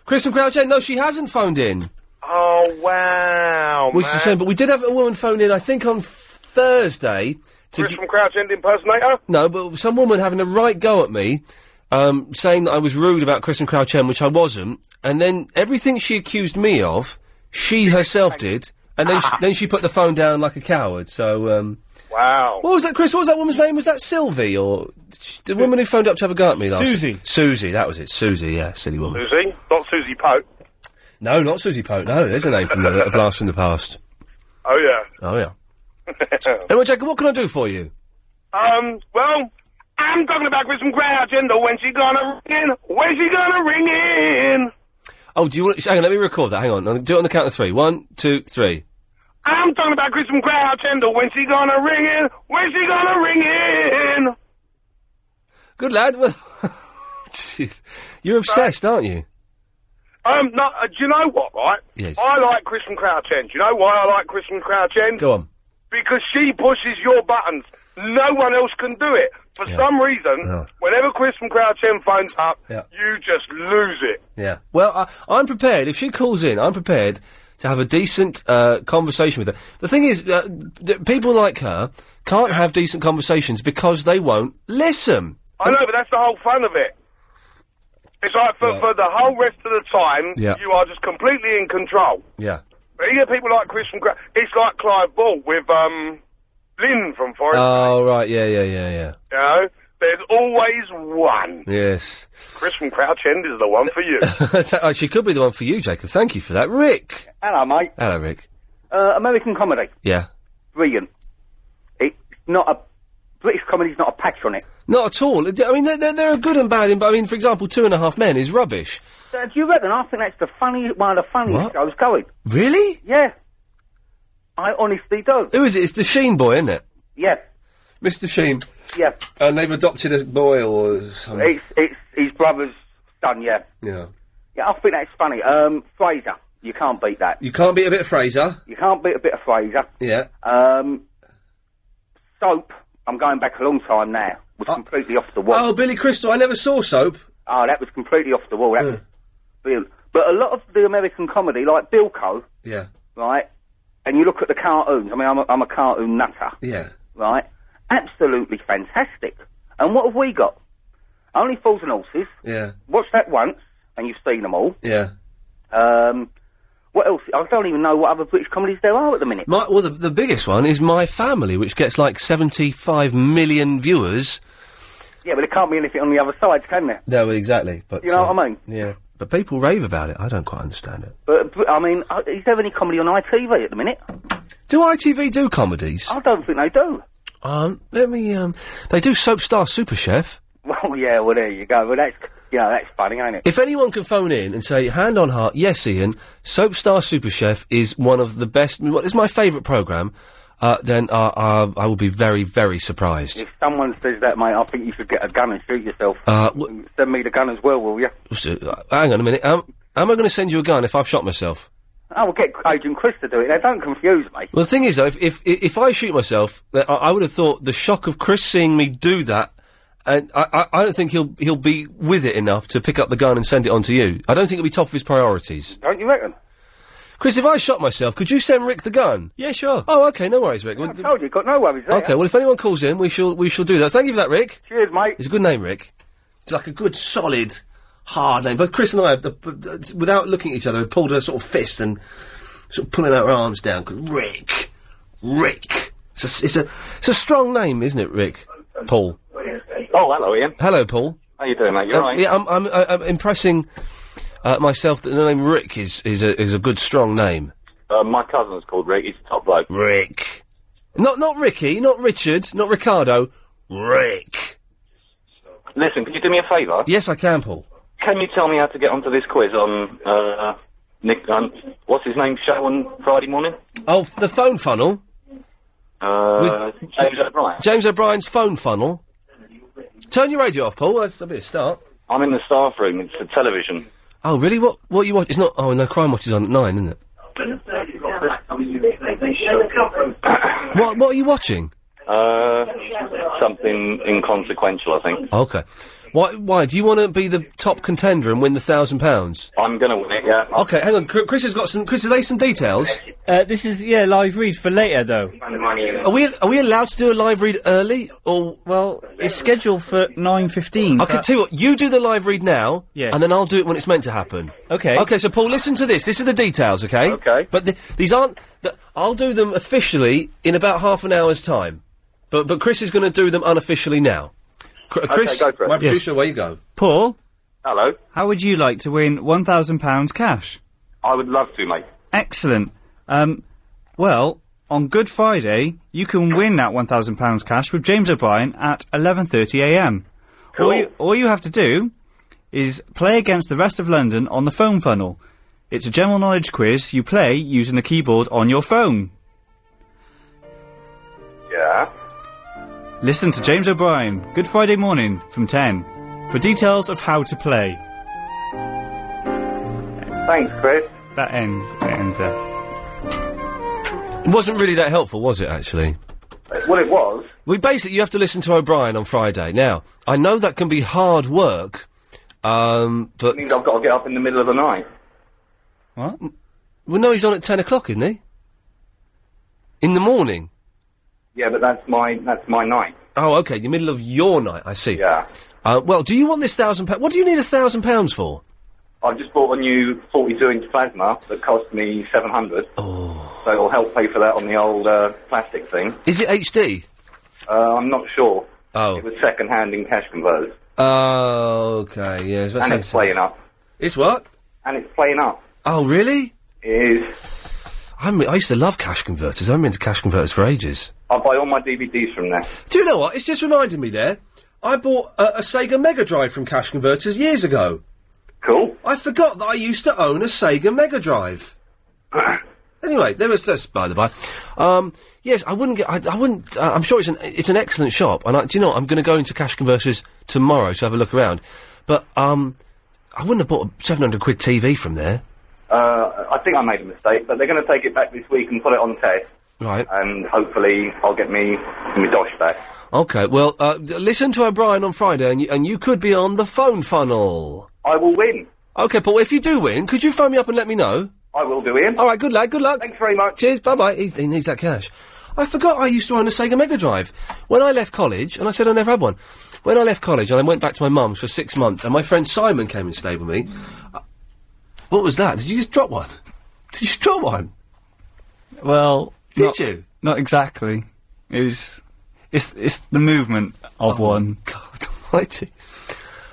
Speaker 5: Chris from Crouch End. No, she hasn't phoned in.
Speaker 10: Oh, wow,
Speaker 5: which is a
Speaker 10: man.
Speaker 5: shame, but we did have a woman phone in, I think, on Thursday. To
Speaker 10: Chris from Crouch End impersonator?
Speaker 5: No, but some woman having a right go at me, um, saying that I was rude about Chris and Crouch End, which I wasn't, and then everything she accused me of, she herself did, and then, she, then she put the phone down like a coward, so, um...
Speaker 10: Wow.
Speaker 5: What was that, Chris? What was that woman's name? Was that Sylvie, or... sh- The woman who phoned up to have a go at me last...
Speaker 10: Susie.
Speaker 5: Susie, that was it. Susie, yeah, silly woman.
Speaker 10: Susie? Not Susie Pope.
Speaker 5: No, not Susie Pope, no, there's a name from the... a blast from the past.
Speaker 10: Oh, yeah.
Speaker 5: Oh, yeah. Anyway, Jacob, what can I do for you?
Speaker 10: Um, well, I'm talking about Chris from Crouch End. When she gonna ring in? When she gonna ring in?
Speaker 5: Oh, do you want... Hang on, let me record that. Hang on. I'll Do it on the count of three. One, two, three.
Speaker 10: I'm talking about Chris from Crouch End. When she gonna ring in? When she gonna ring in?
Speaker 5: Good lad. Well, jeez, you're obsessed, aren't you?
Speaker 10: Um, no, uh, do you know what, right?
Speaker 5: Yes.
Speaker 10: I like Chris from Crouch End. Do you know why I like Chris from Crouch End?
Speaker 5: Go on.
Speaker 10: Because she pushes your buttons. No one else can do it. For some reason, whenever Chris from Crouch End phones up,
Speaker 5: Yeah.
Speaker 10: you just lose it.
Speaker 5: Yeah. Well, I, I'm prepared. If she calls in, I'm prepared to have a decent uh, conversation with her. The thing is, uh, th- people like her can't have decent conversations because they won't listen.
Speaker 10: I know, but that's the whole fun of it. It's like for, for the whole rest of the time,
Speaker 5: Yeah.
Speaker 10: you are just completely in control.
Speaker 5: Yeah.
Speaker 10: But you get people like Chris from Crouch... It's like Clive Ball with, um, Lynn from Forest.
Speaker 5: Oh, right. Yeah, yeah, yeah, yeah.
Speaker 10: you know? There's always one.
Speaker 5: Yes.
Speaker 10: Chris from Crouch End is the one for you.
Speaker 5: So, uh, she could be the one for you, Jacob. Thank you for that. Rick.
Speaker 12: Hello, mate.
Speaker 5: Hello, Rick.
Speaker 12: Uh, American comedy,
Speaker 5: Yeah.
Speaker 12: brilliant. It's not a British comedy's not a patch on it.
Speaker 5: Not at all. I mean, there, there, there are good and bad. In, I mean, for example, Two and a Half Men is rubbish.
Speaker 12: Uh, do you reckon? I think that's the funniest one of the funniest
Speaker 5: What?
Speaker 12: shows going.
Speaker 5: Really?
Speaker 12: Yeah, I honestly do.
Speaker 5: Who is it? It's the Sheen boy, isn't it?
Speaker 12: Yeah,
Speaker 5: Mr. Sheen.
Speaker 12: yeah.
Speaker 5: And they've adopted a boy or something.
Speaker 12: It's it's his brother's son. Yeah,
Speaker 5: Yeah.
Speaker 12: yeah. I think that's funny. Um, Fraser, you can't beat that.
Speaker 5: You can't beat a bit of Fraser.
Speaker 12: You can't beat a bit of Fraser.
Speaker 5: Yeah.
Speaker 12: Um, soap. I'm going back a long time now. Was completely off the wall.
Speaker 5: Ah. Oh, Billy Crystal. I never saw soap.
Speaker 12: Oh, that was completely off the wall. That was brilliant. But a lot of the American comedy, like Bilko,
Speaker 5: Yeah.
Speaker 12: right? And you look at the cartoons. I mean, I'm a, I'm a cartoon nutter,
Speaker 5: Yeah.
Speaker 12: right? Absolutely fantastic. And what have we got? Only fools and horses.
Speaker 5: Yeah.
Speaker 12: Watch that once, and you've seen them all.
Speaker 5: Yeah.
Speaker 12: Um, what else? I don't even know what other British comedies there are at the minute.
Speaker 5: My, well, the, the biggest one is My Family, which gets like 75 million viewers.
Speaker 12: Yeah, but there can't be anything on the other side, can there?
Speaker 5: No, exactly. But uh,
Speaker 12: You know what I mean?
Speaker 5: Yeah. But people rave about it. I don't quite understand it.
Speaker 12: But, but I mean, uh, is there any comedy on ITV at the minute?
Speaker 5: Do ITV do comedies?
Speaker 12: I don't think they do.
Speaker 5: Um, let me. Um, they do Soap Star Super Chef.
Speaker 12: Well, yeah, well, there you go. Well, that's, you know, that's funny, ain't it?
Speaker 5: If anyone can phone in and say, hand on heart, yes, Ian, Soapstar Super Chef is one of the best. Well, it's my favourite programme. uh, then uh, uh, I will be very, very surprised.
Speaker 12: If someone says that, mate, I think you should get a gun and shoot yourself.
Speaker 5: Uh, w-
Speaker 12: Send me the gun as well, will you?
Speaker 5: So, uh, hang on a minute. Um, am I going to send you a gun if I've shot myself?
Speaker 12: I will Oh, get Agent Chris to do it. Now, don't confuse me.
Speaker 5: Well, the thing is, though, if if, if I shoot myself, then I, I would have thought the shock of Chris seeing me do that, and I, I, I don't think he'll he'll be with it enough to pick up the gun and send it on to you. I don't think it'll be top of his priorities.
Speaker 12: Don't you reckon?
Speaker 5: Chris, if I shot myself, could you send Rick the gun?
Speaker 12: Yeah, sure.
Speaker 5: Oh, okay, no worries, Rick.
Speaker 12: I told you, got no worries there.
Speaker 5: Okay, well, if anyone calls in, we shall we shall do that. Thank you for that, Rick.
Speaker 12: Cheers, mate.
Speaker 5: It's a good name, Rick. It's like a good, solid, hard name. But Chris and I, the, the- without looking at each other, pulled a sort of fist and sort of pulling our arms down. 'cause Rick, Rick. It's a, s- it's a it's a strong name, isn't it, Rick? Paul.
Speaker 7: Oh, hello, Ian.
Speaker 5: Hello, Paul.
Speaker 7: How you doing, mate? You
Speaker 5: Um,
Speaker 7: alright?
Speaker 5: Yeah, I'm I'm, I- I'm impressing uh, myself that the name Rick is is a is a good, strong name.
Speaker 7: Uh, my cousin's called Rick. He's a top bloke.
Speaker 5: Rick. Not not Ricky, not Richard, not Ricardo. Rick.
Speaker 7: Listen, could you do me a favour?
Speaker 5: Yes, I can, Paul.
Speaker 7: Can you tell me how to get onto this quiz on uh, Nick? Um, what's his name? Show on Friday morning.
Speaker 5: Oh, f- the phone funnel.
Speaker 7: Uh, James O'Brien.
Speaker 5: James O'Brien's phone funnel. Turn your radio off, Paul. That's a bit of a start.
Speaker 7: I'm in the staff room. It's the television.
Speaker 5: Oh, really? What what you watch? It's not. Oh, no, Crime Watch is on at nine, isn't it? What what are you watching?
Speaker 7: Uh, something inconsequential, I think.
Speaker 5: Okay. Why why do you want to be the top contender and win the thousand pounds?
Speaker 7: I'm gonna win it. Yeah.
Speaker 5: Okay, hang on. Chris has got some. Chris, are they some details?
Speaker 7: Uh, this is yeah live read for later though.
Speaker 5: Are we are we allowed to do a live read early or
Speaker 6: well? It's scheduled for nine fifteen.
Speaker 5: I can tell you what, you do the live read now,
Speaker 6: Yes.
Speaker 5: and then I'll do it when it's meant to happen.
Speaker 6: Okay.
Speaker 5: Okay, so Paul, listen to this. This is the details, okay? Okay. But th- these aren't. Th- I'll do them officially in about half an hour's time. But but Chris is going to do them unofficially now. Cr-
Speaker 6: Okay,
Speaker 5: Chris,
Speaker 6: go for it.
Speaker 5: my
Speaker 6: Yes.
Speaker 5: producer, away you go.
Speaker 6: Paul.
Speaker 7: Hello.
Speaker 6: How would you like to win one thousand pounds cash?
Speaker 7: I would love to, mate.
Speaker 6: Excellent. Um, well, on Good Friday, you can win that one thousand pounds cash with James O'Brien at eleven thirty a.m. All you all you have to do is play against the rest of London on the phone funnel. It's a general knowledge quiz you play using the keyboard on your phone.
Speaker 7: Yeah.
Speaker 6: Listen to James O'Brien, Good Friday morning from 10, for details of how to play.
Speaker 12: Thanks, Chris.
Speaker 6: That ends. That ends there.
Speaker 5: It wasn't really that helpful, was it? Actually,
Speaker 12: Well, it was.
Speaker 5: we basically you have to listen to O'Brien on Friday. Now, I know that can be hard work, um, but
Speaker 7: means I've got to get up in the middle of the night.
Speaker 6: What?
Speaker 5: Well, no, he's on at ten o'clock, isn't he? In the morning.
Speaker 7: Yeah, but that's my that's my night.
Speaker 5: Oh, okay. The middle of your night. I see. Yeah. Uh, well, do you want this thousand pounds? What do you need a thousand pounds for?
Speaker 7: I've just bought a new 42 inch plasma that cost me 700. Oh. So it'll help pay for that on the old uh, plastic thing.
Speaker 5: Is it HD?
Speaker 7: Uh, I'm not sure.
Speaker 5: Oh.
Speaker 7: It was second hand in cash converters.
Speaker 5: Oh, okay. Yeah. it's about
Speaker 7: and
Speaker 5: the
Speaker 7: it's
Speaker 5: same-
Speaker 7: playing up.
Speaker 5: It's what?
Speaker 7: And it's playing up.
Speaker 5: Oh, really?
Speaker 7: It is.
Speaker 5: I'm, I used to love cash converters. I've been into cash converters for ages.
Speaker 7: I buy all my DVDs from there.
Speaker 5: Do you know what? It's just reminded me there. I bought a, a Sega Mega Drive from Cash Converters years ago.
Speaker 7: Cool.
Speaker 5: I forgot that I used to own a Sega Mega Drive. anyway, there was that's by the by. Um, yes, I wouldn't get. I, I wouldn't. Uh, I'm sure it's an it's an excellent shop. And I, do you know? what? I'm going to go into Cash Converters tomorrow to have a look around. But um, I wouldn't have bought a 700 quid TV from there.
Speaker 7: Uh, I think I made a mistake, but they're going to take it back this week and put it on test.
Speaker 5: Right.
Speaker 7: And hopefully I'll get me my dosh back.
Speaker 5: Okay. Well, uh, d- listen to O'Brien on Friday, and you, and you could be on the phone funnel.
Speaker 7: I will win.
Speaker 5: Okay, Paul. If you do win, could you phone me up and let me know?
Speaker 7: I will do, Ian.
Speaker 5: All right. Good luck. Good luck.
Speaker 7: Thanks very much.
Speaker 5: Cheers. Bye bye. He, he needs that cash. I forgot I used to own a Sega Mega Drive. When I left college, and I said I never had one. When I left college, and I went back to my mum's for six months, and my friend Simon came and stayed with me. Uh, what was that? Did you just drop one? Did you just drop one?
Speaker 6: Well,
Speaker 5: Did
Speaker 6: not,
Speaker 5: you?
Speaker 6: Not exactly. It was. It's it's the movement of one.
Speaker 5: Oh God Almighty.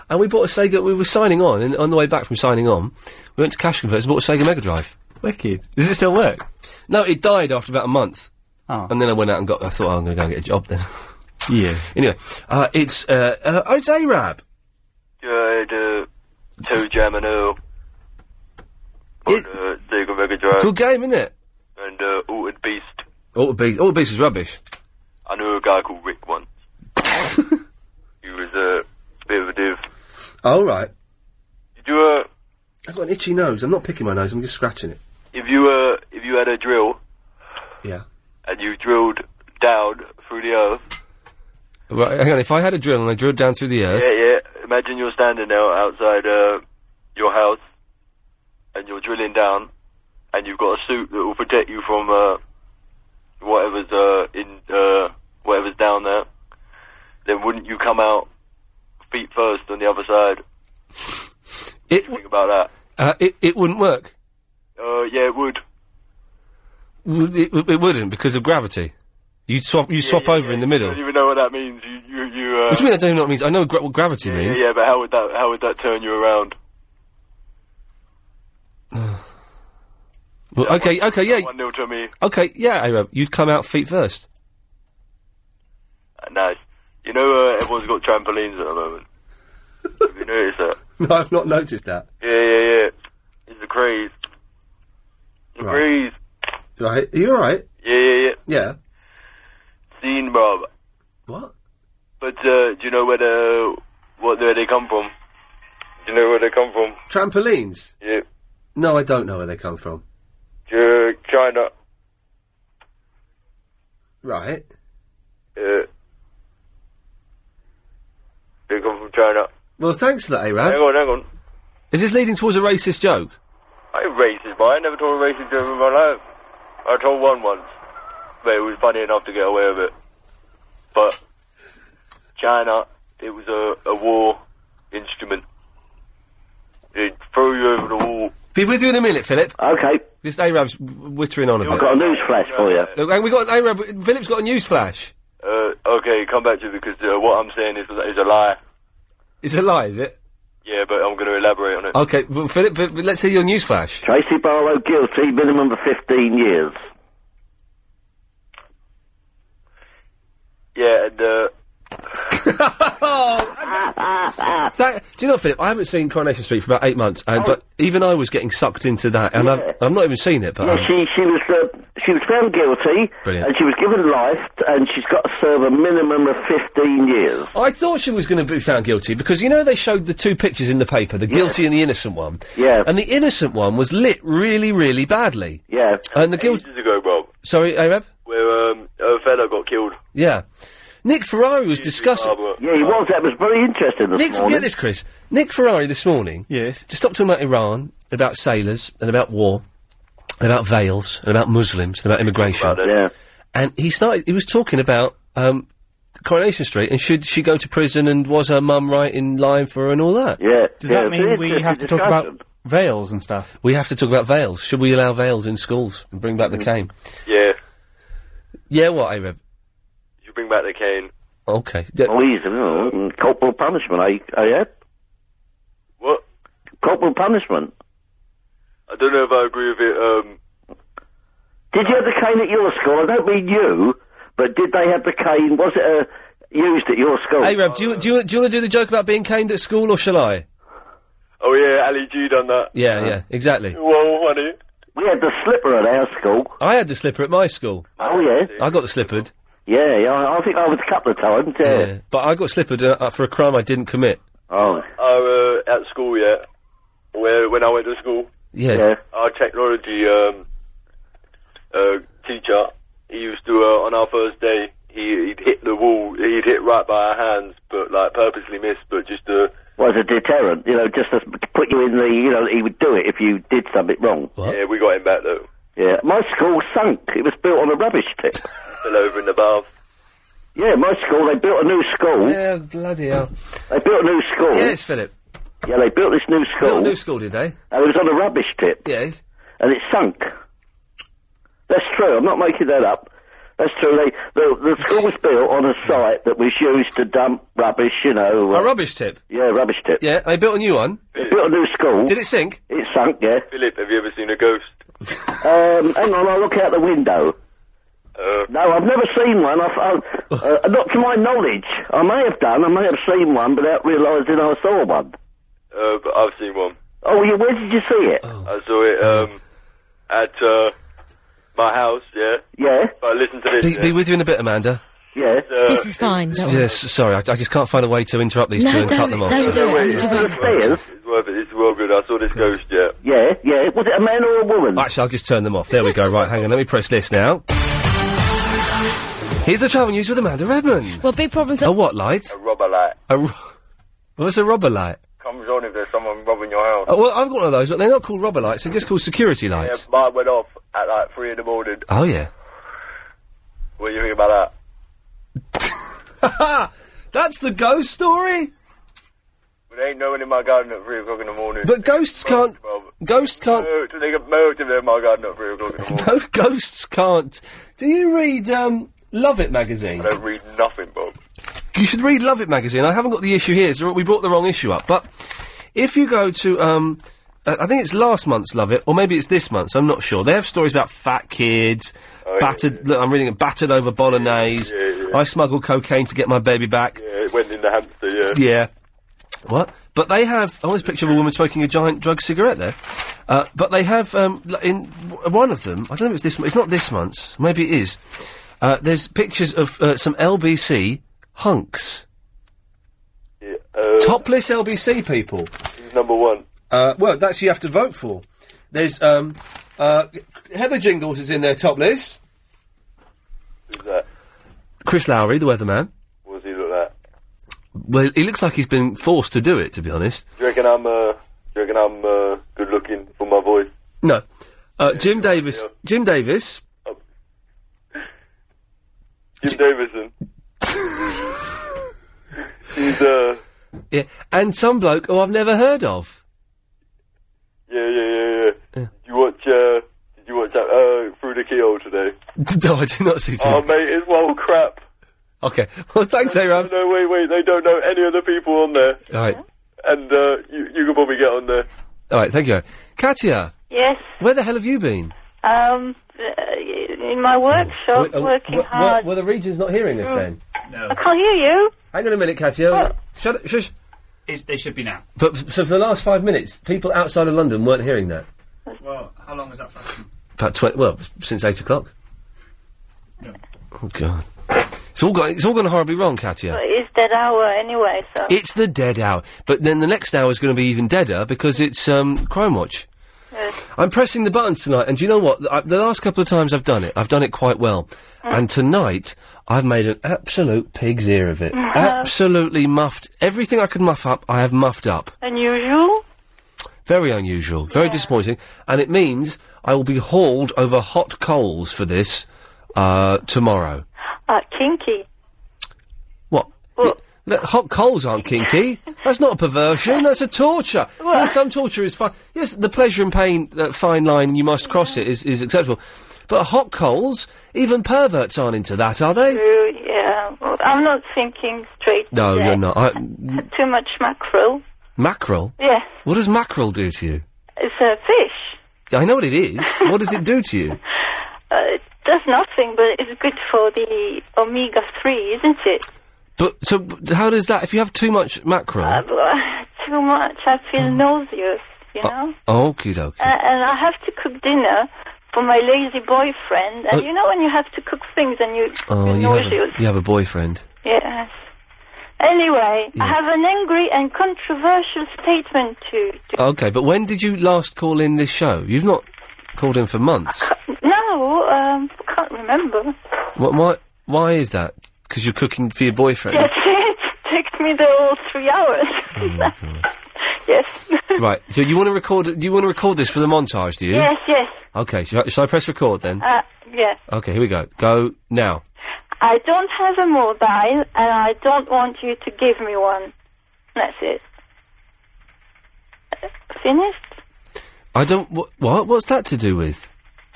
Speaker 5: And we bought a Sega. We were signing on, and on the way back from signing on, we went to Cash Converters and bought a Sega Mega Drive.
Speaker 6: Wicked. Does it still work?
Speaker 5: No, it died after about a month.
Speaker 6: Oh.
Speaker 5: And then I went out and got. I thought "Oh, I'm going to go and get a job then.
Speaker 6: Yeah.
Speaker 5: anyway, uh, it's uh, uh, oh, it's Arab.
Speaker 2: Good, uh, two Gemini. On, uh, Sega Mega Drive.
Speaker 5: Good game, isn't it?
Speaker 2: And, uh, Altered Beast.
Speaker 5: All the beats, all the beats is rubbish.
Speaker 2: I knew a guy called Rick once. he was a bit of a div.
Speaker 5: All right.
Speaker 2: Did you uh,
Speaker 5: I've got an itchy nose. I'm not picking my nose. I'm just scratching it.
Speaker 2: if you uh, if you had a drill
Speaker 5: Yeah.
Speaker 2: and you drilled down through the earth?
Speaker 5: Right, hang on. If I had a drill and I drilled down through the earth,
Speaker 2: Yeah, yeah. Imagine you're standing now outside uh, your house and you're drilling down, and you've got a suit that will protect you from uh, whatever's uh, in uh, whatever's down there. Then wouldn't you come out feet first on the other side?
Speaker 5: It
Speaker 2: Think about that.
Speaker 5: uh, it it wouldn't work.
Speaker 2: Uh, yeah, it would.
Speaker 5: Would- It, it wouldn't because of gravity. You'd swap. You would swap over in the
Speaker 2: I
Speaker 5: middle.
Speaker 2: don't even know what that means. You, you, you. Uh,
Speaker 5: What do you mean? I don't know what it means. I know what gra- what gravity
Speaker 2: yeah,
Speaker 5: means.
Speaker 2: Yeah, but how would that? How would that turn you around?
Speaker 5: Well, okay. Okay. Yeah.
Speaker 2: One nil to me.
Speaker 5: Okay. Yeah. Arab, you'd come out feet first.
Speaker 2: Uh, nice. You know, uh, everyone's got trampolines at the moment. Have you noticed that?
Speaker 5: No, I've not noticed that.
Speaker 2: Yeah, yeah, yeah. It's the craze. The craze.
Speaker 5: Right. Are you all right?
Speaker 2: Yeah, yeah, yeah.
Speaker 5: Yeah.
Speaker 2: Seen, bruv.
Speaker 5: What?
Speaker 2: But uh, do you know where the what where they come from? Do you know where they come from?
Speaker 5: Trampolines.
Speaker 2: Yeah,
Speaker 5: No, I don't know where they come from.
Speaker 2: uh, China.
Speaker 5: Right.
Speaker 2: Uh, they come from China.
Speaker 5: Well, thanks for that,
Speaker 2: Hang
Speaker 5: Arab.
Speaker 2: on, hang on.
Speaker 5: Is this leading towards a racist joke?
Speaker 2: I ain't racist, but I ain't never told a racist joke in my life. I told one once, but it was funny enough to get away with it. But China, it was a, a war instrument. It threw you over the wall.
Speaker 5: Be with you in a minute, Philip.
Speaker 23: Okay.
Speaker 5: This Arab's w- wittering on a bit.
Speaker 23: I've got a news flash for you.
Speaker 5: Look, and we got Arab. Philip's got a news flash.
Speaker 2: Uh, okay, come back to it because uh, what I'm saying is, is a lie.
Speaker 5: It's a lie, is it?
Speaker 2: Yeah, but I'm going to elaborate on it.
Speaker 5: Okay, well, Philip, but- but let's hear your news flash.
Speaker 23: Tracy Barlow guilty, minimum of 15 years.
Speaker 2: Yeah, and uh,
Speaker 5: That, do you know, Philip? I haven't seen Coronation Street for about eight months,
Speaker 23: Oh.
Speaker 5: and but even I was getting sucked into that, and I've, I've not even seen it. But
Speaker 23: No,
Speaker 5: um,
Speaker 23: she she was uh, she was found guilty,
Speaker 5: Brilliant.
Speaker 23: and she was given life, and she's got to serve a minimum of fifteen years.
Speaker 5: I thought she was going to be found guilty because you know they showed the two pictures in the paper, the guilty and the innocent one.
Speaker 23: Yeah.
Speaker 5: And the innocent one was lit really, really badly.
Speaker 23: Yeah.
Speaker 5: And the guilty.
Speaker 2: years ago, Rob,
Speaker 5: Sorry, Arab.
Speaker 2: where um, a fella got killed.
Speaker 5: Yeah. Nick Ferrari was discussing.
Speaker 23: Yeah, he was. That was very interesting this
Speaker 5: Nick,
Speaker 23: morning.
Speaker 5: get this, Chris. Nick Ferrari this morning. Yes. Just stopped talking about Iran, about sailors, and about war, and about veils, and about Muslims, and about immigration.
Speaker 23: yeah.
Speaker 5: And he started. He was talking about um, Coronation Street and should she go to prison and was her mum right in line for her and all that.
Speaker 23: Yeah.
Speaker 21: Does that mean we have to talk about veils and stuff?
Speaker 5: We have to talk about veils. Should we allow veils in schools and bring back
Speaker 23: Mm.
Speaker 5: the cane?
Speaker 2: Yeah,
Speaker 5: Yeah. What, Arab?
Speaker 2: you bring back the cane.
Speaker 5: Okay.
Speaker 23: Well, he's uh, corporal punishment. I I had
Speaker 2: What?
Speaker 23: corporal punishment.
Speaker 2: I don't know if I agree with it. Um,
Speaker 23: Did you have the cane at your school? I don't mean you, but did they have the cane? Was it uh, used at your school?
Speaker 5: Arab, do you do you, do you want to do the joke about being caned at school or shall I?
Speaker 2: oh yeah, Ali G done that.
Speaker 5: Yeah.
Speaker 23: Uh,
Speaker 5: Yeah. exactly.
Speaker 2: Well, funny.
Speaker 23: We had the slipper at our school.
Speaker 5: I had the slipper at my school.
Speaker 23: Oh yeah.
Speaker 5: I got the slippered.
Speaker 23: Yeah, yeah. I, I think I was a couple of times. Yeah.
Speaker 5: Yeah. But I got slippered uh, uh, for a crime I didn't commit.
Speaker 23: Oh.
Speaker 2: I uh, at school yeah, where when I went to school,
Speaker 5: Yeah.
Speaker 2: our technology um, uh, teacher he used to uh, on our first day he, he'd hit the wall, he'd hit right by our hands, but like purposely missed, but just uh,
Speaker 23: was a deterrent, you know, just to put you in the, you know, he would do it if you did something wrong.
Speaker 2: yeah, we got him back though.
Speaker 23: Yeah, my school sunk. It was built on a rubbish tip.
Speaker 2: Still over in the bath.
Speaker 23: yeah, my school, they built a new school.
Speaker 5: Yeah, bloody hell.
Speaker 23: They built a new school.
Speaker 5: Yes, Philip.
Speaker 23: Yeah, they built this new school.
Speaker 5: Built a new school, did they?
Speaker 23: And it was on a rubbish tip.
Speaker 5: Yes.
Speaker 23: And it sunk. That's true. I'm not making that up. That's true. They, the, the school was built on a site that was used to dump rubbish, you know. uh,
Speaker 5: A rubbish tip.
Speaker 23: Yeah, rubbish tip.
Speaker 5: Yeah, they built a new one.
Speaker 23: They built a new school.
Speaker 5: Did it sink?
Speaker 23: It sunk, yeah.
Speaker 2: Philip, have you ever seen a ghost?
Speaker 23: Um, hang on, I'll look out the window.
Speaker 5: Uh.
Speaker 23: no, I've never seen one. I've, I've, uh, not to my knowledge. I may have done. I may have seen one without realising I saw one.
Speaker 2: Uh, but I've seen one.
Speaker 23: Oh, you, where did you see it?
Speaker 2: I saw it um, at uh, My house, yeah.
Speaker 30: Yeah.
Speaker 2: But listen to this. uh,
Speaker 5: Be, be with you in a bit, Amanda.
Speaker 30: Yeah.
Speaker 15: This is fine. don't worry.
Speaker 5: Yes, sorry, I, I just can't find a way to interrupt these
Speaker 15: No,
Speaker 5: two and
Speaker 15: don't-
Speaker 5: cut them off.
Speaker 15: don't
Speaker 5: so-
Speaker 15: do it.
Speaker 2: It's worth it. It's well good. I saw this ghost, yeah.
Speaker 30: Yeah, yeah. Was it a man or a woman?
Speaker 5: Actually, I'll just turn them off. There we go. Right, hang on. Let me press this now. Here's the travel news with Amanda Redman.
Speaker 15: Well, big problems.
Speaker 5: A what light?
Speaker 2: A rubber light.
Speaker 5: A ro- what's a rubber light?
Speaker 2: Comes on if there's someone robbing your house.
Speaker 5: Oh, well, I've got one of those, but they're not called rubber lights. They're just called security
Speaker 2: Yeah,
Speaker 5: lights.
Speaker 2: mine went off at like three in the morning.
Speaker 5: Oh yeah.
Speaker 2: What do you think about
Speaker 5: That's the ghost story.
Speaker 2: that? There ain't no one in my garden at three o'clock in the morning.
Speaker 5: But ghosts can't. Ghosts can't.
Speaker 2: Murdered- They get murdered if they're in my garden at three o'clock in the morning.
Speaker 5: No, ghosts can't. Do you read um, Love It magazine?
Speaker 2: I don't read nothing, Bob.
Speaker 5: You should read Love It magazine. I haven't got the issue here. So we brought the wrong issue up. But if you go to, um, uh, I think it's last month's Love It, or maybe it's this month's. I'm not sure. They have stories about fat kids, battered. Look, I'm reading a battered over bolognese. I smuggled cocaine to get my baby back.
Speaker 2: Yeah, it went in the uh, hamster, yeah.
Speaker 5: Yeah. What? But they have. Oh, there's a picture of a woman smoking a giant drug cigarette there. Uh, but they have um, l- in w- one of them. I don't know if it's this. mo- It's not this month's. Maybe it is. Uh, there's pictures of uh, some LBC hunks, topless LBC people.
Speaker 2: He's uh, number one.
Speaker 5: Uh, well, that's who you have to vote for. There's um, uh, Heather Jingles is in there topless.
Speaker 2: Who's that?
Speaker 5: Chris Lowry, the weatherman.
Speaker 2: What does he look like?
Speaker 5: Well, he looks like he's been forced to do it. To be honest,
Speaker 2: Do you reckon I'm, uh, do you reckon I'm, uh, good looking for my voice?
Speaker 5: no. Uh, Jim Davis. Jim Davis.
Speaker 2: Jim Davison. He's, uh,
Speaker 5: Yeah, and some bloke who I've never heard of.
Speaker 2: yeah, yeah, yeah, yeah. Did you watch, uh, did you watch, uh, Through the Keyhole today?
Speaker 5: no, I do not see.
Speaker 2: Oh,
Speaker 5: Tim.
Speaker 2: mate, it's well crap.
Speaker 5: okay, well, thanks, Arab.
Speaker 2: No, wait, wait, they don't know any of the people on there.
Speaker 5: All right,
Speaker 2: And, uh, you, you can probably get on there.
Speaker 5: all right, thank you. Katia,
Speaker 28: Yes,
Speaker 5: where the hell have you been?
Speaker 28: um, uh, in my workshop,
Speaker 5: Wait, uh,
Speaker 28: working
Speaker 5: wh- wh-
Speaker 28: hard.
Speaker 5: Well, the region's not hearing us
Speaker 28: Mm.
Speaker 5: then.
Speaker 28: I can't hear you.
Speaker 5: Hang on a minute, Katia. Shut up, shush.
Speaker 6: Is, they should be now.
Speaker 5: But so for the last five minutes, people outside of London weren't hearing that.
Speaker 6: Well, how long is that for?
Speaker 5: About twenty. Well, since eight o'clock.
Speaker 6: No.
Speaker 5: Oh God, it's all gone. It's all gone horribly wrong, Katia.
Speaker 28: But it's dead hour anyway, so.
Speaker 5: It's the dead hour, but then the next hour is going to be even deader because it's um, Crime Watch. I'm pressing the buttons tonight, and do you know what? I, the last couple of times I've done it, I've done it quite well. And tonight, I've made an absolute pig's ear of it.
Speaker 28: Mhm.
Speaker 5: Absolutely muffed. Everything I could muff up, I have muffed up.
Speaker 28: Unusual.
Speaker 5: Very unusual, very disappointing, and it means I will be hauled over hot coals for this uh, tomorrow.
Speaker 28: Uh, kinky.
Speaker 5: What? Th- hot coals aren't kinky. That's not a perversion. That's a torture. Well, some torture is fine. Yes, the pleasure and pain uh, fine line. You must cross it is, is acceptable. But hot coals, even perverts aren't into that, are they?
Speaker 28: True, yeah. Well, I'm not thinking straight.
Speaker 5: No,
Speaker 28: today.
Speaker 5: you're not. I, m-
Speaker 28: Too much mackerel.
Speaker 5: mackerel.
Speaker 28: Yes,
Speaker 5: What does mackerel do to you?
Speaker 28: it's a fish.
Speaker 5: I know what it is. what does it do to you?
Speaker 28: Uh, it does nothing, but it's good for the omega 3, isn't it?
Speaker 5: But so, b- how does that? If you have too much mackerel,
Speaker 28: Uh, but too much, I feel nauseous, you know?
Speaker 5: Oh, okie doke.
Speaker 28: Uh, and I have to cook dinner for my lazy boyfriend. And
Speaker 5: Oh.
Speaker 28: you know when you have to cook things and you,
Speaker 5: Oh,
Speaker 28: you're
Speaker 5: you have, a,
Speaker 28: nauseous.
Speaker 5: you have a boyfriend.
Speaker 28: Yes. Anyway, I have an angry and controversial statement to.
Speaker 5: Okay, but when did you last call in this show? You've not called in for months.
Speaker 28: No, um, can't remember.
Speaker 5: What, why? Why is that? Because you're cooking for your boyfriend,
Speaker 28: Yes, it took me the whole three hours. yes.
Speaker 5: right? So you want to record? Do you want to record this for the montage? Do you? Mm.
Speaker 28: Yes, yes.
Speaker 5: Okay. Shall, I- shall I press record then?
Speaker 28: Uh, yes.
Speaker 5: okay. Here we go. Go now.
Speaker 28: I don't have a mobile, and I don't want you to give me one. That's it. Uh, Finished?
Speaker 5: I don't. Wh- what? What's that to do with?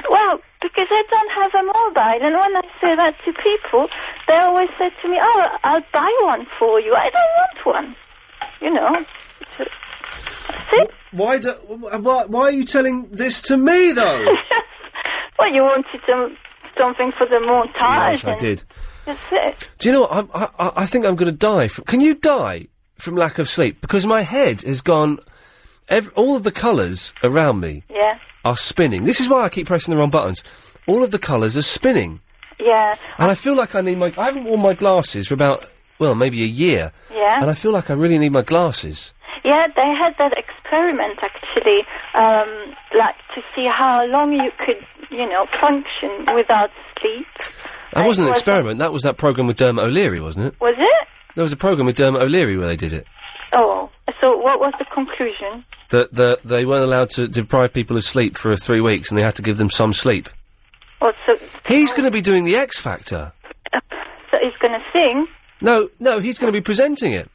Speaker 28: Well, because I don't have a mobile, and when I say that to people, they always say to me, "Oh, I'll buy one for you." I don't want one. You know.
Speaker 5: Why do? Why, why are you telling this to me Um, though?
Speaker 28: Well, you wanted some something for the montage.
Speaker 5: yes, I
Speaker 28: and
Speaker 5: did.
Speaker 28: That's it.
Speaker 5: Do you know what? I'm, I, I I think I'm going to die. From, can you die from lack of sleep? Because my head has gone. Ev all of the colours around me
Speaker 28: Yeah.
Speaker 5: are spinning. This is why I keep pressing the wrong buttons. all of the colours are spinning.
Speaker 20: Yeah.
Speaker 5: And I feel like I need my. I haven't worn my glasses for about, well, maybe a year.
Speaker 20: Yeah.
Speaker 5: And I feel like I really need my glasses.
Speaker 20: Yeah, they had that experiment actually, um, like to see how long you could, you know, function without sleep.
Speaker 5: That wasn't an experiment. That was that program with Dermot O'Leary, wasn't it?
Speaker 20: Was it?
Speaker 5: There was a program with Dermot O'Leary where they did it.
Speaker 20: Oh, so what was the conclusion?
Speaker 5: That that they weren't allowed to deprive people of sleep for three weeks, and they had to give them some sleep.
Speaker 20: Oh, so,
Speaker 5: He's going to be doing the X Factor.
Speaker 20: so he's going to sing.
Speaker 5: No, no, he's going to be presenting it.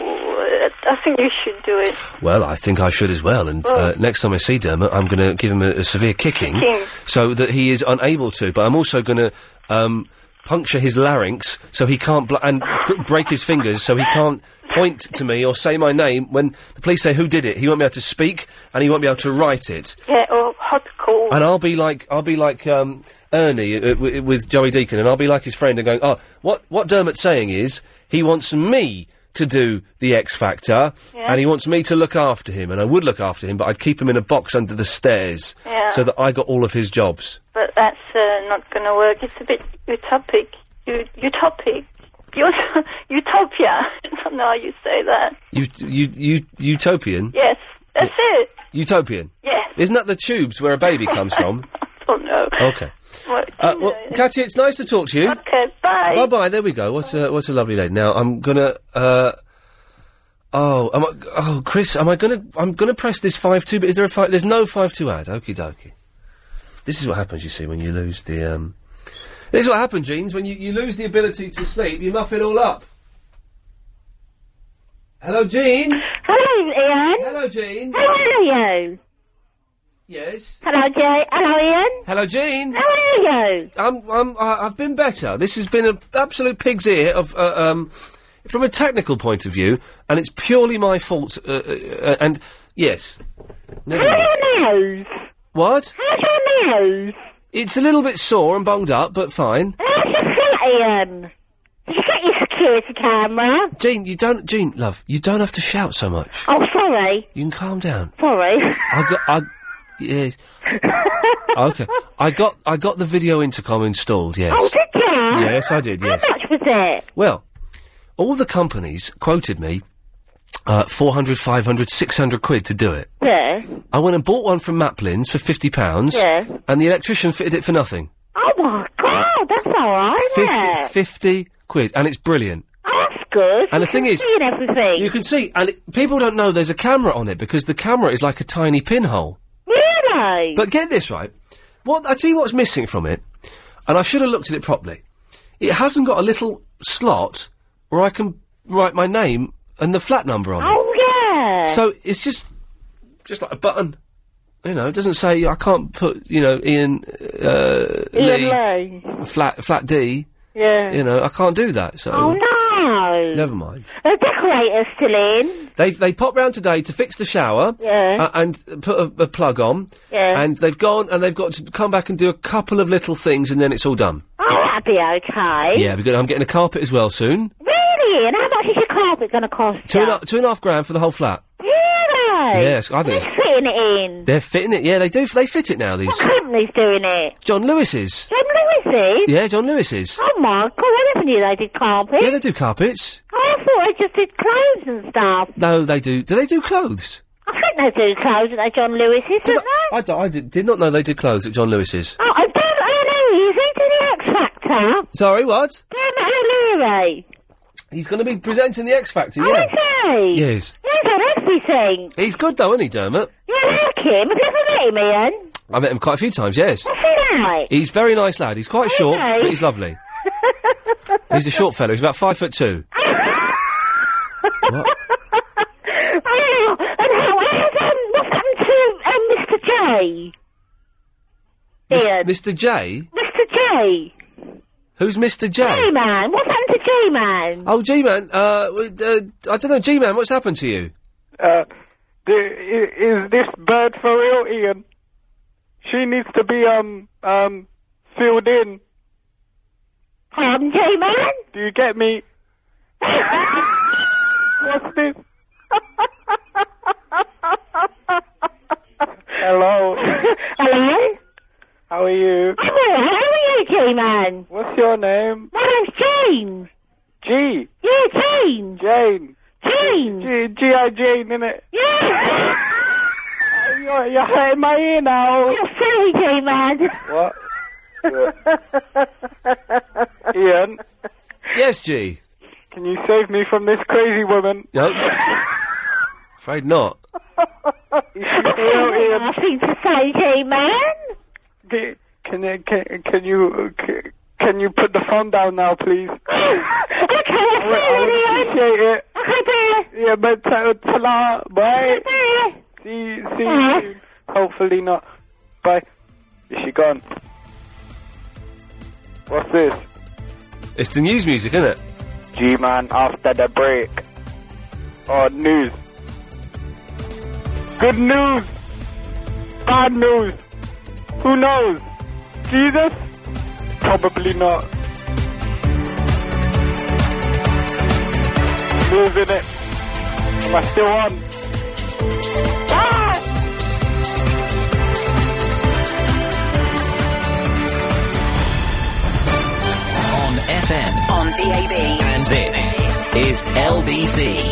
Speaker 20: Oh, I think you should do it.
Speaker 5: Well, I think I should as well. And uh,
Speaker 20: Well-
Speaker 5: next time I see Dermot, I'm going to give him a, a severe kicking
Speaker 20: Kicking.
Speaker 5: so that he is unable to. But I'm also going to um, puncture his larynx so he can't bl- and cr- break his fingers so he can't point to me or say my name when the police say who did it. He won't be able to speak and he won't be able to write it.
Speaker 20: Yeah, or hot cold.
Speaker 5: And I'll be like, I'll be like um, Ernie uh, w- with Joey Deacon, and I'll be like his friend and going, oh, what what Dermot's saying is he wants me to do the X Factor,
Speaker 3: Yeah.
Speaker 5: and he wants me to look after him, and I would look after him, but I'd keep him in a box under the stairs
Speaker 20: Yeah.
Speaker 5: so that I got all of his jobs.
Speaker 20: But that's uh, not going to work. It's a bit utopic. U- utopic. Ut- utopia. I don't know how you say that.
Speaker 5: U- u- u- utopian,
Speaker 20: Yes, that's it.
Speaker 5: utopian.
Speaker 20: Yes.
Speaker 5: Isn't that the tubes where a baby comes from?
Speaker 20: Oh no.
Speaker 5: Okay.
Speaker 20: What?
Speaker 5: Uh, well, Katia, it's nice to talk to you.
Speaker 20: Okay, bye.
Speaker 5: Bye bye. There we go. What a what a lovely lady. Now I'm gonna. Uh, oh, am I, oh, Chris, am I gonna? I'm gonna press this five two. But is there a five? There's no five two ad. Okie dokie. This is what happens. You see, when you lose the. Um, this is what happens, Jeans. When you, you lose the ability to sleep, you muff it all up. Hello, Jean.
Speaker 15: Hello, Ian.
Speaker 5: Hello, Jean.
Speaker 15: Hello, you.
Speaker 5: Yes.
Speaker 15: Hello, Jay. Hello, Ian.
Speaker 5: Hello, Jean. How
Speaker 15: are you?
Speaker 5: I'm, I'm, I- I've been better. This has been an absolute pig's ear of, uh, um, from a technical point of view, and it's purely my fault. Uh, uh, uh, and yes, never
Speaker 15: mind.
Speaker 5: What?
Speaker 15: How's your nose?
Speaker 5: It's a little bit sore and bunged up, but fine.
Speaker 15: How's your foot, Ian? Did you get your security camera?
Speaker 5: Jean, you don't, Jean, love, you don't have to shout so much.
Speaker 15: Oh, sorry.
Speaker 5: You can calm down.
Speaker 15: Sorry.
Speaker 5: I got, I, yes. okay, I got, I got the video intercom installed. Yes.
Speaker 15: Oh, did you?
Speaker 5: Yes, I did. Yes.
Speaker 15: How much was it?
Speaker 5: Well, all the companies quoted me uh, 400, 500, 600 quid to do it.
Speaker 15: Yeah.
Speaker 5: I went and bought one from Maplin's for fifty pounds.
Speaker 15: Yeah.
Speaker 5: And the electrician fitted it for nothing.
Speaker 15: Oh, my God. That's all right, isn't
Speaker 5: 50,
Speaker 15: it?
Speaker 5: 50 quid, and it's brilliant.
Speaker 15: That's good.
Speaker 5: And the thing is,
Speaker 15: Seeing everything.
Speaker 5: you can see, and it, people don't know there's a camera on it because the camera is like a tiny pinhole.
Speaker 15: Really?
Speaker 5: But get this right. What I tell you what's missing from it, and I should have looked at it properly. It hasn't got a little slot where I can write my name and the flat number on it.
Speaker 15: Oh, yeah.
Speaker 5: So it's just, just like a button. You know, it doesn't say I can't put you know Ian, uh,
Speaker 15: Ian Lee.
Speaker 5: flat flat D.
Speaker 15: Yeah.
Speaker 5: You know, I can't do that. So
Speaker 15: Oh, no.
Speaker 5: never mind.
Speaker 15: The decorator's still in.
Speaker 5: They they popped round today to fix the shower.
Speaker 15: Yeah.
Speaker 5: uh, and put a, a plug on.
Speaker 15: Yeah.
Speaker 5: And they've gone and they've got to come back and do a couple of little things and then it's all done.
Speaker 15: Oh, that'd be okay.
Speaker 5: Yeah, because I'm getting a carpet as well soon.
Speaker 15: Really? And how much is your carpet going to cost?
Speaker 5: Two and, a, two and a half grand for the whole flat.
Speaker 15: Really?
Speaker 5: Yes, I think
Speaker 15: Who's
Speaker 5: it's-
Speaker 15: fitting it in?
Speaker 5: They're fitting it. Yeah, they do. They fit it now. These
Speaker 15: Company's doing it.
Speaker 5: John Lewis's.
Speaker 15: Jim Lewis is?
Speaker 5: Yeah, John Lewis's.
Speaker 15: Oh my god, I never knew they did carpet.
Speaker 5: Yeah, they do carpets.
Speaker 15: I thought they just did clothes and stuff.
Speaker 5: No, they do. Do they do clothes?
Speaker 15: I think they do clothes at John Lewis's, don't they?
Speaker 5: I, d- I did, did not know they did clothes at John Lewis's.
Speaker 15: Oh, I don't, I know, he's into the X Factor.
Speaker 5: Sorry, what?
Speaker 15: Damn O'Leary.
Speaker 5: He's going to be presenting the X Factor. Yeah.
Speaker 15: Hey,
Speaker 5: Yes.
Speaker 15: he's had everything.
Speaker 5: He's good though, isn't he, Dermot?
Speaker 15: You like him? Have you ever met him, Ian?
Speaker 5: I met him quite a few times. Yes.
Speaker 15: What's he like?
Speaker 5: He's very nice lad. He's quite short,
Speaker 15: Okay.
Speaker 5: but he's lovely. he's a short fellow. He's about five foot two.
Speaker 15: Oh, and how, how's, um, what's happened to um, Mr. J?
Speaker 5: Mis-
Speaker 15: Ian.
Speaker 5: Mr. J.
Speaker 15: Mr. J?
Speaker 5: Who's Mr. J?
Speaker 15: G-Man. What's happened to G-Man?
Speaker 5: Oh, G Man. Uh, w- uh, I don't know, G Man. What's happened to you?
Speaker 12: Uh, the, i- is this bird for real, Ian? She needs to be um um filled in.
Speaker 15: Um, J man.
Speaker 12: Do you get me? What's this? Hello.
Speaker 15: Hello.
Speaker 12: How are you?
Speaker 15: I'm all
Speaker 12: Jane, innit? you're, you're hurting my ear now. You're silly, Jane, man. What? Ian,
Speaker 5: Yes, G.
Speaker 12: can you save me from this crazy woman?
Speaker 5: No. Afraid not.
Speaker 12: Nothing to say, hey man. Can you can, can you uh, c- can you put the phone down now, please? okay, I appreciate it. Okay, Yeah, but ta- ta-la, bye. See you, see you.
Speaker 8: Mm-hmm.
Speaker 12: soon. Hopefully not. Bye. Is she gone? What's this?
Speaker 5: It's the news music, isn't it?
Speaker 12: G man after the break. Oh, news. Good news. Bad news. Who knows? Jesus? Probably not. News in it. Am I still on? Ah!
Speaker 26: On FM. On DAB. And this is LBC 97.3.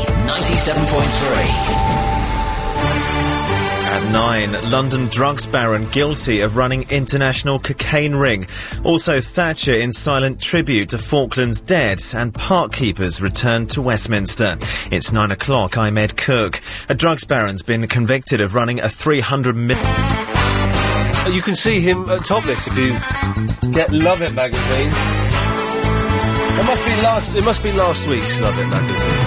Speaker 31: At nine, London drugs baron guilty of running international cocaine ring. Also, Thatcher in silent tribute to Falkland's dead, and park keepers return to Westminster. It's nine o'clock. I'm Ed Cook. A drugs baron's been convicted of running a 300 million.
Speaker 5: Uh, You can see him at topless if you get Love It magazine. It must be last. It must be last week's Love It magazine.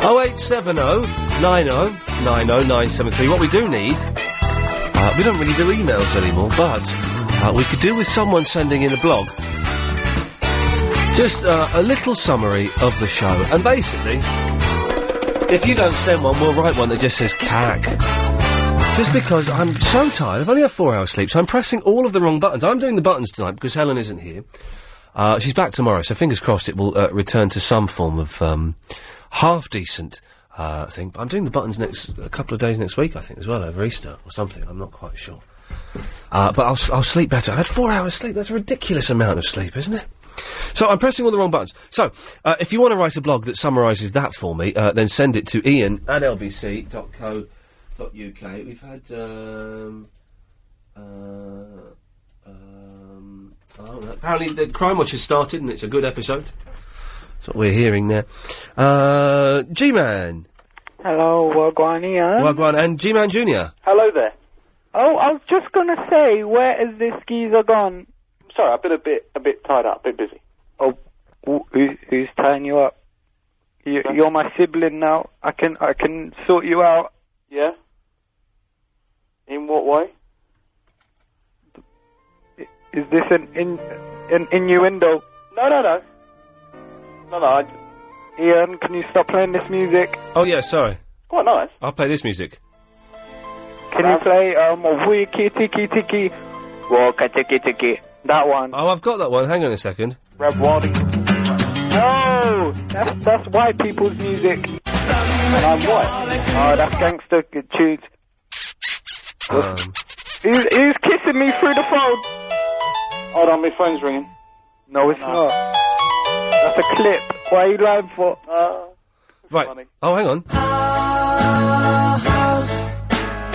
Speaker 5: Oh eight seven oh nine oh nine oh nine seven three. What we do need, uh, we don't really do emails anymore, but uh, we could do with someone sending in a blog. Just uh, a little summary of the show, and basically, if you don't send one, we'll write one that just says "cag." Just because I'm so tired, I've only had four hours sleep, so I'm pressing all of the wrong buttons. I'm doing the buttons tonight because Helen isn't here. Uh, she's back tomorrow, so fingers crossed it will uh, return to some form of um, half decent uh, thing. But I'm doing the buttons next a couple of days next week, I think, as well over Easter or something. I'm not quite sure, uh, but I'll, s- I'll sleep better. I had four hours sleep. That's a ridiculous amount of sleep, isn't it? So I'm pressing all the wrong buttons. So uh, if you want to write a blog that summarises that for me, uh, then send it to Ian at lbc.co.uk. We've had um, uh, um, I don't know. apparently the Crime Watch has started, and it's a good episode. That's what we're hearing there. Uh, G-Man,
Speaker 7: Hello, Wagwan Ian.
Speaker 5: Wagwan, and G-Man Junior.
Speaker 7: Hello there.
Speaker 12: Oh, I was just gonna say, where is this geezer gone? Oh,
Speaker 7: Sorry, I've been a bit a bit tied up, a bit busy.
Speaker 12: Wh- Who, who's tying you up? You, you're my sibling now. I can I can sort you out.
Speaker 7: Yeah. In what way?
Speaker 12: Is this an in, an innuendo?
Speaker 7: No, no, no. No, no. I,
Speaker 12: Ian, can you stop playing this music?
Speaker 5: Oh yeah, sorry.
Speaker 7: quite nice.
Speaker 5: I'll play this music.
Speaker 12: Can you play um wiki tiki tiki? Waka tiki tiki. That one.
Speaker 5: Oh, I've got that one. Hang on a second.
Speaker 12: Reb Wadi. No, Oh, that's, that's white people's music. And I'm white. Oh, that's gangster g- tunes.
Speaker 5: Um,
Speaker 12: Who's, who's kissing me through the phone?
Speaker 7: Hold on, my phone's ringing.
Speaker 12: No, it's not. That's a clip. Why are you lying for?
Speaker 5: right. Oh, hang on.
Speaker 32: Our house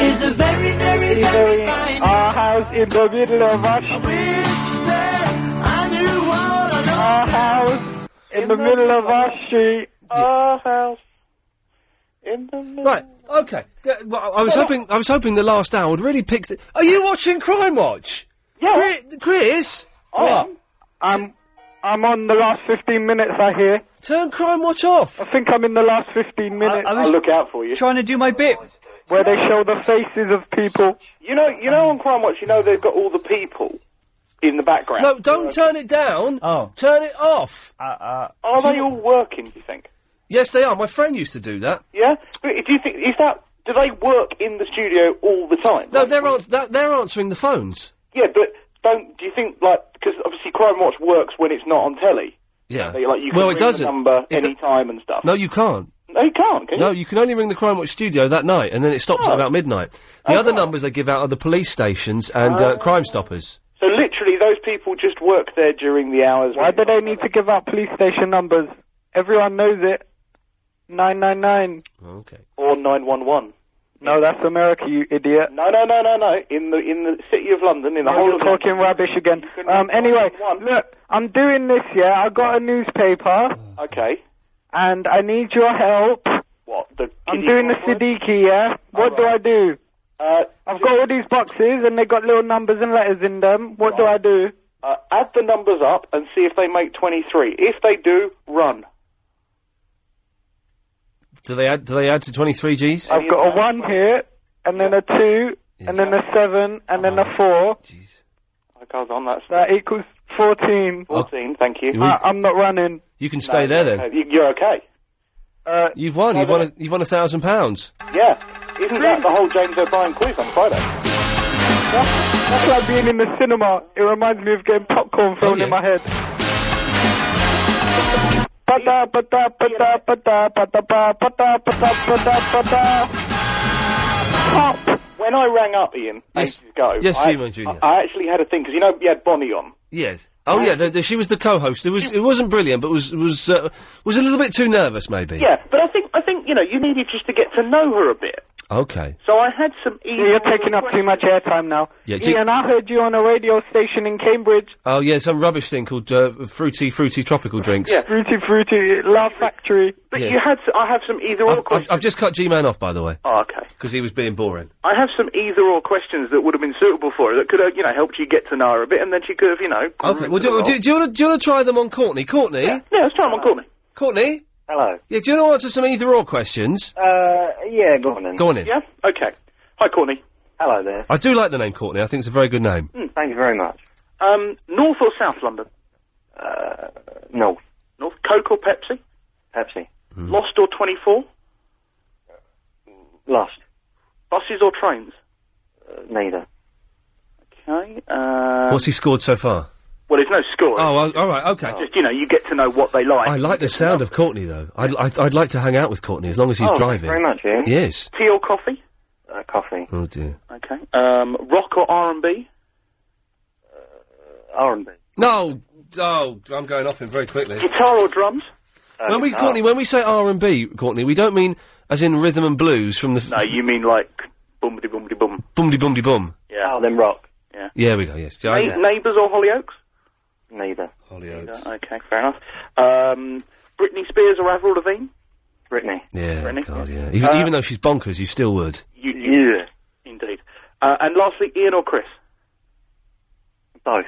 Speaker 32: is a very, very, very fine
Speaker 12: Our house in the middle of us. Our house in the middle of our street. Our house in the middle.
Speaker 5: Right. Okay. Yeah, well, I- I was hoping. I was hoping the last hour would really pick. The- Are you watching Crime Watch?
Speaker 12: Yeah.
Speaker 5: Chris, Chris
Speaker 12: I am. I'm, I'm on the last 15 minutes, I hear.
Speaker 5: Turn Crime Watch off.
Speaker 12: I think I'm in the last 15 minutes.
Speaker 7: I'll look out for you.
Speaker 12: Trying to do my bit. Where they show the faces of people.
Speaker 7: You know, you know, on Crime Watch, you know they've got all the people in the background.
Speaker 5: No, don't turn it down. Oh. Turn it off.
Speaker 7: Uh, uh, Are they all working? Do you think?
Speaker 5: Yes, they are. My friend used to do that.
Speaker 7: Yeah. But do you think is that? Do they work in the studio all the time?
Speaker 5: No, they're ans- that- they're answering the phones.
Speaker 7: Yeah, but don't. Do you think like because obviously Crime Watch works when it's not on telly.
Speaker 5: Yeah.
Speaker 7: They, like you can
Speaker 5: well,
Speaker 7: ring
Speaker 5: it doesn't.
Speaker 7: the number
Speaker 5: It do-
Speaker 7: any time and stuff.
Speaker 5: No, you can't.
Speaker 7: No, you can't. Can
Speaker 5: No,
Speaker 7: you?
Speaker 5: you can only ring the Crime Watch studio that night, and then it stops at about midnight. The other numbers they give out are the police stations and uh,
Speaker 7: Ah.
Speaker 5: Crime Stoppers.
Speaker 7: So literally, those people just work there during the hours.
Speaker 12: Why do they need to give out police station numbers? Everyone knows it. nine nine nine
Speaker 5: Okay.
Speaker 24: or nine one one.
Speaker 12: No, that's America, you idiot.
Speaker 24: No, no, no, no, no. In the in the city of London, in the
Speaker 12: Now
Speaker 24: whole
Speaker 12: you're
Speaker 24: of
Speaker 12: talking
Speaker 24: London.
Speaker 12: rubbish again. Um, anyway, look, I'm doing this, yeah? I got a newspaper,
Speaker 24: Okay.
Speaker 12: and I need your help.
Speaker 24: What the?
Speaker 12: I'm
Speaker 24: kiddie
Speaker 12: doing the
Speaker 24: crossword?
Speaker 12: Siddiqui, yeah? What do I do?
Speaker 24: Uh,
Speaker 12: I've got all these boxes, and they got little numbers and letters in them. What do I do?
Speaker 24: Uh, add the numbers up and see if they make twenty three. If they do, run.
Speaker 5: Do they add? Do they add to twenty three Gs?
Speaker 12: I've got a one here, and then a two, and then a seven, and then a four.
Speaker 24: I goes on that's
Speaker 12: That equals 14.
Speaker 24: fourteen. Thank you.
Speaker 12: I, I'm not running.
Speaker 5: You can stay there then.
Speaker 24: Uh, you- You're okay.
Speaker 12: Uh,
Speaker 5: You've won. You've won. A, you've won a thousand pounds.
Speaker 24: Yeah. Isn't that the whole James O'Brien quiz on Friday?
Speaker 12: That's like being in the cinema. It reminds me of getting popcorn thrown in my head. Pata pata pata pata pata pa pata pata pata pata.
Speaker 24: Pop. When I rang up Ian
Speaker 5: Yes.
Speaker 24: ages ago,
Speaker 5: Yes,
Speaker 24: I,
Speaker 5: Gmo Junior.
Speaker 24: I, I actually had a thing because you know you had Bonnie on.
Speaker 5: Yes. Oh yeah, the, the, she was the co-host. It was. It wasn't brilliant, but was was uh, was a little bit too nervous, maybe.
Speaker 24: Yeah, but I think I think you know you needed just to get to know her a bit.
Speaker 5: Okay.
Speaker 24: So I had some. Email
Speaker 12: You're taking up too much airtime now.
Speaker 5: Yeah, do-
Speaker 12: Ian, I heard you on a radio station in Cambridge.
Speaker 5: Oh yeah, some rubbish thing called uh, fruity, fruity tropical drinks.
Speaker 12: Fruity Fruity Love Factory.
Speaker 24: But
Speaker 5: Yeah.
Speaker 24: you had. s I I have some either or.
Speaker 5: I've, I've, I've just cut G-Man off, by the way,
Speaker 24: Oh, okay.
Speaker 5: because he was being boring.
Speaker 24: I have some either or questions that would have been suitable for her that could have, you know, helped you get to know her a bit, and then she could have, you know. grew
Speaker 5: Okay. Well,
Speaker 24: into the
Speaker 5: do,
Speaker 24: role.
Speaker 5: do, do you want to do you want to try them on Courtney? Courtney. Yeah.
Speaker 24: let's try them on Courtney.
Speaker 5: Courtney.
Speaker 7: Hello.
Speaker 5: Yeah. Do you want to answer some either or questions?
Speaker 7: Uh, yeah, go on then.
Speaker 5: Go on in.
Speaker 24: Yeah. Okay. Hi, Courtney.
Speaker 7: Hello there. Hmm,
Speaker 5: I do like the name Courtney. I think it's a very good name.
Speaker 7: Thank you very much.
Speaker 24: Um, North or South London?
Speaker 7: Uh, no,
Speaker 24: North. Coke or Pepsi?
Speaker 7: Pepsi.
Speaker 5: Hmm.
Speaker 24: Lost or 24?
Speaker 7: Lost. Uh,
Speaker 24: Buses or trains?
Speaker 7: Neither.
Speaker 24: Okay. Um,
Speaker 5: What's he scored so far?
Speaker 24: Well, there's no score.
Speaker 5: Oh, well, all right. Okay.
Speaker 24: Just, you know, you get to know what they like.
Speaker 5: I like the sound of Courtney though. I'd, I'd I'd like to hang out with Courtney as long as he's
Speaker 24: Oh,
Speaker 5: driving.
Speaker 24: very much, Ian.
Speaker 5: Yes.
Speaker 24: Tea or coffee?
Speaker 7: Uh, coffee.
Speaker 5: Oh dear.
Speaker 24: Okay. Um, rock or R&B? Uh,
Speaker 7: R&B.
Speaker 5: No. Oh, I'm going off him very quickly.
Speaker 24: Guitar or drums? Uh,
Speaker 5: when we Courtney, when we say R and B, Courtney, we don't mean as in rhythm and blues from the f-
Speaker 24: No, you mean like boom de boom de boom.
Speaker 5: bum de bum de bum.
Speaker 24: Yeah.
Speaker 7: Oh, then rock.
Speaker 24: Yeah.
Speaker 5: Yeah, we go. Yes.
Speaker 24: Na- neighbours or Hollyoaks?
Speaker 7: Neither.
Speaker 5: Hollyoaks.
Speaker 24: Okay, fair enough. Um, Britney Spears or Avril Lavigne?
Speaker 7: Britney.
Speaker 5: Yeah.
Speaker 24: Britney.
Speaker 5: God, yeah. Even,
Speaker 24: Uh,
Speaker 5: even though she's bonkers, you still would.
Speaker 24: You, you, Indeed. Uh, and lastly, Ian or Chris?
Speaker 7: Both.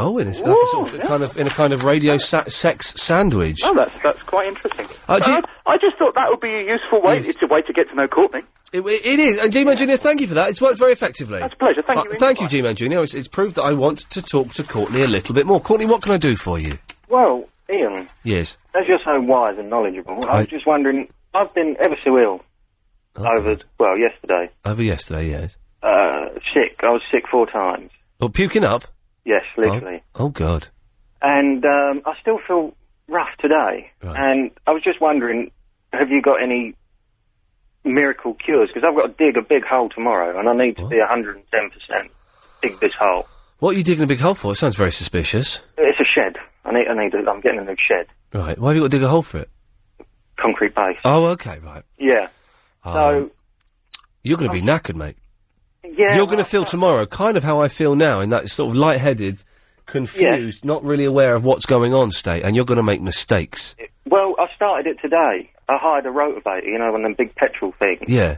Speaker 5: Oh, in a,
Speaker 24: Ooh,
Speaker 5: sort of
Speaker 24: yeah.
Speaker 5: kind of in a kind of radio sa- sex sandwich.
Speaker 24: Oh, that's that's quite interesting.
Speaker 5: Uh, do you-
Speaker 24: I just thought that would be a useful way. It's a way to get to know Courtney.
Speaker 5: It, it is. And G-Man Junior, thank you for that. It's worked very effectively. That's a
Speaker 24: pleasure. Thank
Speaker 5: you. Thank you, G-Man Junior. It's, it's proved that I want to talk to Courtney a little bit more. Courtney, what can I do for you?
Speaker 7: Well, Ian,
Speaker 5: Yes.
Speaker 7: as you're so wise and knowledgeable, I,
Speaker 5: I- Oh.
Speaker 7: was just wondering, I've been ever so ill over, well, yesterday.
Speaker 5: Over yesterday, yes.
Speaker 7: Uh, sick. I was sick four times.
Speaker 5: Oh, puking up.
Speaker 7: Yes, literally.
Speaker 5: Oh God.
Speaker 7: And um, I still feel rough today. And I was just wondering, have you got any miracle cures? Because I've got to dig a big hole tomorrow, and I need to be 110% dig this hole.
Speaker 5: What are you digging a big hole for? It sounds very suspicious.
Speaker 7: It's a shed. I need. I need. A, I'm getting a new shed,
Speaker 5: Right. Why have you got to dig a hole for it?
Speaker 7: concrete base.
Speaker 5: Oh, okay, right.
Speaker 7: Yeah.
Speaker 5: Oh.
Speaker 7: So-
Speaker 5: you're going to be knackered, mate.
Speaker 7: Oh. Yeah. uh,
Speaker 5: you're going to feel tomorrow kind of how I feel now, in that sort of light-headed, confused, not really aware of what's going on state, and you're going to make mistakes.
Speaker 7: Well, I started it today. I hired a rotavator, you know, on the big petrol thing.
Speaker 5: Yeah,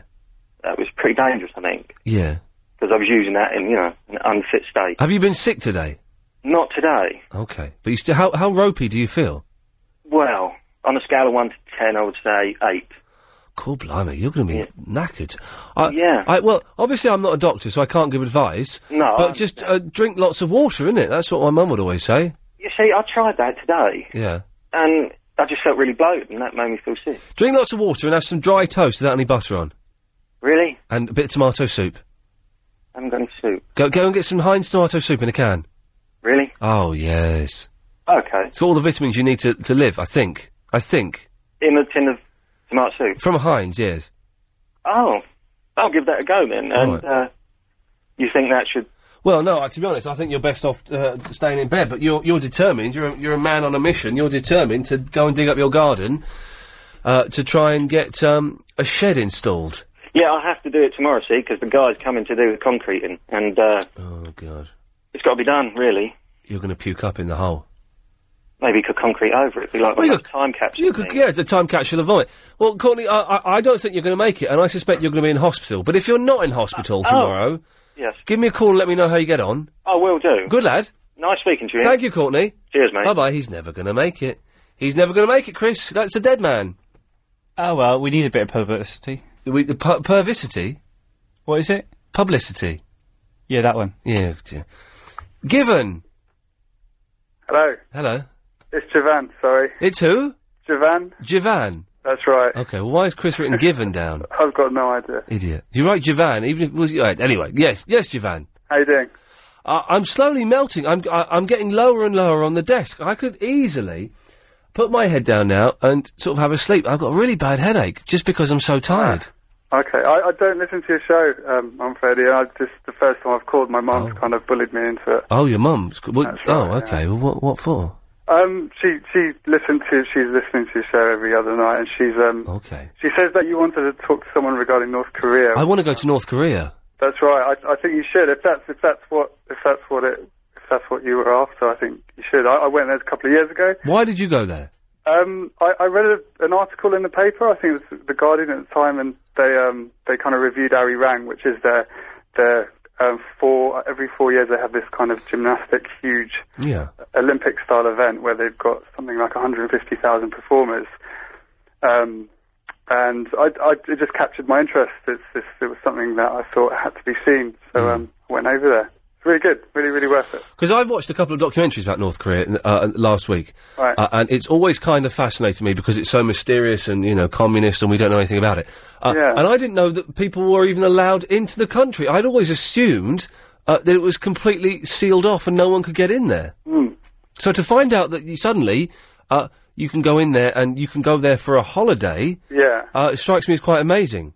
Speaker 7: That was pretty dangerous, I think,
Speaker 5: yeah.
Speaker 7: because I was using that in, you know, an unfit state.
Speaker 5: Have you been sick today?
Speaker 7: Not today.
Speaker 5: Okay, but you still how how ropey do you feel?
Speaker 7: Well, on a scale of one to ten, I would say eight.
Speaker 5: Cool, blimey, you're going to be knackered. I, yeah. I, well, obviously, I'm not a doctor, so I can't give advice.
Speaker 7: No,
Speaker 5: But
Speaker 7: I
Speaker 5: just uh, drink lots of water, innit? That's what my mum would always say.
Speaker 7: You see, I tried that today,
Speaker 5: Yeah.
Speaker 7: and I just felt really bloated, and that made me feel sick.
Speaker 5: Drink lots of water and have some dry toast without any butter on,
Speaker 7: Really?
Speaker 5: and a bit of tomato soup.
Speaker 7: I haven't got any soup.
Speaker 5: Go go and get some Heinz tomato soup in a can.
Speaker 7: Really?
Speaker 5: Oh yes.
Speaker 7: Okay.
Speaker 5: It's got all the vitamins you need to, to live, I think. I think.
Speaker 7: In a tin of tomato soup.
Speaker 5: From Heinz, yes.
Speaker 7: Oh, I'll give that a go then.
Speaker 5: All
Speaker 7: And uh, you think that should?
Speaker 5: Well, no, uh, to be honest, I think you're best off uh, staying in bed, but you're, you're determined. You're a, you're a man on a mission. You're determined to go and dig up your garden uh, to try and get um, a shed installed.
Speaker 7: Yeah, I have to do it tomorrow, see, because the guy's coming to do the concreting, and uh,
Speaker 5: Oh God,
Speaker 7: it's got to be done, really.
Speaker 5: you're going to puke up in the hole.
Speaker 7: Maybe he could concrete over it. It'd be like
Speaker 5: Well,
Speaker 7: well,
Speaker 5: you
Speaker 7: a time capsule.
Speaker 5: You could, yeah, it's a time capsule of vomit. Well, Courtney, I, I, I don't think you're going to make it, and I suspect you're going to be in hospital. But if you're not in hospital
Speaker 7: oh.
Speaker 5: tomorrow,
Speaker 7: Yes.
Speaker 5: give me a call and let me know how you get on.
Speaker 7: I will do.
Speaker 5: Good lad.
Speaker 7: Nice speaking to you.
Speaker 5: Thank you, Courtney.
Speaker 7: Cheers, mate.
Speaker 5: Bye bye. He's never going to make it. He's never going to make it, Chris. That's a dead man.
Speaker 21: Oh well, we need a bit of publicity.
Speaker 5: We, the pu- pervicity.
Speaker 21: What is it?
Speaker 5: Publicity.
Speaker 21: Yeah, that one.
Speaker 5: Yeah, dear. Given.
Speaker 8: Hello,
Speaker 5: Hello.
Speaker 8: it's Javan. Sorry,
Speaker 5: It's who?
Speaker 8: Javan.
Speaker 5: Jivan.
Speaker 8: That's right.
Speaker 5: Okay, well, why is Chris written Given down?
Speaker 8: I've got no idea.
Speaker 5: Idiot. You write Jivan, even if. Was, right, anyway, yes, yes, Jivan.
Speaker 8: How you doing?
Speaker 5: I I'm slowly melting. I'm, I, I'm getting lower and lower on the desk. I could easily put my head down now and sort of have a sleep. I've got a really bad headache just because I'm so tired.
Speaker 8: Okay, I, I don't listen to your show. Um, I'm fairly. I just the first time I've called, my mum's kind of bullied me into it.
Speaker 5: Oh, your mum's. co- Well, oh, okay. Well, what, what for?
Speaker 8: Um, she she listened to she's listening to your show every other night, and she's um.
Speaker 5: Okay.
Speaker 8: She says that you wanted to talk to someone regarding North Korea.
Speaker 5: I want to go to North Korea.
Speaker 8: That's right. I, I think you should. If that's if that's what if that's what it if that's what you were after, I think you should. I, I went there a couple of years ago.
Speaker 5: Why did you go there?
Speaker 8: Um, I, I read a, an article in the paper. I think it was the Guardian at the time, and they um, they kind of reviewed Arirang, which is their their um, four every four years they have this kind of gymnastic huge
Speaker 5: Yeah.
Speaker 8: Olympic style event where they've got something like 150,000 performers. Um, and I, I, it just captured my interest. It's, it's, it was something that I thought had to be seen, so um, I went over there. It's really good, really, really worth it.
Speaker 5: Because I've watched a couple of documentaries about North Korea n- uh, last week,
Speaker 8: Right.
Speaker 5: uh, and it's always kind of fascinated me because it's so mysterious and you know communist, and we don't know anything about it. Uh,
Speaker 8: Yeah.
Speaker 5: And I didn't know that people were even allowed into the country. I'd always assumed uh, that it was completely sealed off and no one could get in there. So to find out that you suddenly uh, you can go in there and you can go there for a holiday,
Speaker 8: Yeah,
Speaker 5: uh, it strikes me as quite amazing.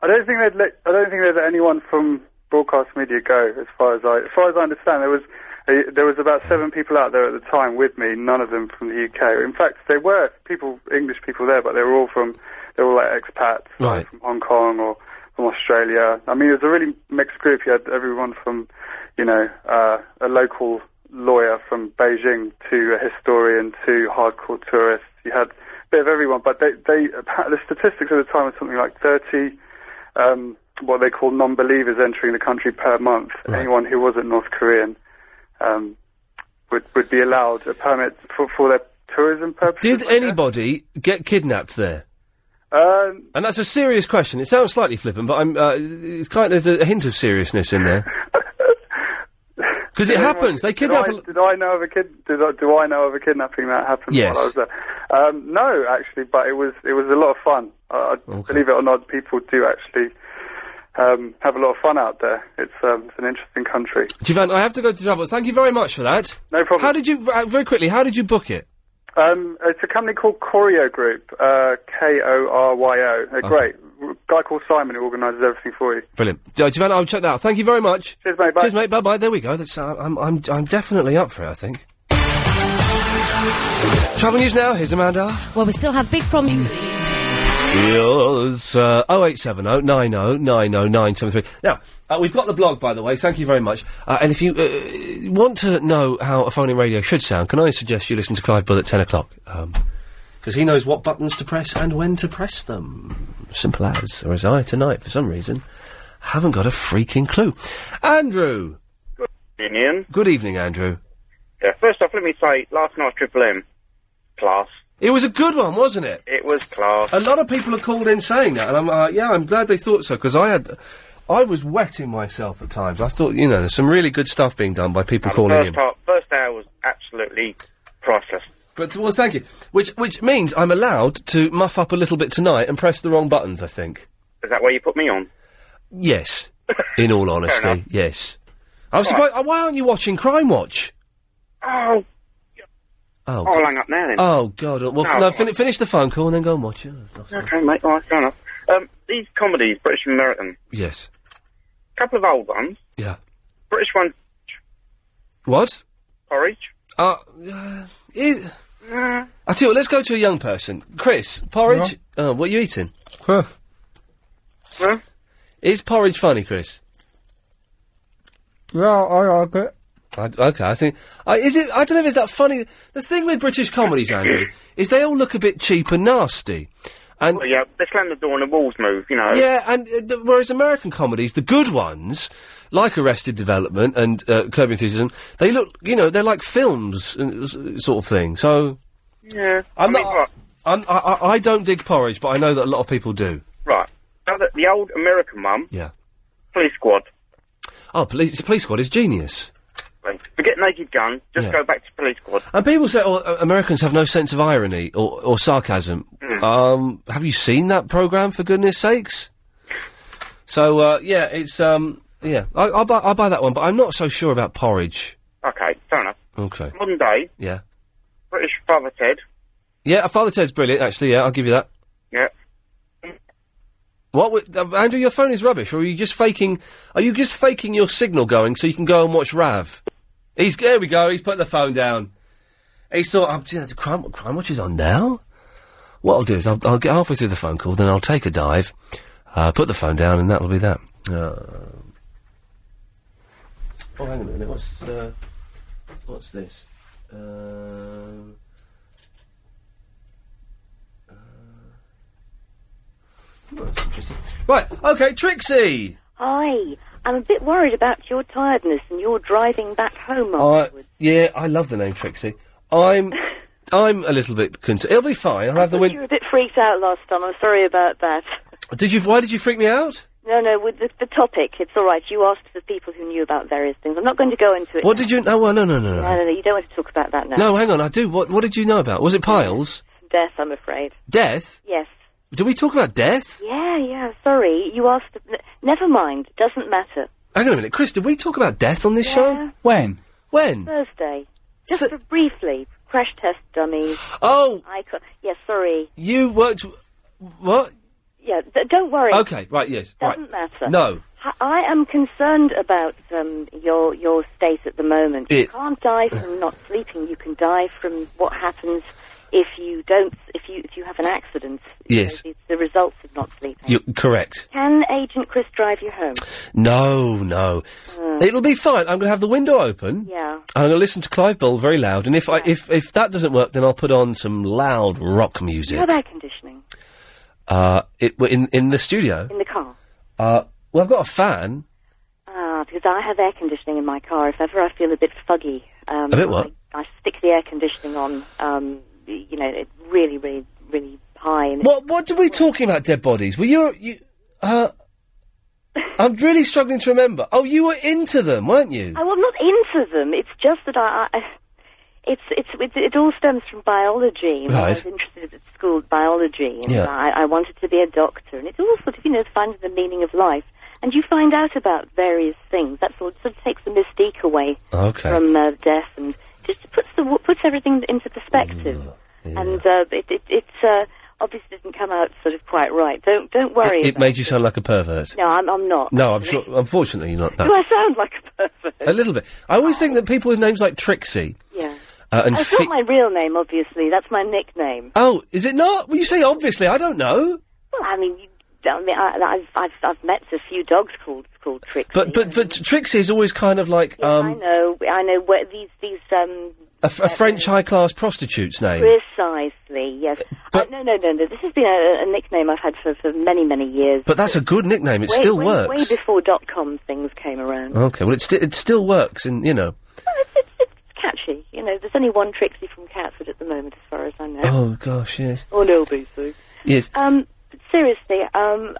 Speaker 8: I don't think they'd let I don't think they'd let anyone from broadcast media go. As far as I as far as I understand, there was a, there was about seven people out there at the time with me. None of them from the UK. In fact, there were people English people there, but they were all from they were all like expats.
Speaker 5: Right.
Speaker 8: from Hong Kong or from Australia. I mean, it was a really mixed group. You had everyone from, you know, uh, a local lawyer from Beijing to a historian to hardcore tourists. You had a bit of everyone, but they, they the statistics at the time was something like 30 um, what they call non-believers entering the country per month. Anyone who wasn't North Korean um, would would be allowed a permit for, for their tourism purposes.
Speaker 5: Did anybody get kidnapped there?
Speaker 8: Um,
Speaker 5: And that's a serious question. It sounds slightly flippant, but I'm, uh, it's kind there's a hint of seriousness in there. Because it
Speaker 8: Did anyone-
Speaker 5: happens. They kidnap. a
Speaker 8: Did I,
Speaker 5: l-
Speaker 8: did I know of a kid? Did I, do I know of a kidnapping that happened
Speaker 5: Yes.
Speaker 8: while I was there? Um, no, actually, but it was it was a lot of fun. Uh, I- Believe it or not, people do actually um, have a lot of fun out there. It's um, it's an interesting country.
Speaker 5: Jivan, I have to go to travel. Thank you very much for that.
Speaker 8: No problem.
Speaker 5: How did you uh, very quickly? How did you book it?
Speaker 8: Um, it's a company called Choreo Group, uh, K O R Y O. They're
Speaker 5: Okay.
Speaker 8: great. A guy called Simon who organises everything for you.
Speaker 5: Brilliant, uh, Jivan. I'll check that out. Thank you very much.
Speaker 8: Cheers, mate. Bye.
Speaker 5: Cheers, mate. Bye, bye. There we go. That's uh, I'm I'm I'm definitely up for it. I think. Travel news now. Here's Amanda.
Speaker 27: Well, we still have big problems.
Speaker 5: Yes, uh, 0870 90 90 973. Now, uh, we've got the blog, by the way, thank you very much. Uh, and if you uh, want to know how a phone in radio should sound, can I suggest you listen to Clive Bull at 10 o'clock? Because he knows what buttons to press and when to press them. Simple as. Or as I tonight, for some reason, haven't got a freaking clue. Andrew!
Speaker 28: Ian.
Speaker 5: Good evening, Andrew.
Speaker 28: Yeah, first off, let me say, last night's Triple M class.
Speaker 5: It was a good one, wasn't it?
Speaker 28: It was class.
Speaker 5: A lot of people have called in saying that, and I'm uh, yeah, I'm glad they thought so because I had, I was wetting myself at times. I thought you know there's some really good stuff being done by people
Speaker 28: And the
Speaker 5: calling
Speaker 28: first
Speaker 5: in.
Speaker 28: Part, first hour was absolutely priceless.
Speaker 5: But well, thank you. Which which means I'm allowed to muff up a little bit tonight and press the wrong buttons. I think.
Speaker 28: Is that why you put me on?
Speaker 5: Yes. in all honesty, yes. I'm surprised. uh, Why aren't you watching Crime Watch?
Speaker 28: Oh,
Speaker 5: Oh.
Speaker 28: I'll
Speaker 5: God.
Speaker 28: hang up now then.
Speaker 5: Oh God! Well, f-
Speaker 28: No,
Speaker 5: no,
Speaker 28: come
Speaker 5: fin- finish the phone call and then go and watch it.
Speaker 28: Okay, mate. All right, fair enough. Um, these comedies, British and American,
Speaker 5: Yes.
Speaker 28: couple of old ones.
Speaker 5: Yeah.
Speaker 28: British one,
Speaker 5: What?
Speaker 28: porridge.
Speaker 5: Uh, uh, it, I tell you what, let's go to a young person. Chris, porridge. Oh, what are you eating? Is porridge funny, Chris?
Speaker 4: Yeah, I like it.
Speaker 5: I, okay, I think I, is it. I don't know. if it's that funny? The thing with British comedies, Andrew, is they all look a bit cheap and nasty. And
Speaker 28: yeah, they slam the door and the walls move, you know.
Speaker 5: Yeah, and uh, th- whereas American comedies, the good ones, like Arrested Development and uh, Curb Your Enthusiasm, they look, you know, they're like films and s- sort of thing. So
Speaker 28: Yeah.
Speaker 5: I'm
Speaker 28: I mean,
Speaker 5: not. I'm, I, I, I don't dig porridge, but I know that a lot of people do.
Speaker 28: Right. Now that the old American mum,
Speaker 5: Yeah.
Speaker 28: police squad,
Speaker 5: Oh, police, police squad is genius.
Speaker 28: like, forget Naked Gun, just
Speaker 5: Yeah.
Speaker 28: go back to police squad.
Speaker 5: And people say, "Oh, uh, Americans have no sense of irony or, or sarcasm."
Speaker 28: Mm.
Speaker 5: Um, have you seen that program? For goodness sakes! So uh, yeah, it's um, yeah, I, I'll buy I'll buy that one, but I'm not so sure about porridge.
Speaker 28: Okay, fair enough.
Speaker 5: Okay,
Speaker 28: Modern day,
Speaker 5: yeah,
Speaker 28: British father Ted,
Speaker 5: yeah. Father Ted's brilliant, actually. Yeah, I'll give you that.
Speaker 28: yeah.
Speaker 5: What, wi- uh, Andrew? Your phone is rubbish, or are you just faking? Are you just faking your signal going so you can go and watch Rav? He's there. We go. He's put the phone down. He thought, "I'm gee, that's crime. Crime Watch is on now." What I'll do is I'll, I'll get halfway through the phone call, then I'll take a dive, uh, put the phone down, and that'll be that. Uh, Oh, hang on a minute. What's uh, what's this? Um, uh, oh, that's interesting. Right. Okay, Trixie.
Speaker 26: Hi. I'm a bit worried about your tiredness and your driving back home.
Speaker 5: I, yeah, I love the name Trixie. I'm I'm a little bit concerned. It'll be fine. I'll have the
Speaker 26: You were
Speaker 5: win.
Speaker 26: a bit freaked out last time. I'm sorry about that.
Speaker 5: Did you? Why did you freak me out?
Speaker 26: No, no, with the, the topic, it's all right. You asked for people who knew about various things. I'm not going to go into it.
Speaker 5: What
Speaker 26: now.
Speaker 5: did you? No, well, no, no, no,
Speaker 26: No,
Speaker 5: no.
Speaker 26: no, no. You don't want to talk about that now.
Speaker 5: No, hang on. I do. What What did you know about? Was it piles?
Speaker 26: Death, I'm afraid.
Speaker 5: Death?
Speaker 26: Yes.
Speaker 5: Did we talk about death?
Speaker 26: Yeah, yeah. Sorry. You asked. n- Never mind. Doesn't matter.
Speaker 5: Hang on a minute, Chris. Did we talk about death on this show? When? When?
Speaker 26: Thursday. Just for briefly. Crash test dummies.
Speaker 5: Oh.
Speaker 26: Icon. Yes, sorry.
Speaker 5: You worked. What?
Speaker 26: Yeah. Th- don't worry.
Speaker 5: Okay. Right. Yes.
Speaker 26: Doesn't
Speaker 5: right.
Speaker 26: matter.
Speaker 5: No.
Speaker 26: I- I am concerned about um, your your state at the moment. You
Speaker 5: It-
Speaker 26: can't die from not sleeping. You can die from what happens if you don't if you if you have an accident. You know,
Speaker 5: Yes.
Speaker 26: it's the results of not sleeping.
Speaker 5: You correct.
Speaker 26: Can Agent Chris drive you home?
Speaker 5: No. No. It'll be fine. I'm going to have the window open.
Speaker 26: Hmm. Yeah.
Speaker 5: And I'm going to listen to Clive Bull very loud. And if I if if that doesn't work, then I'll put on some loud rock
Speaker 26: Do you
Speaker 5: music.
Speaker 26: have air conditioning
Speaker 5: Uh, it well, in in the studio.
Speaker 26: in the car?
Speaker 5: Uh, well, I've got a fan.
Speaker 26: Ah, because I have air conditioning in my car. If ever I feel a bit fuggy, um,
Speaker 5: A bit what?
Speaker 26: I, I stick the air conditioning on. Um, y- you know, it really, really, really high. And it-
Speaker 5: What what were we talking about? Dead bodies? Were you you? Uh, I'm really struggling to remember. Oh, you were into them, weren't you?
Speaker 26: I was not into them. It's just that I, I it's, it's it's it all stems from biology. I was
Speaker 5: Right.
Speaker 26: interested at school in biology, and
Speaker 15: Yeah.
Speaker 26: I, I wanted to be a doctor. And it's all sort of you know finding the meaning of life, and you find out about various things. That's all. It sort of takes the mystique away
Speaker 5: Okay.
Speaker 26: from uh, death, and just puts the puts everything into perspective.
Speaker 5: Mm,
Speaker 26: And uh, it it, it uh, obviously didn't come out sort of quite right. Don't don't worry.
Speaker 5: It
Speaker 26: about
Speaker 5: made you sound like a pervert.
Speaker 26: No, I'm I'm not.
Speaker 5: No, I'm sure. Unfortunately, you're not.
Speaker 26: Do
Speaker 5: No.
Speaker 26: I sound like a pervert?
Speaker 5: A little bit. I always think
Speaker 26: Oh.
Speaker 5: that people with names like Trixie
Speaker 26: Yeah.
Speaker 5: uh, and
Speaker 26: That's
Speaker 5: Fi-
Speaker 26: not my real name, obviously. That's my nickname.
Speaker 5: oh, is it not? Well, you say obviously. I don't know.
Speaker 26: Well, I mean, you, I mean, I, I've, I've I've met a few dogs called called Trixie.
Speaker 5: But but but Trixie is always kind of like
Speaker 26: I
Speaker 5: um,
Speaker 26: know, I know where these these um
Speaker 5: a, f- a French high class prostitute's name.
Speaker 26: precisely yes. But no, no, no, no. This has been a, a nickname I've had for, for many many years.
Speaker 5: But that's a good nickname. It
Speaker 26: way,
Speaker 5: still
Speaker 26: way,
Speaker 5: works. Oh.
Speaker 26: Way before dot com things came around.
Speaker 5: Okay. Well, it, sti- it still works, and you know.
Speaker 26: It's catchy, you know. There's only one Trixie from Catford at the moment, as far as I know.
Speaker 5: Oh gosh, yes,
Speaker 26: Or Lil Boosie.
Speaker 5: yes.
Speaker 26: Um, but seriously, um,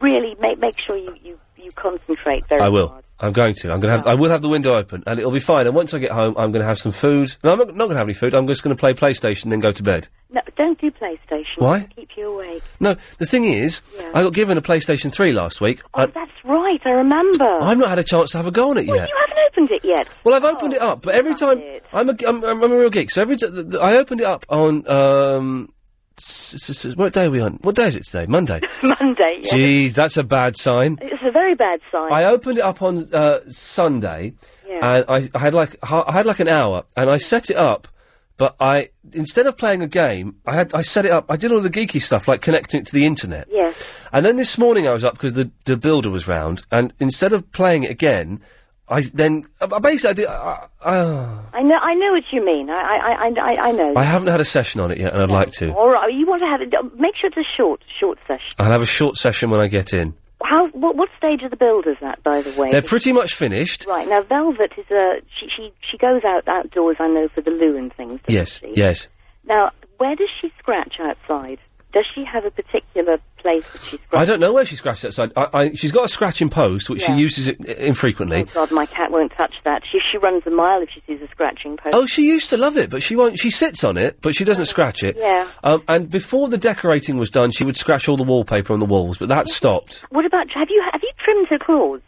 Speaker 26: really make make sure you, you, you concentrate very
Speaker 5: I will. I'm going to. I'm going to have. I will have the window open, and it'll be fine. And once I get home, I'm going to have some food. No, I'm not, not going to have any food. I'm just going to play PlayStation, then go to bed.
Speaker 26: No, don't do PlayStation.
Speaker 5: Why?
Speaker 26: It'll Keep you awake.
Speaker 5: No, the thing is,
Speaker 26: Yeah.
Speaker 5: I got given a PlayStation 3 last week. and
Speaker 26: That's right, I remember.
Speaker 5: I've not had a chance to have a go on it yet.
Speaker 26: You haven't opened it yet.
Speaker 5: Well, I've opened it up, but every time I'm a, I'm, I'm I'm a real geek, so every time I opened it up on um, s- s- s- what day are we on? What day is it today? Monday.
Speaker 26: Monday, yes.
Speaker 5: Jeez, that's a bad sign.
Speaker 26: It's a very bad sign.
Speaker 5: I opened it up on uh, Sunday,
Speaker 26: Yeah.
Speaker 5: and I, I had like ha- I had like an hour, and I set it up But I, instead of playing a game, I had I set it up. I did all the geeky stuff, like connecting it to the internet.
Speaker 15: Yes.
Speaker 5: And then this morning I was up because the, the builder was round, and instead of playing it again, I then I- I basically I did. I, uh, I,
Speaker 26: I know, I know what you mean. I, I, I- I, I know.
Speaker 5: I haven't had a session on it yet, and I'd like to.
Speaker 26: All right, you want to have it? Make sure it's a short, short session.
Speaker 5: I'll have a short session when I get in.
Speaker 26: How? What, what stage are the builders at, by the way?
Speaker 5: They're pretty much finished.
Speaker 26: Right now, Velvet is a she. She she goes out outdoors. I know for the loo and things.
Speaker 5: Yes, yes.
Speaker 26: Now, where does she scratch outside? Does she have a particular place that she?
Speaker 5: I don't know where she scratched outside. I, I, she's got a scratching post, which
Speaker 26: Yeah.
Speaker 5: she uses it i- infrequently.
Speaker 26: Oh God, my cat won't touch that. She she runs a mile if she sees a scratching post.
Speaker 5: Oh, she used to love it, but she won't. She sits on it, but she doesn't scratch it.
Speaker 26: Yeah.
Speaker 5: Um, and before the decorating was done, she would scratch all the wallpaper on the walls, but that stopped.
Speaker 26: What about have you have you trimmed her claws?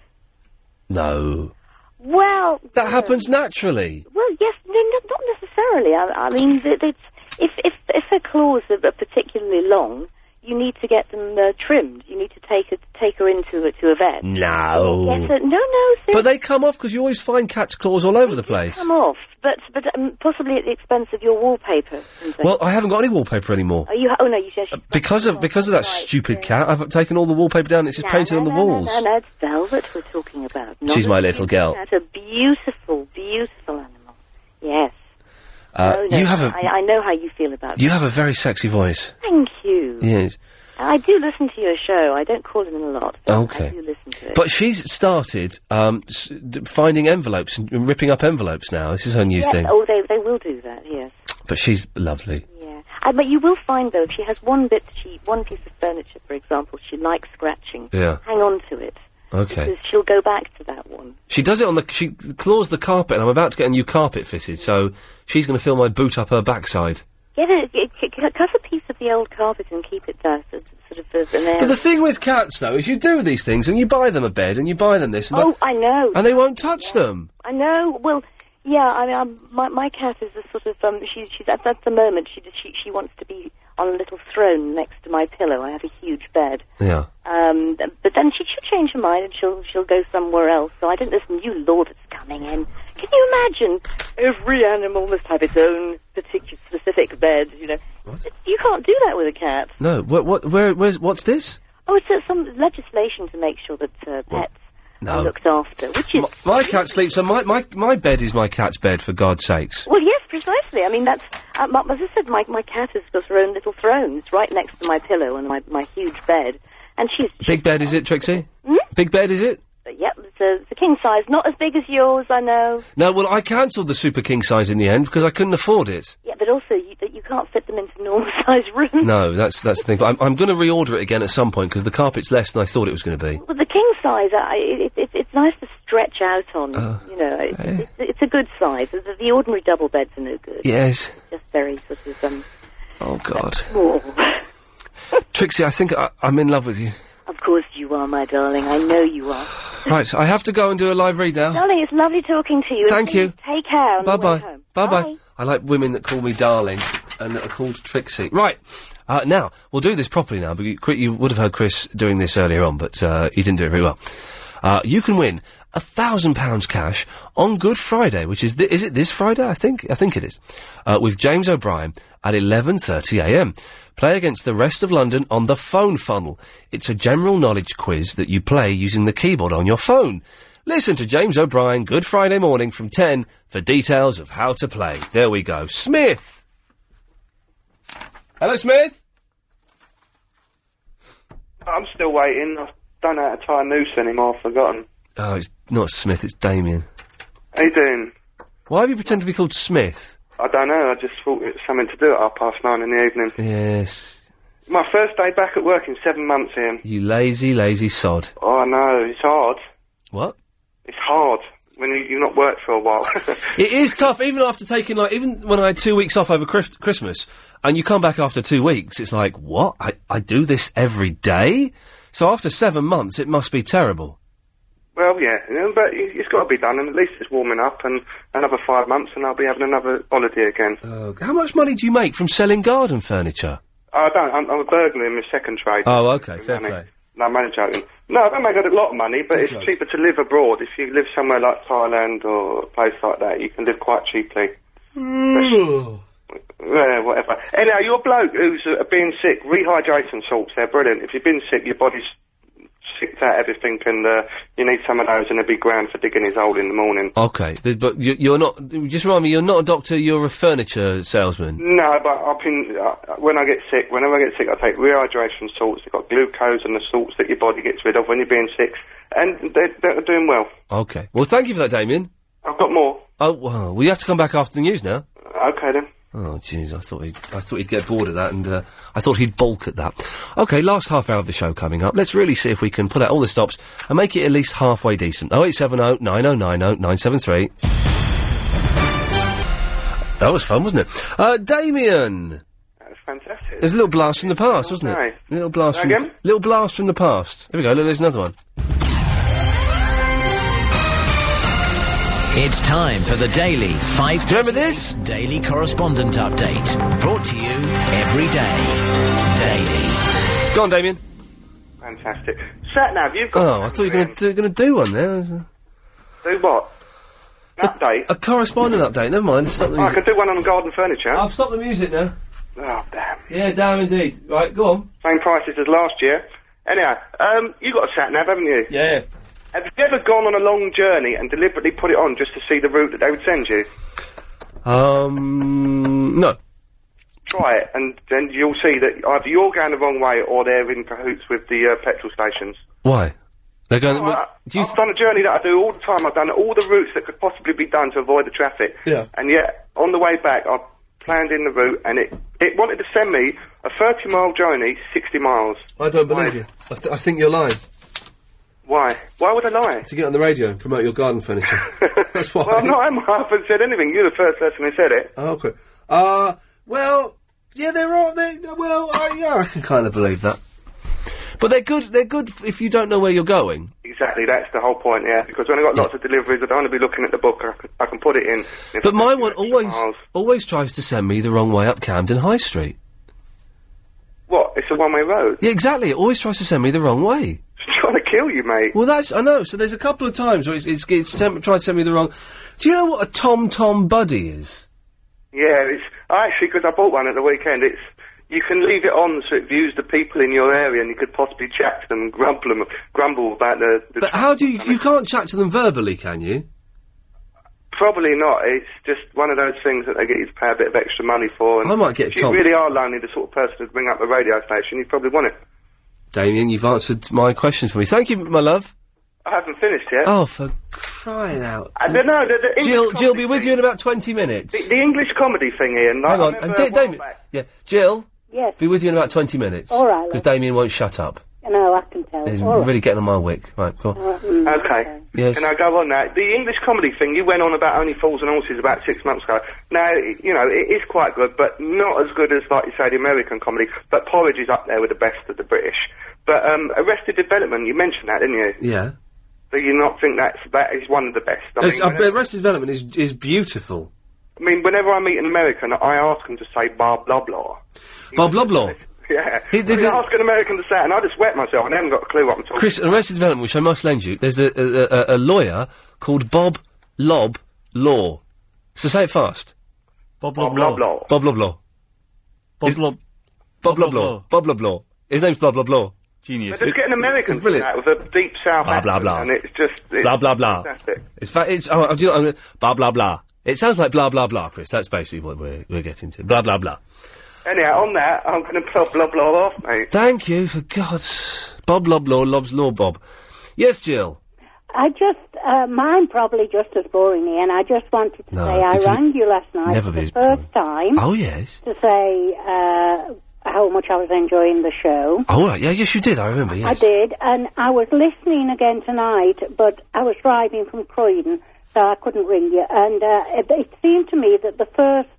Speaker 5: No,
Speaker 26: Well,
Speaker 5: that happens naturally.
Speaker 26: Well, yes, no, not, not necessarily. I, I mean, th- it's, if if if her claws are, are particularly long, you need to get them uh, trimmed. You need to take her take her into a, to a vet.
Speaker 5: No.
Speaker 26: Yes, uh, no, no, seriously,
Speaker 5: But they come off because you always find cat's claws all over the place.
Speaker 26: come off, but but um, possibly at the expense of your wallpaper. and things.
Speaker 5: Well, I haven't got any wallpaper anymore
Speaker 26: Are you? Oh no, you just.
Speaker 5: because of because of that stupid cat. I've taken all the wallpaper down. It's just painted on the walls.
Speaker 26: No, no, it's velvet we're talking about. not
Speaker 5: She's
Speaker 26: a
Speaker 5: my little
Speaker 26: stupid
Speaker 5: girl.
Speaker 26: cat, a beautiful, beautiful animal. Yes.
Speaker 5: Uh,
Speaker 26: oh, no,
Speaker 5: you have a
Speaker 26: I, I know how you feel about.
Speaker 5: you
Speaker 26: that.
Speaker 5: have a very sexy voice.
Speaker 26: Thank you.
Speaker 5: Yes.
Speaker 26: I do listen to your show. I don't call in a lot. but
Speaker 5: Okay.
Speaker 26: I do listen to it.
Speaker 5: But she's started um, s- d- finding envelopes and and ripping up envelopes now. This is her new
Speaker 26: Yes,
Speaker 5: thing.
Speaker 26: Oh, they they will do that. Yes.
Speaker 5: But she's lovely.
Speaker 26: Yeah. Uh, but you will find though, if she has one bit, she one piece of furniture, for example, she likes scratching.
Speaker 5: Yeah.
Speaker 26: Hang on to it.
Speaker 5: Okay.
Speaker 26: Because she'll go back to that one.
Speaker 5: She does it on the. She claws the carpet, and I'm about to get a new carpet fitted, so she's going to fill my boot up her backside.
Speaker 26: Get a, get, get- cut a piece of the old carpet and keep it there, so, sort of as an
Speaker 5: But
Speaker 26: area.
Speaker 5: the thing with cats, though, is you do these things, and you buy them a bed, and you buy them this, and,
Speaker 26: Oh,
Speaker 5: that,
Speaker 26: I know.
Speaker 5: and they won't touch them.
Speaker 26: I know. Well, yeah. I mean, I'm, my my cat is a sort of um. She's she's at, at the moment. She she she wants to be on a little throne next to my pillow. I have a huge bed.
Speaker 5: Yeah.
Speaker 26: Um. th- But then she she'll change her mind and she'll she'll go somewhere else. So I don't listen. You law that's coming in. Can you imagine? Every animal must have its own particular specific bed. You know. You can't do that with a cat.
Speaker 5: No. What? What? Where? Where's? What's this?
Speaker 26: Oh, it's uh, some legislation to make sure that uh, pets
Speaker 5: No.
Speaker 26: are looked after, which is
Speaker 5: My, my cat sleeps on my, my my bed is my cat's bed for God's sakes.
Speaker 26: Well, yes, precisely. I mean, that's uh, my, as I said. My my cat has got her own little throne. It's right next to my pillow and my my huge bed, and she's
Speaker 5: Big bed is it, Trixie?
Speaker 26: Hmm?
Speaker 5: Big bed is it?
Speaker 26: yep, it's a, it's a king size, not as big as yours, I know.
Speaker 5: No, well, I cancelled the super king size in the end because I couldn't afford it.
Speaker 26: Yeah, but also you, that you can't fit them into normal size rooms.
Speaker 5: No, that's that's the thing. But I'm, I'm going to reorder it again at some point because the carpet's less than I thought it was going to be.
Speaker 26: Well, the king size, I, it, it, it's nice to stretch out on.
Speaker 5: Uh,
Speaker 26: you know, it, it's, it's a good size. The, the ordinary double beds are no good.
Speaker 5: Yes.
Speaker 26: Just very sort of um,
Speaker 5: Oh God,
Speaker 26: small.
Speaker 5: Trixie, I think I, I'm in love with you.
Speaker 26: of course you are, my darling. I know you are.
Speaker 5: Right, I have to go and do a live read now.
Speaker 26: Darling, it's lovely talking to you.
Speaker 5: Thank you.
Speaker 26: Take care. on the
Speaker 5: Bye
Speaker 26: way
Speaker 5: bye.
Speaker 26: home.
Speaker 5: Bye bye. I like women that call me darling and that are called Trixie. Right. Uh, now, we'll do this properly now, but you, Chri- you would have heard Chris doing this earlier on, but uh, he didn't do it very well. Uh, you can win a thousand pounds cash on Good Friday, which is th- is it this Friday? I think I think it is, uh, with James O'Brien at eleven thirty a.m. Play against the rest of London on the phone funnel. It's a general knowledge quiz that you play using the keyboard on your phone. Listen to James O'Brien Good Friday morning from 10 for details of how to play. There we go. Smith! Hello, Smith!
Speaker 4: I'm still waiting. I don't know how to tie a noose anymore. I've forgotten.
Speaker 5: Oh, it's not Smith, it's Damien.
Speaker 4: How you doing?
Speaker 5: Why have you pretended to be called Smith?
Speaker 4: I don't know. I just thought it was something to do at half past nine in the evening.
Speaker 5: Yes.
Speaker 4: My first day back at work in seven months, Ian.
Speaker 5: You lazy, lazy sod.
Speaker 4: Oh, I know. It's hard.
Speaker 5: What?
Speaker 4: It's hard when you, you've not worked for a while.
Speaker 5: It is tough, even after taking, like, even when I had two weeks off over Christ- Christmas, and you come back after two weeks, it's like, what? I, I do this every day? So after seven months, it must be terrible.
Speaker 4: well, yeah, you know, but it- it's got to be done, and at least it's warming up. And another five months, and I'll be having another holiday again.
Speaker 5: Oh, How much money do you make from selling garden furniture?
Speaker 4: Oh, I don't. I'm, I'm a burglar in my second trade.
Speaker 5: Oh, okay, fair
Speaker 4: Money.
Speaker 5: play.
Speaker 4: No, I'm only joking. No, I don't make a lot of money, but it's
Speaker 5: joke.
Speaker 4: cheaper to live abroad. If you live somewhere like Thailand or a place like that, you can live quite cheaply. Yeah, whatever. Anyhow, your bloke who's uh, been sick, rehydration salts, they're brilliant. If you've been sick, your body's sicked out everything and uh, you need some of those and a big round for digging his hole in the morning.
Speaker 5: Okay, th- but you, you're not. Just remind me, you're not a doctor. You're a furniture salesman.
Speaker 4: No, but I've been, uh, when I get sick, whenever I get sick, I take rehydration salts. They've got glucose and the salts that your body gets rid of when you're being sick. And they're, they're doing well.
Speaker 5: Okay. Well, thank you for that, Damien.
Speaker 4: I've got more.
Speaker 5: Oh, well, well, you have to come back after the news now.
Speaker 4: Okay then.
Speaker 5: Oh, jeez, I thought he'd, I thought he'd get bored of that, and uh, I thought he'd balk at that. Okay, last half hour of the show coming up. Let's really see if we can pull out all the stops and make it at least halfway decent. Oh, 0870 9090 973. That was fun, wasn't it? Uh, Damien!
Speaker 4: Fantastic.
Speaker 5: There's a little blast from the past, wasn't it?
Speaker 4: Nice.
Speaker 5: Little blast from
Speaker 4: Again?
Speaker 5: little blast from the past. Here we go. Look, there's another one.
Speaker 3: It's time for the daily five. Remember this daily correspondent update brought to you every day, daily.
Speaker 5: Go on, Damien.
Speaker 4: Fantastic. Sat nav, you've got
Speaker 5: Oh, I thought you were going to going to do one there.
Speaker 4: do what? An update.
Speaker 5: A correspondent update. Never mind. Stop the
Speaker 4: Oh, I
Speaker 5: music.
Speaker 4: could do one on garden furniture.
Speaker 5: I've stopped the music now.
Speaker 4: Oh, damn.
Speaker 5: Yeah, damn indeed. Right, go on.
Speaker 4: Same prices as last year. Anyhow, um, you got a sat nav, haven't you?
Speaker 5: Yeah.
Speaker 4: Have you ever gone on a long journey and deliberately put it on just to see the route that they would send you?
Speaker 5: Um, no.
Speaker 4: Try it, and then you'll see that either you're going the wrong way or they're in cahoots with the uh, petrol stations.
Speaker 5: Why? They're going.
Speaker 4: I, have done a journey that I do all the time. I've done all the routes that could possibly be done to avoid the traffic.
Speaker 5: Yeah.
Speaker 4: And yet, on the way back, I planned in the route, and it, it wanted to send me a 30 mile journey, 60 miles.
Speaker 5: I don't believe you. I, th- I think you're lying.
Speaker 4: Why? Why would I lie?
Speaker 5: To get on the radio and promote your garden furniture. That's why.
Speaker 4: Well, I'm not, I'm, I haven't said anything. You're the first person who said it.
Speaker 5: Oh, okay. Uh, well, yeah, they're all. They, well, uh, yeah, I can kind of believe that. But they're good. They're good f- if you don't know where you're going.
Speaker 4: Exactly, that's the whole point, yeah. Because when I've got lots of deliveries, I don't want to be looking at the book. I can, I can put it in. If
Speaker 5: But
Speaker 4: I
Speaker 5: my
Speaker 4: do
Speaker 5: one
Speaker 4: extra
Speaker 5: always
Speaker 4: miles-
Speaker 5: always tries to send me the wrong way up Camden High Street.
Speaker 4: What? It's a one-way road.
Speaker 5: Yeah, exactly. It always tries to send me the wrong way.
Speaker 4: It's trying to kill you, mate.
Speaker 5: Well, that's I know. So there's a couple of times where it's it's, it's tem- tried to send me the wrong. Do you know what a Tom Tom buddy is?
Speaker 4: Yeah, it's I actually because I bought one at the weekend. It's you can leave it on so it views the people in your area, and you could possibly chat to them and grumble them, grumble about the. the
Speaker 5: But how do you you can't chat to them verbally, can you?
Speaker 4: Probably not. It's just one of those things that they get you to pay a bit of extra money for. And
Speaker 5: I might get
Speaker 4: If you
Speaker 5: Tom.
Speaker 4: really are lonely, the sort of person who'd ring up the radio station, you'd probably want it.
Speaker 5: Damien, you've answered my questions for me. Thank you, my love.
Speaker 4: I haven't finished yet.
Speaker 5: Oh, for crying out!
Speaker 4: Uh, I don't know. The, the English
Speaker 5: Jill,
Speaker 4: comedy
Speaker 5: Jill, be with you in about twenty minutes.
Speaker 4: The, the English comedy thing, Ian. Like,
Speaker 5: Hang on,
Speaker 4: I
Speaker 5: and
Speaker 4: remember
Speaker 5: Da- Damien, yeah, Jill,
Speaker 29: Yes,
Speaker 5: be with you in about twenty minutes.
Speaker 29: All right,
Speaker 5: because
Speaker 29: love.
Speaker 5: Damien won't shut up.
Speaker 29: no, I can tell.
Speaker 5: He's
Speaker 29: All right.
Speaker 5: really getting on my wick. Right, go on.
Speaker 4: Okay.
Speaker 5: Yes.
Speaker 4: Can I go on now? The English comedy thing you went on about Only Fools and Horses about six months ago. Now, it- you know, it is quite good, but not as good as, like you say, the American comedy. But Porridge is up there with the best of the British. But um, Arrested Development, you mentioned that, didn't you?
Speaker 5: Yeah.
Speaker 4: Do you not think that's, that is one of the best? I
Speaker 5: It's-
Speaker 4: mean,
Speaker 5: uh,
Speaker 4: whenever,
Speaker 5: Arrested Development is is beautiful.
Speaker 4: I mean, whenever I meet an American, I ask them to say blah, blah, blah.
Speaker 5: Bob Loblaw.
Speaker 4: Yeah.
Speaker 5: He-
Speaker 4: I mean,
Speaker 5: there's a-
Speaker 4: I ask an American to say it, and I just wet myself, and I haven't got a clue what I'm talking
Speaker 5: Chris, Arrested Development, which I must lend you, there's a, a, a, a lawyer called Bob Lob Law. So say it fast.
Speaker 21: Bob
Speaker 4: Lob Bob Lob Law. Law.
Speaker 5: Bob Lob Law. Bob Lob. Bob Lob Law. Bob Lob Law. His name's Bob Lob Law.
Speaker 21: Genius.
Speaker 4: But just get an American to that with a deep south
Speaker 5: Blah, blah,
Speaker 4: accent,
Speaker 5: blah.
Speaker 4: and it's just... It's
Speaker 5: Blah, blah, blah.
Speaker 4: Fantastic.
Speaker 5: It's fa- it's oh, do you know, what I'm gonna- blah blah blah. It sounds like blah blah blah, Chris. That's basically what we're we're getting to. Blah blah blah.
Speaker 4: Anyhow, on that, I'm going to blah blah blah off, mate.
Speaker 5: Thank you for God's Bob Lob Law Lob's Law Bob. Yes, Jill.
Speaker 29: I just, uh, mine probably just as boring, Ian. I just wanted to
Speaker 5: No,
Speaker 29: say I
Speaker 5: you could
Speaker 29: rang you last night
Speaker 5: never
Speaker 29: for
Speaker 5: be
Speaker 29: the
Speaker 5: as
Speaker 29: first time.
Speaker 5: Oh yes.
Speaker 29: To say uh, how much I was enjoying the show.
Speaker 5: Oh right. Yeah. Yes, you did. I remember. Yes.
Speaker 29: I did, and I was listening again tonight, but I was driving from Croydon, so I couldn't ring you. And uh, it, it seemed to me that the first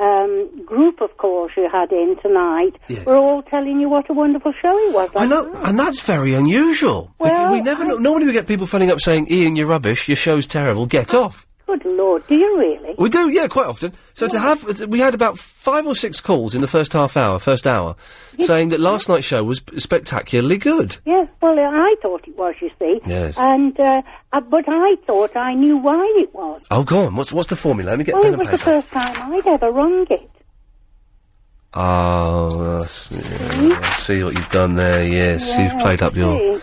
Speaker 29: um, group of calls you had in tonight were all telling you what a wonderful show it was.
Speaker 5: I know, and that's very unusual. Well, we never no- normally we get people phoning up saying, "Ian, you're rubbish. Your show's terrible. Get
Speaker 29: Oh,
Speaker 5: off."
Speaker 29: Good Lord, do you really?
Speaker 5: We do, yeah, quite often. So to have, we had about five or six calls in the first half hour, first hour, saying that last night's show was spectacularly good.
Speaker 29: Yes, well, I thought it was, you see.
Speaker 5: Yes.
Speaker 29: And, uh, uh, but I thought I knew why it was.
Speaker 5: Oh, go on. What's what's the formula? Let me get
Speaker 29: well,
Speaker 5: pen
Speaker 29: it
Speaker 5: and
Speaker 29: was the
Speaker 5: paper.
Speaker 29: first time I'd ever rung it.
Speaker 5: Oh, I see, I see what you've done there. Yes, you've played up your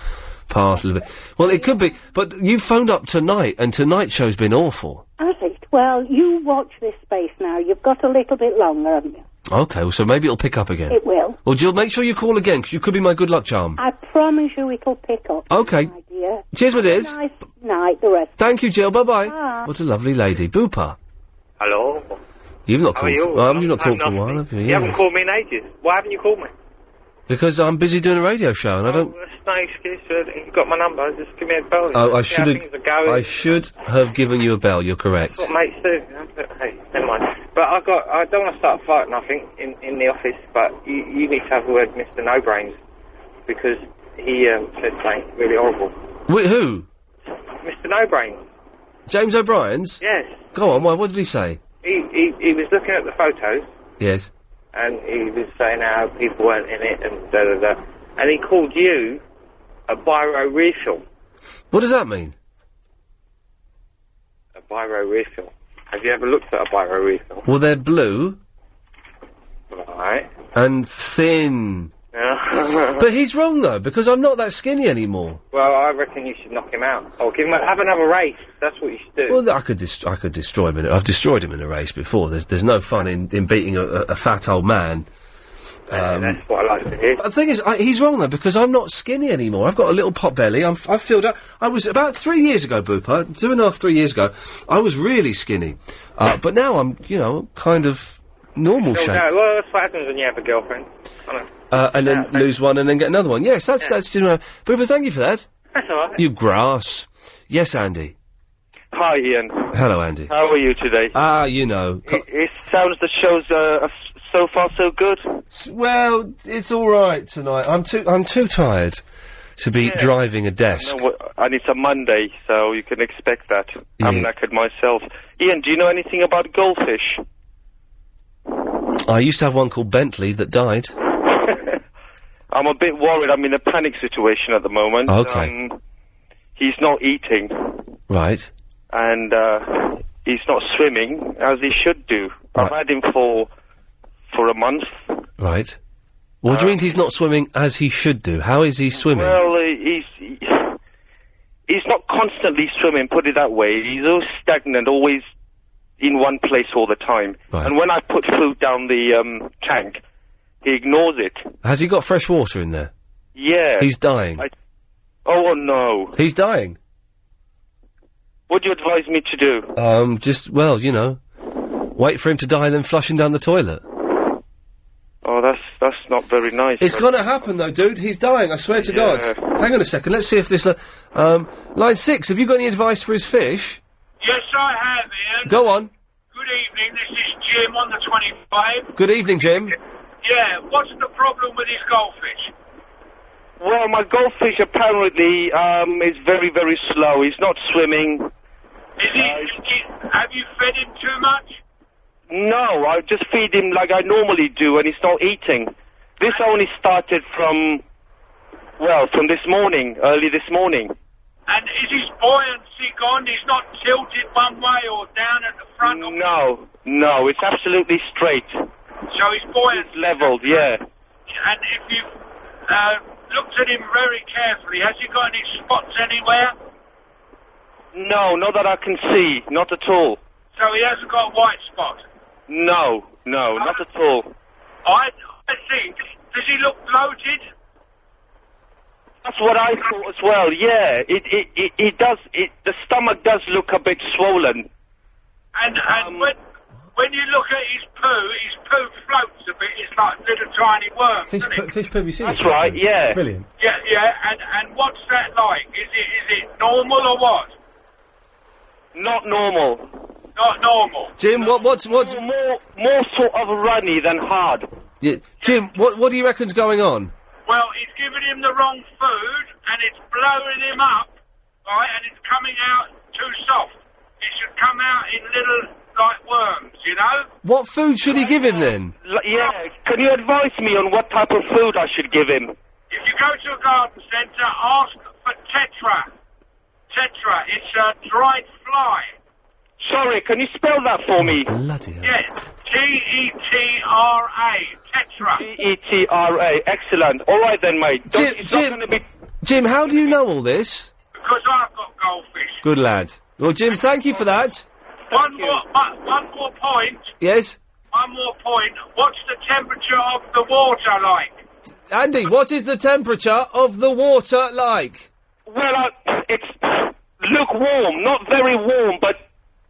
Speaker 5: part a little bit. Well, it could be, but you phoned up tonight, and tonight's show's been awful.
Speaker 33: Has it? Well, you watch this space now. You've got a little bit longer, haven't you?
Speaker 5: Okay, well, so maybe it'll pick up again.
Speaker 33: It will.
Speaker 5: Well, Jill, make sure you call again because you could be my good luck charm.
Speaker 33: I promise you it'll pick up,
Speaker 5: Okay.
Speaker 33: dear.
Speaker 5: Cheers, my dears.
Speaker 33: Nice night, the rest.
Speaker 5: Thank you, Jill. Bye bye.
Speaker 33: Bye.
Speaker 5: What a lovely lady, Booper.
Speaker 7: Hello.
Speaker 5: You've not
Speaker 7: How
Speaker 5: called.
Speaker 7: are you?
Speaker 5: For, um, you've not
Speaker 7: I've
Speaker 5: called for a
Speaker 7: not-
Speaker 5: while, have you?
Speaker 7: You
Speaker 5: Yeah.
Speaker 7: haven't called me in ages. Why haven't you called me?
Speaker 5: Because I'm busy doing a radio show and I don't.
Speaker 7: That's no excuse. uh, You've got my number. Just give me a bell.
Speaker 5: Oh, I
Speaker 7: See how
Speaker 5: should
Speaker 7: things are
Speaker 5: have.
Speaker 7: going. Oh,
Speaker 5: I should have given you a bell. You're correct.
Speaker 7: That's what mates do. you know, but Hey, never mind. But I got. I don't want to start a fight. I think in in the office, but you, you need to have a word, with Mister No Brains, because he um, said something really horrible.
Speaker 5: Wait, who?
Speaker 7: Mister No Brains.
Speaker 5: James O'Brien's?
Speaker 7: Yes.
Speaker 5: Go on. Why? What did he say?
Speaker 7: He, he he was looking at the photos
Speaker 5: Yes.
Speaker 7: and he was saying how people weren't in it and da da da, and he called you a biro
Speaker 5: What does that mean?
Speaker 7: A biro refill. Have you ever looked at a biro refill?
Speaker 5: Well, they're blue
Speaker 7: Right.
Speaker 5: and thin.
Speaker 7: Yeah.
Speaker 5: but he's wrong though because I'm not that skinny anymore.
Speaker 7: Well, I reckon you should knock him out.
Speaker 12: Oh,
Speaker 7: Or give him a, have another race. That's what you should do.
Speaker 5: Well, I could dest- I could destroy him. In a- I've destroyed him in a race before. There's there's no fun in, in beating a, a, a fat old man. Um,
Speaker 7: that's what I like to hear.
Speaker 5: But the thing is, I, he's wrong though because I'm not skinny anymore. I've got a little pot belly. I'm, f- I've filled up. I was about three years ago, Booper, two and a half, three years ago. I was really skinny, uh, but now I'm you know kind of normal
Speaker 7: Well,
Speaker 5: shape.
Speaker 7: no, well, that's what happens when you have a girlfriend. I know.
Speaker 5: Uh, and then lose one and then get another one. Yes, that's that's you know, Booper. Thank you for that.
Speaker 7: That's all right.
Speaker 5: You grass. Yes, Andy.
Speaker 23: Hi, Ian.
Speaker 5: Hello, Andy.
Speaker 23: How are you today?
Speaker 5: Ah, you know.
Speaker 23: It, it sounds the show's uh, are s- so far so good.
Speaker 5: Well, it's all right tonight. I'm too I'm too tired to be driving a desk.
Speaker 23: No, wha- and it's a Monday, so you can expect that. I'm knackered myself. Ian, do you know anything about goldfish?
Speaker 5: I used to have one called Bentley that died.
Speaker 23: I'm a bit worried. I'm in a panic situation at the moment.
Speaker 5: Okay.
Speaker 23: Um, he's not eating,
Speaker 5: Right.
Speaker 23: and uh, he's not swimming as he should do. I've had him for for a month.
Speaker 5: Right. What
Speaker 7: Uh.
Speaker 5: do you mean he's not swimming as he should do? How is he swimming?
Speaker 23: Well, uh, he's he- he's not constantly swimming. Put it that way. He's always stagnant, always in one place all the time. And when I put food down the um, tank, he ignores it.
Speaker 5: Has he got fresh water in there?
Speaker 23: Yeah.
Speaker 5: He's dying.
Speaker 23: I- oh no!
Speaker 5: He's dying.
Speaker 23: What do you advise me to do?
Speaker 5: Um, just well, you know, wait for him to die and then flush him down the toilet.
Speaker 23: Oh, that's that's not very nice.
Speaker 5: It's
Speaker 23: but-
Speaker 5: gonna happen though, dude. He's dying. I swear to God.
Speaker 23: Yeah.
Speaker 5: Hang on a second. Let's see if this. Uh, um, line six. Have you got any advice for his fish?
Speaker 19: Yes, I have, Ian.
Speaker 5: Go on.
Speaker 19: Good evening. This is Jim on the 25.
Speaker 5: Good evening, Jim.
Speaker 19: Yeah, what's the problem with his goldfish?
Speaker 23: Well, my goldfish apparently um, is very very slow. He's not swimming. Uh,
Speaker 19: Is he, is- have you fed him too much?
Speaker 23: No, I just feed him like I normally do, and he's not eating. This only started from, well, from this morning, early this morning.
Speaker 19: And is his buoyancy gone? He's not tilted one way or down at the front? or-
Speaker 23: No, no, it's absolutely straight,
Speaker 19: So his buoyancy...
Speaker 23: leveled. Yeah,
Speaker 19: And if you've uh, looked at him very carefully, has he got any spots anywhere?
Speaker 23: no, not that I can see, not at all.
Speaker 19: So he hasn't got a white spot?
Speaker 23: No, no, not at all.
Speaker 19: I, I think... Does he look bloated?
Speaker 23: That's what I thought as well. Yeah, it it it, it does. It the stomach does look a bit swollen.
Speaker 19: And and
Speaker 23: Um,
Speaker 19: when when you look at his poo, his poo floats a bit. It's like little tiny worms.
Speaker 5: Fish, pu- fish poo, you see?
Speaker 19: That's right, yeah.
Speaker 5: Brilliant.
Speaker 19: Yeah, yeah. And and what's that like? Is it is it normal or what?
Speaker 23: Not normal.
Speaker 19: Not normal.
Speaker 5: Jim, what, what's what's
Speaker 23: more more sort of runny than hard?
Speaker 5: Yeah, Jim, what what do you reckon's going on?
Speaker 19: Well, it's giving him the wrong food, and it's blowing him up, right? And it's coming out too soft. It should come out in little like worms, you know.
Speaker 5: What food should he give him then?
Speaker 23: L- yeah, can you advise me on what type of food I should give him?
Speaker 19: If you go to a garden centre, ask for tetra. Tetra. It's a dried fly.
Speaker 23: Sorry, can you spell that for me?
Speaker 5: Bloody
Speaker 19: Yeah, T E T-E-T-R-A, Tetra.
Speaker 23: E
Speaker 13: E E-T-R-A. Excellent. All right then, mate. Don't, it's not going to be...
Speaker 5: Jim, how do you know all this?
Speaker 19: Because I've got goldfish.
Speaker 5: Good lad. Well, Jim, thank you for that.
Speaker 19: One more, one, one more point.
Speaker 5: Yes?
Speaker 19: One more point. What's the temperature of the water like?
Speaker 5: Andy, what is the temperature of the water like?
Speaker 13: Well, uh, it's lukewarm. Not very warm, but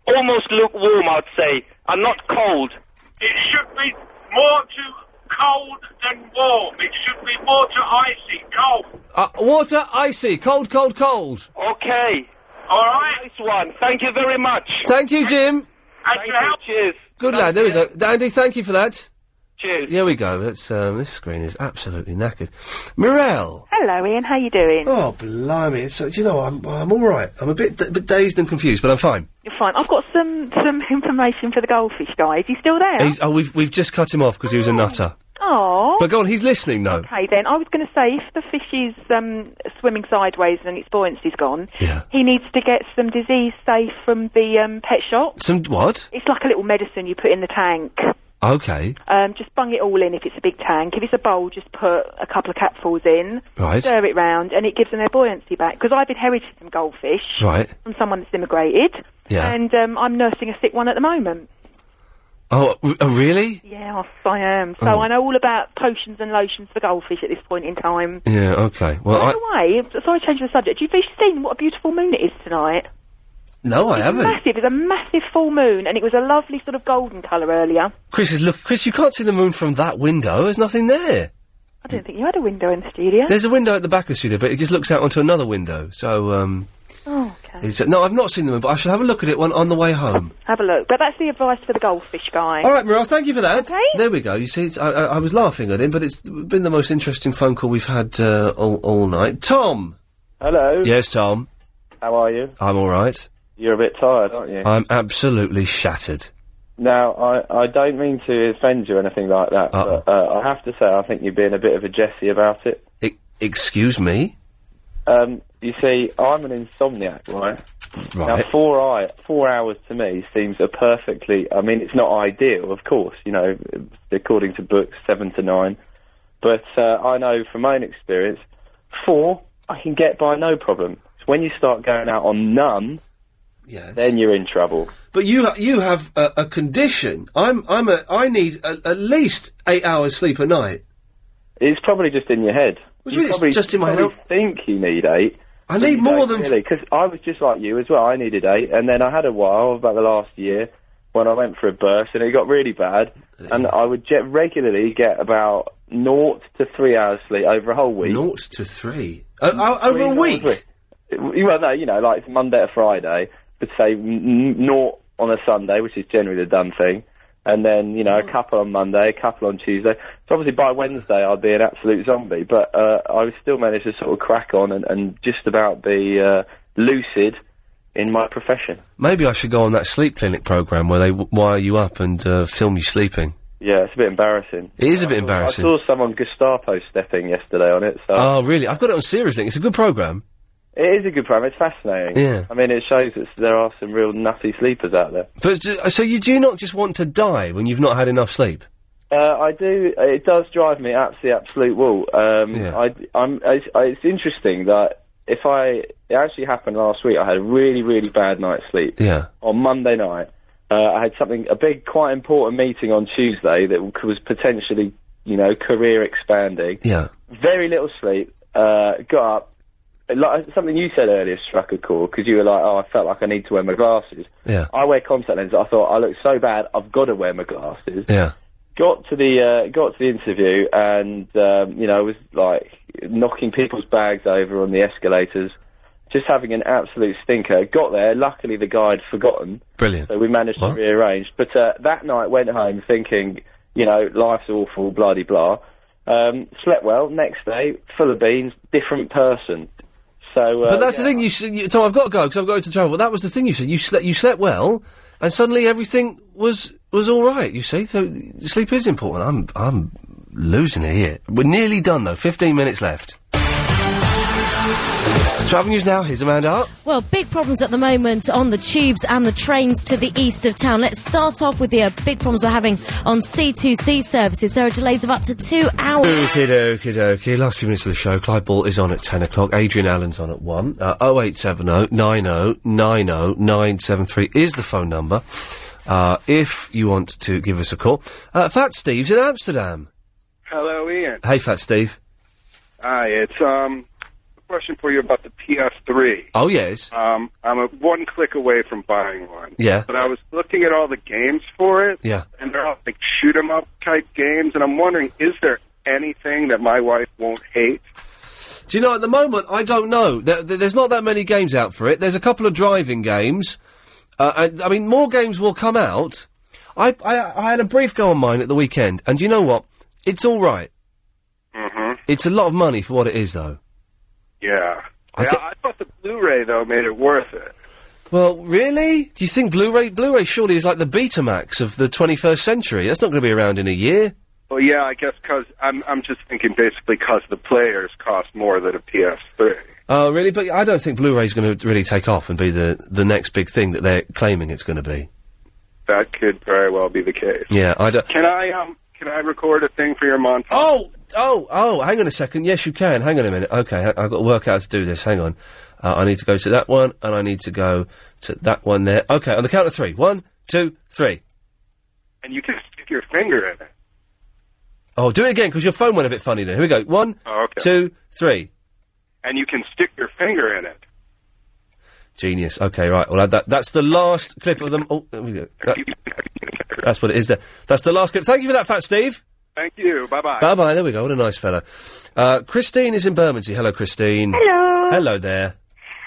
Speaker 13: almost lukewarm, I'd say. I'm not cold.
Speaker 19: It should be more to cold than warm. It should be more to icy, cold.
Speaker 5: Uh, water, icy, cold, cold, cold.
Speaker 13: Okay.
Speaker 19: All right.
Speaker 13: Nice one. Thank you very much.
Speaker 5: Thank you, Jim.
Speaker 19: And to help
Speaker 13: Cheers.
Speaker 5: Good lad. There we go. Andy, thank you for that.
Speaker 13: Cheers.
Speaker 5: Here we go. That's, um, this screen is absolutely knackered. Mirelle.
Speaker 1: Hello, Ian. How you doing?
Speaker 5: Oh, blimey. So, do you know, I'm, I'm all right. I'm a bit, d- bit dazed and confused, but I'm fine.
Speaker 1: You're fine. I've got some some information for the goldfish guy. Is he still there?
Speaker 5: He's, oh, we've, we've just cut him off because he was a nutter.
Speaker 1: Oh.
Speaker 5: But go on, he's listening, though.
Speaker 1: Okay, then. I was going to say, if the fish is um, swimming sideways and its buoyancy's gone, he needs to get some disease safe from the um, pet shop.
Speaker 5: Some what?
Speaker 1: It's like a little medicine you put in the tank.
Speaker 5: Okay.
Speaker 1: Um, just bung it all in if it's a big tank. If it's a bowl, just put a couple of capfuls in,
Speaker 5: Right.
Speaker 1: stir it round, and it gives them their buoyancy back. Because I've inherited some goldfish
Speaker 5: Right.
Speaker 1: from someone that's immigrated,
Speaker 5: Yeah.
Speaker 1: and um, I'm nursing a sick one at the moment.
Speaker 5: Oh, r- oh, really?
Speaker 1: Yes, I am. So
Speaker 5: Oh.
Speaker 1: I know all about potions and lotions for goldfish at this point in time.
Speaker 5: Yeah, okay. Well,
Speaker 1: By
Speaker 5: I.
Speaker 1: the way, sorry to change the subject. You've seen what a beautiful moon it is tonight.
Speaker 5: No, I haven't.
Speaker 1: Massive. It's a massive full moon, and it was a lovely sort of golden colour earlier.
Speaker 5: Chris is look. Chris, you can't see the moon from that window. There's nothing there.
Speaker 1: I didn't think you had a window in the studio.
Speaker 5: Hmm. There's a window at the back of the studio, but it just looks out onto another window. So, um,
Speaker 1: Oh,
Speaker 5: it's, no, I've not seen the moon, but I shall have a look at it one on the way home.
Speaker 1: have a look. But that's the advice for the goldfish guy.
Speaker 5: All right, Mirelle, thank you for that.
Speaker 1: Okay.
Speaker 5: There we go. You see, it's, I, I, I was laughing at him, but it's been the most interesting phone call we've had uh, all, all night. Tom.
Speaker 34: Hello.
Speaker 5: Yes, Tom.
Speaker 34: How are you?
Speaker 5: I'm all right.
Speaker 34: You're a bit tired, aren't you?
Speaker 5: I'm absolutely shattered.
Speaker 34: Now, I, I don't mean to offend you or anything like that, but uh, I have to say I think you're being a bit of a Jesse about it.
Speaker 5: E- excuse me?
Speaker 34: Um, you see, I'm an insomniac, right? Now,
Speaker 5: Right.
Speaker 34: four, I- four hours to me seems a perfectly... I mean, it's not ideal, of course, you know, according to books, seven to nine. But uh, I know from my own experience, four I can get by no problem. It's when you start going out on none, then you're in trouble.
Speaker 5: But you ha- you have a, a condition. I'm I'm a I need a, at least eight hours sleep a night.
Speaker 34: It's probably just in your head.
Speaker 5: What do you mean it's just in my
Speaker 34: probably
Speaker 5: head?
Speaker 34: think you need eight.
Speaker 5: I need more than-
Speaker 34: because I was just like you as well. I needed eight, and then I had a while about the last year when I went for a burst, and it got really bad. And I would jet regularly get about naught to three hours sleep over a whole week.
Speaker 5: Naught to three Uh, over a week.
Speaker 34: Well, no, you know, like Monday to Friday, but say n- n- naught on a Sunday, which is generally the done thing. And then, you know, a
Speaker 5: Mm.
Speaker 34: couple on Monday, a couple on Tuesday. So obviously by Wednesday I'd be an absolute zombie, but uh, I would still manage to sort of crack on and, and just about be uh, lucid in my profession.
Speaker 5: Maybe I should go on that sleep clinic program where they w- wire you up and uh, film you sleeping.
Speaker 34: Yeah, it's a bit embarrassing.
Speaker 5: It is a bit
Speaker 34: I
Speaker 5: embarrassing.
Speaker 34: saw someone Gestapo stepping yesterday on it, so
Speaker 5: Oh, really? I've got it on serious thing. It's a good program.
Speaker 34: it is a good program. It's fascinating.
Speaker 5: Yeah.
Speaker 34: I mean, it shows that there are some real nutty sleepers out there.
Speaker 5: But d- so you do not just want to die when you've not had enough sleep.
Speaker 34: Uh, I do. It does drive me up to the absolute wall. Um, I, I'm. It's, it's interesting that if I it actually happened last week, I had a really, really bad night's sleep.
Speaker 5: Yeah.
Speaker 34: On Monday night, uh, I had something a big, quite important meeting on Tuesday that w- was potentially, you know, career expanding.
Speaker 5: Yeah.
Speaker 34: Very little sleep. Uh, got up. Like, uh, something you said earlier struck a chord because you were like, "Oh, I felt like I need to wear my glasses."
Speaker 5: Yeah.
Speaker 34: I wear contact lenses. I thought I look so bad. I've got to wear my glasses
Speaker 5: Yeah.
Speaker 34: got to the uh, got to the interview and um, you know was like knocking people's bags over on the escalators, just having an absolute stinker. Got there, luckily the guy had forgotten,
Speaker 5: Brilliant.
Speaker 34: so we managed to rearrange. But uh, that night went home thinking, you know, life's awful, bloody blah. Um, slept well. Next day, full of beans, different person. So, uh,
Speaker 5: but that's the thing you, s- you Tom. I've got to go because I've got to travel. But that was the thing you said. You slept. You slept well, and suddenly everything was was all right. You see, so sleep is important. I'm I'm losing it here. We're nearly done though. Fifteen minutes left. Travel news now. Here's Amanda Hart.
Speaker 27: Well, big problems at the moment on the tubes and the trains to the east of town. Let's start off with the uh, big problems we're having on C2C services. There are delays of up to two hours.
Speaker 5: Okie dokie dokie. Last few minutes of the show. Clyde Ball is on at 10 o'clock. Adrian Allen's on at 1. Uh, 0870 90 90 973 is the phone number. Uh, if you want to give us a call. Uh, Fat Steve's in Amsterdam.
Speaker 10: Hello, Ian.
Speaker 5: Hey, Fat Steve.
Speaker 10: Hi, it's um a question for you about the PS3.
Speaker 5: Oh, yes.
Speaker 10: Um, I'm a one click away from buying one.
Speaker 5: Yeah.
Speaker 10: But I was looking at all the games for it,
Speaker 5: Yeah.
Speaker 10: and they're all like shoot 'em up type games, and I'm wondering, is there anything that my wife won't hate?
Speaker 5: Do you know, at the moment, I don't know. There, there- there's not that many games out for it. There's a couple of driving games. Uh, and, I mean, more games will come out. I, I, I had a brief go on mine at the weekend, and you know what? It's all right.
Speaker 10: Mm-hmm.
Speaker 5: It's a lot of money for what it is, though.
Speaker 10: Yeah.
Speaker 5: I
Speaker 10: yeah,
Speaker 5: get-
Speaker 10: I thought the Blu-ray though made it worth it.
Speaker 5: Well, really? Do you think Blu-ray? Blu-ray surely is like the Betamax of the 21st century. That's not going to be around in a year.
Speaker 10: Well, yeah, I guess because I'm I'm just thinking basically because the players cost more than a PS3.
Speaker 5: Oh, really? But I don't think Blu-ray's going to really take off and be the the next big thing that they're claiming it's going to be.
Speaker 10: That could very well be the case.
Speaker 5: Yeah, I don't.
Speaker 10: Can I um can I record a thing for your montage?
Speaker 5: Oh, oh, oh! Hang on a second. Yes, you can. Hang on a minute. Okay, I, I've got to work out how to do this. Hang on. Uh, I need to go to that one, and I need to go to that one there. Okay, on the count of three. One, two, three.
Speaker 10: And you can stick your finger in it.
Speaker 5: Oh, do it again because your phone went a bit funny there. Here we go. One,
Speaker 10: Oh, okay.
Speaker 5: two, three.
Speaker 10: And you can stick your finger in it.
Speaker 5: Genius. Okay, right. Well, add that that's the last clip of them. Oh, there we go. That- that's what it is. There. That's the last clip. Thank you for that, Fat Steve.
Speaker 10: Thank you. Bye bye.
Speaker 5: Bye bye. There we go. What a nice fellow. Uh, Christine is in Bermondsey. Hello, Christine.
Speaker 13: Hello.
Speaker 5: Hello there.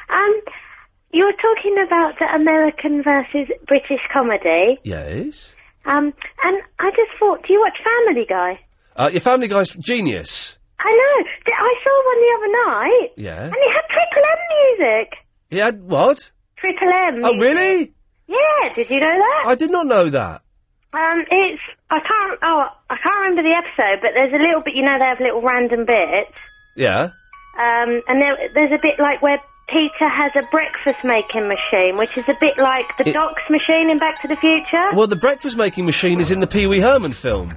Speaker 13: Um, you're talking about the American versus British comedy.
Speaker 5: Yes.
Speaker 13: Um, and I just thought, do you watch Family Guy?
Speaker 5: Uh, your Family Guy's genius.
Speaker 13: I know. D- I saw one the other night,
Speaker 5: Yeah.
Speaker 13: and it had Triple M music.
Speaker 5: He had what?
Speaker 13: Triple M.
Speaker 5: Oh,
Speaker 13: music.
Speaker 5: really?
Speaker 13: Yeah. Did you know that?
Speaker 5: I did not know that.
Speaker 13: Um, it's I can't. Oh, I can't remember the episode, but there's a little bit. You know, they have little random bits.
Speaker 5: Yeah.
Speaker 13: Um, and there, there's a bit like where Peter has a breakfast making machine, which is a bit like the
Speaker 5: It-
Speaker 13: Doc's machine in Back to the Future.
Speaker 5: Well, the breakfast making machine is in the Pee Wee Herman film,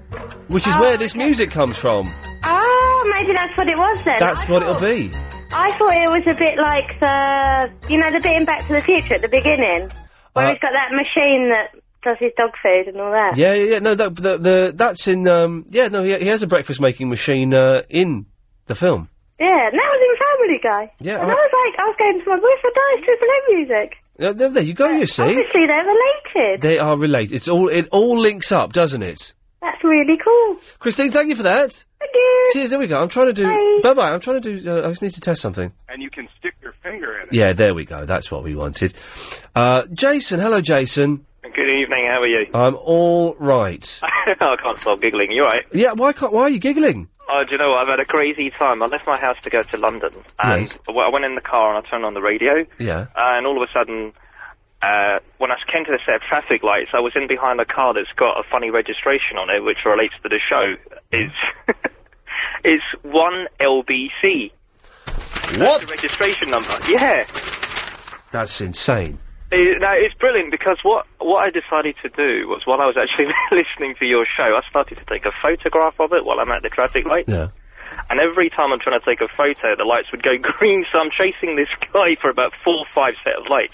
Speaker 5: which is where this music comes from.
Speaker 13: Oh, maybe that's what it was then.
Speaker 5: That's
Speaker 13: I
Speaker 5: what
Speaker 13: thought,
Speaker 5: it'll be. Uh,
Speaker 13: I thought it was a bit like the, you know, the bit in Back to the Future at the beginning, where
Speaker 5: Uh,
Speaker 13: he's got that machine that does his dog food and all that.
Speaker 5: Yeah, yeah, yeah. No, that, the, the, that's in. Um, yeah, no, he, he has a breakfast making machine uh, in the film.
Speaker 13: Yeah, and that was in Family Guy.
Speaker 5: Yeah,
Speaker 13: and
Speaker 5: I-
Speaker 13: I, was like, I was going to my boyfriend, "Oh, I was triple M music.
Speaker 5: Uh, there, there you go. You see,
Speaker 13: Obviously, they're related.
Speaker 5: they are related. It's all. It all links up, doesn't it?
Speaker 13: That's really cool.
Speaker 5: Christine, thank you for that.
Speaker 13: Thank you.
Speaker 5: Cheers. There we go. I'm trying to do. Bye bye. I'm trying to do. Uh, I just need to test something.
Speaker 10: And you can stick your finger in it.
Speaker 5: Yeah, there we go. That's what we wanted. Uh, Jason, hello, Jason.
Speaker 7: Good evening, how are you?
Speaker 5: I'm all right.
Speaker 7: I can't stop giggling, you alright?
Speaker 5: Yeah, why can't? Why are you giggling?
Speaker 7: Oh, do you know what? I've had a crazy time. I left my house to go to London, and
Speaker 5: Yes.
Speaker 7: w I I went in the car and I turned on the radio,
Speaker 5: Yeah.
Speaker 7: and all of a sudden, uh, when I came to the set of traffic lights, I was in behind a car that's got a funny registration on it, which relates to the show. It's, it's 1LBC.
Speaker 5: What?
Speaker 7: That's the registration number, yeah.
Speaker 5: That's insane.
Speaker 7: It, no, it's brilliant because what what I decided to do was while I was actually listening to your show, I started to take a photograph of it while I'm at the traffic light.
Speaker 5: Yeah.
Speaker 7: And every time I'm trying to take a photo, the lights would go green, so I'm chasing this guy for about four or five set of lights.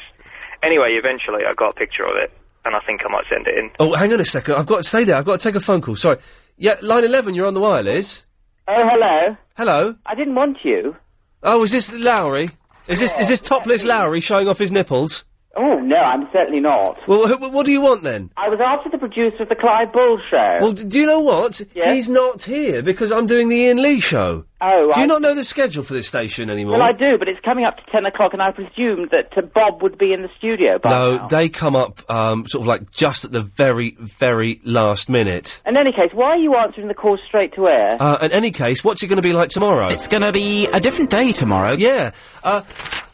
Speaker 7: Anyway, eventually I got a picture of it, and I think I might send it in.
Speaker 5: Oh, hang on a second. I've got to say that. I've got to take a phone call. Sorry. Yeah, line 11, you're on the wire, Liz.
Speaker 12: Oh, hello.
Speaker 5: Hello.
Speaker 12: I didn't want you.
Speaker 5: Oh, is this Lowry? Is this is this topless Lowry showing off his nipples?
Speaker 12: Oh, no, I'm certainly not.
Speaker 5: Well, wh- wh- what do you want then?
Speaker 12: I was after the producer of the Clive Bull show.
Speaker 5: Well, d- do you know what?
Speaker 12: Yes?
Speaker 5: He's not here because I'm doing the Ian Lee show.
Speaker 12: Oh,
Speaker 5: Do you
Speaker 12: I-
Speaker 5: not know the schedule for this station anymore?
Speaker 12: well, I do, but it's coming up to 10 o'clock, and I presumed that uh, Bob would be in the studio by
Speaker 5: no,
Speaker 12: now.
Speaker 5: they come up um, sort of like just at the very, very last minute.
Speaker 12: In any case, why are you answering the call straight to air?
Speaker 5: Uh, in any case, what's it going to be like tomorrow? It's
Speaker 12: going to be a different day tomorrow.
Speaker 5: Yeah, uh,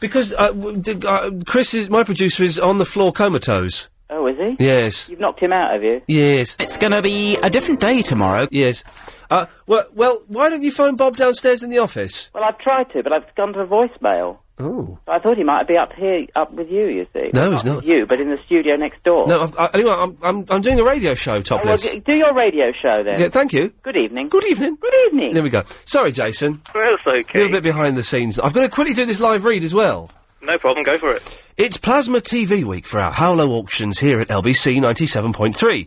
Speaker 5: because uh, w- d- uh, Chris is my producer is on the floor comatose.
Speaker 35: Oh, is he?
Speaker 5: Yes.
Speaker 35: You've knocked him out, have you?
Speaker 5: Yes. It's going to be a different day tomorrow. Yes. Uh, well, well, why don't you phone Bob downstairs in the office?
Speaker 35: Well, I've tried to, but I've gone to voicemail.
Speaker 5: Oh.
Speaker 35: I thought he might be up here, up with you, you see.
Speaker 5: No, he's
Speaker 35: with
Speaker 5: not.
Speaker 35: You, but in the studio next door.
Speaker 5: No, I've, I, anyway, I'm, I'm, I'm doing a radio show,
Speaker 35: Oh, well,
Speaker 5: topless.
Speaker 35: g- do your radio show then.
Speaker 5: Yeah, thank you.
Speaker 35: Good evening.
Speaker 5: Good evening.
Speaker 35: Good evening.
Speaker 5: There we go. Sorry, Jason.
Speaker 7: That's
Speaker 5: A
Speaker 7: okay.
Speaker 5: little bit behind the scenes. I've got to quickly do this live read as well.
Speaker 7: No problem. Go for it.
Speaker 5: It's Plasma TV week for our Howlow auctions here at LBC 97.3.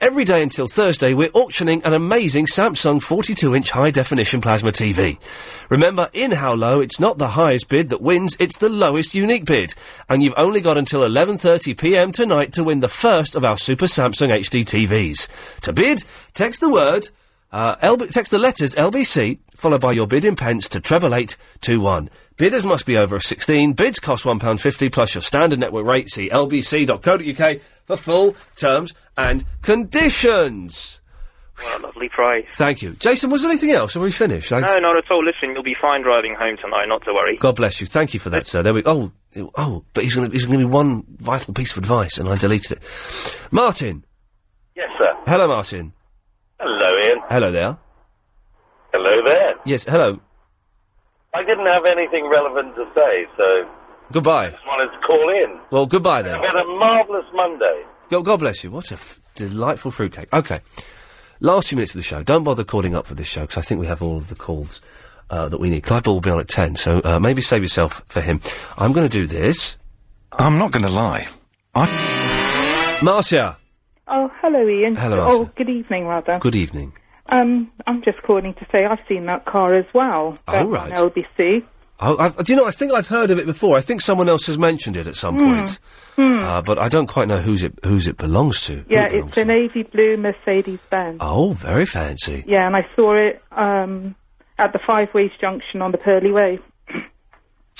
Speaker 5: Every day until Thursday, we're auctioning an amazing Samsung 42 inch high definition plasma TV. Remember, in Howlow, it's not the highest bid that wins, it's the lowest unique bid. And you've only got until 11.30pm tonight to win the first of our Super Samsung HD TVs. To bid, text the word uh, LB- text the letters LBC followed by your bid in pence to treble eight two one. Bidders must be over sixteen. Bids cost one pound fifty plus your standard network rate. See lbc.co.uk for full terms and conditions.
Speaker 7: Well, lovely prize.
Speaker 5: Thank you, Jason. Was there anything else? Are we finished? I-
Speaker 7: No, not at all. Listen, you'll be fine driving home tonight. Not to worry.
Speaker 5: God bless you. Thank you for that, sir. There we. Oh, oh, but he's going to be one vital piece of advice, and I deleted it. Martin.
Speaker 12: Yes, sir.
Speaker 5: Hello, Martin.
Speaker 12: Hello, Ian.
Speaker 5: Hello there.
Speaker 12: Hello there.
Speaker 5: Yes. Hello.
Speaker 12: I didn't have anything relevant to say, so
Speaker 5: Goodbye.
Speaker 12: just wanted to call in.
Speaker 5: Well, goodbye then.
Speaker 12: I've had a marvellous Monday.
Speaker 5: God, God bless you. What a f- delightful fruitcake. Okay. Last few minutes of the show. Don't bother calling up for this show because I think we have all of the calls uh, that we need. Clive Ball will be on at 10, so uh, maybe save yourself for him. I'm going to do this. I'm not going to lie. I. Marcia!
Speaker 36: Oh, hello, Ian.
Speaker 5: Hello,
Speaker 36: Oh,
Speaker 5: Marcia.
Speaker 36: good evening, rather.
Speaker 5: Good evening.
Speaker 36: Um, I'm just calling to say I've seen that car as well.
Speaker 5: Oh,
Speaker 36: That's
Speaker 5: right.
Speaker 36: On LBC.
Speaker 5: Oh, I, do you know, I think I've heard of it before. I think someone else has mentioned it at some
Speaker 36: Hmm.
Speaker 5: point.
Speaker 36: Hmm.
Speaker 5: Oh, Uh, but I don't quite know who's it, whose it belongs to.
Speaker 36: yeah, it's a navy blue Mercedes Benz.
Speaker 5: Oh, very fancy.
Speaker 36: Yeah, and I saw it um, at the Five Ways Junction on the Pearly Way.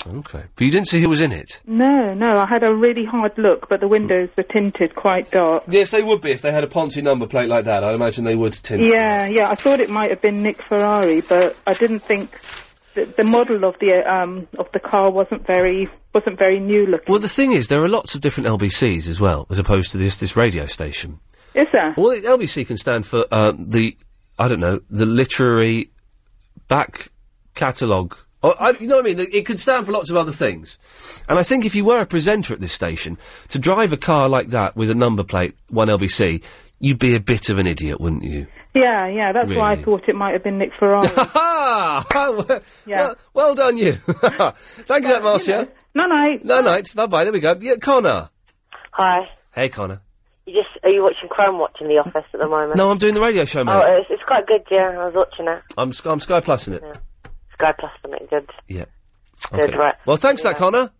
Speaker 5: Okay. But you didn't see who was in it?
Speaker 36: No, no, I had a really hard look, but the windows were tinted quite dark.
Speaker 5: Yes, they would be if they had a Ponzi number plate like that. I'd imagine they would tint.
Speaker 36: Yeah, yeah, I thought it might have been Nick Ferrari, but I didn't think that the model of the um, of the car wasn't very wasn't very new looking.
Speaker 5: Well, the thing is, there are lots of different LBCs as well, as opposed to this this radio station.
Speaker 36: Is there?
Speaker 5: Well, the LBC can stand for uh, the I don't know the literary back catalogue. Or, I, you know what I mean? It could stand for lots of other things. And I think if you were a presenter at this station, to drive a car like that with a number plate, one LBC, you'd be a bit of an idiot, wouldn't you?
Speaker 36: Yeah, yeah, that's why I
Speaker 5: Really?
Speaker 36: thought it might have been Nick Ferrari.
Speaker 5: Ha ha!
Speaker 36: Yeah.
Speaker 5: Well, well done, you. Thank you, that, Marcia.
Speaker 36: No night.
Speaker 5: No night. Bye bye. There we go. Yeah, Connor.
Speaker 13: Hi.
Speaker 5: Hey, Connor.
Speaker 13: You just are you watching Chrome Watch in the office at the moment?
Speaker 5: No, I'm doing the radio show, mate.
Speaker 13: Oh, it's, it's quite good. Yeah, I was watching it.
Speaker 5: I'm Sky, I'm Sky Plus in it.
Speaker 13: Sky Plus and it good.
Speaker 5: Yeah.
Speaker 13: Good, right.
Speaker 5: Well, thanks, for that
Speaker 13: Yeah.
Speaker 5: Connor.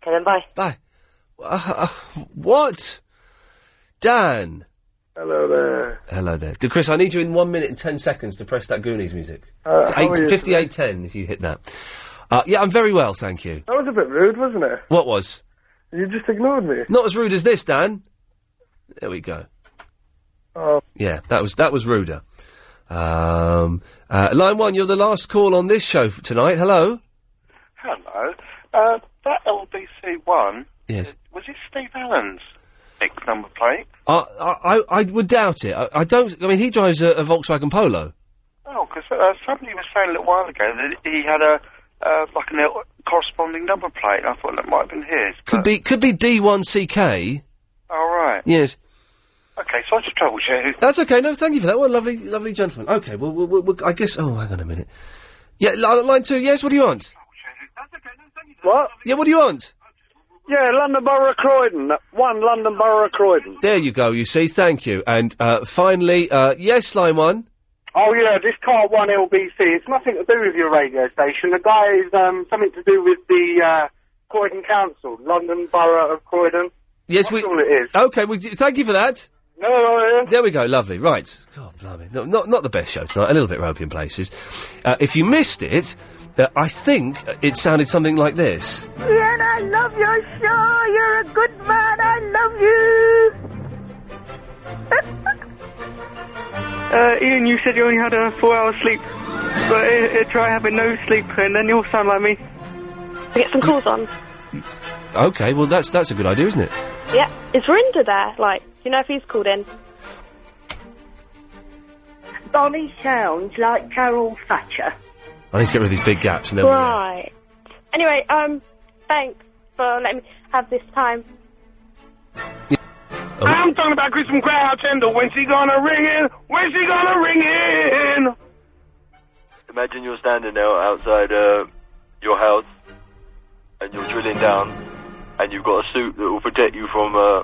Speaker 13: Okay, then bye.
Speaker 5: Bye. Uh, what? Dan.
Speaker 12: Hello there.
Speaker 5: Hello there. D- Chris, I need you in one minute and ten seconds to press that Goonies music.
Speaker 12: Uh,
Speaker 5: It's
Speaker 12: how
Speaker 5: eight,
Speaker 12: are you
Speaker 5: 58.10 if you hit that. Uh, yeah, I'm very well, thank you.
Speaker 12: That was a bit rude, wasn't it?
Speaker 5: What was?
Speaker 12: You just ignored me.
Speaker 5: Not as rude as this, Dan. There we go.
Speaker 12: Oh.
Speaker 5: Yeah, that was that was ruder. Um, uh, line one, you're the last call on this show f- tonight. Hello.
Speaker 12: Hello. Uh, that LBC one
Speaker 5: Yes.
Speaker 12: was it Steve Allen's big number plate?
Speaker 5: I I, I- I would doubt it. I, I don't. I mean, he drives a, a Volkswagen Polo.
Speaker 12: Oh, because uh, somebody was saying a little while ago that he had a uh, like a little corresponding number plate. I thought that might have been his.
Speaker 5: Could be could be D1CK.
Speaker 12: All right.
Speaker 5: Yes.
Speaker 12: Okay, so I just trouble you.
Speaker 5: That's okay. No, thank you for that. What a lovely, lovely gentleman. Okay, well, we'll, we'll, we'll- I guess. Oh, hang on a minute. Yeah, li- line two. Yes, what do you want?
Speaker 37: What?
Speaker 5: Yeah, what do you want?
Speaker 37: Yeah, London Borough of Croydon. that One London Borough of Croydon.
Speaker 5: There you go. You see. Thank you. And uh, finally, uh, yes, line one.
Speaker 37: Oh yeah, this car one LBC. It's nothing to do with your radio station. The guy is um, something to do with the uh, Croydon Council, London Borough of Croydon.
Speaker 5: Yes, we.
Speaker 37: all it is.
Speaker 5: Okay. We, thank you for that.
Speaker 37: No, no, no.
Speaker 5: There we go. Lovely. Right. God, blimey. No, not, not the best show tonight. A little bit ropey in places. Uh, if you missed it, uh, I think it sounded something like this.
Speaker 15: Ian, I love your show. You're a good man. I love you.
Speaker 3: Uh, Ian, you said you only had a four hour sleep, but it, it try having no sleep, and then you'll sound like me.
Speaker 15: Get some calls on.
Speaker 5: Okay, well that's that's a good idea, isn't it?
Speaker 13: Yeah, is Rinder there? Like, do you know if he's called in?
Speaker 38: Bonnie sounds like Carol Thatcher.
Speaker 5: I need to get rid of these big gaps, and then we'll-
Speaker 13: right. Anyway, um, thanks for letting me have this time.
Speaker 10: I'm talking about Kristen Crouch and the when's she gonna ring in? When's she gonna ring in?
Speaker 2: Imagine you're standing now outside uh, your house and you're drilling down and you've got a suit that will protect you from uh,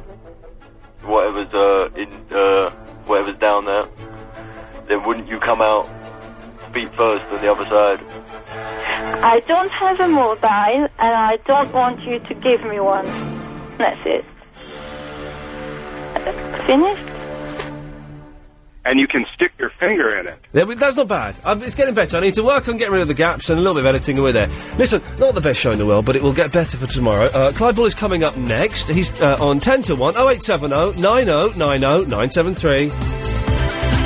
Speaker 2: whatever's uh, in uh, whatever's down there. Then wouldn't you come out feet first on the other side?
Speaker 28: I don't have a mobile, and I don't want you to give me one. That's it. Finished?
Speaker 25: and you can stick your finger in it.
Speaker 5: Yeah, but that's not bad. Um, it's getting better. I need to work on getting rid of the gaps and a little bit of editing away there. Listen, not the best show in the world, but it will get better for tomorrow. Uh, Clyde Ball is coming up next. Oh He's uh, on 10 to 1, 0870 9090 973.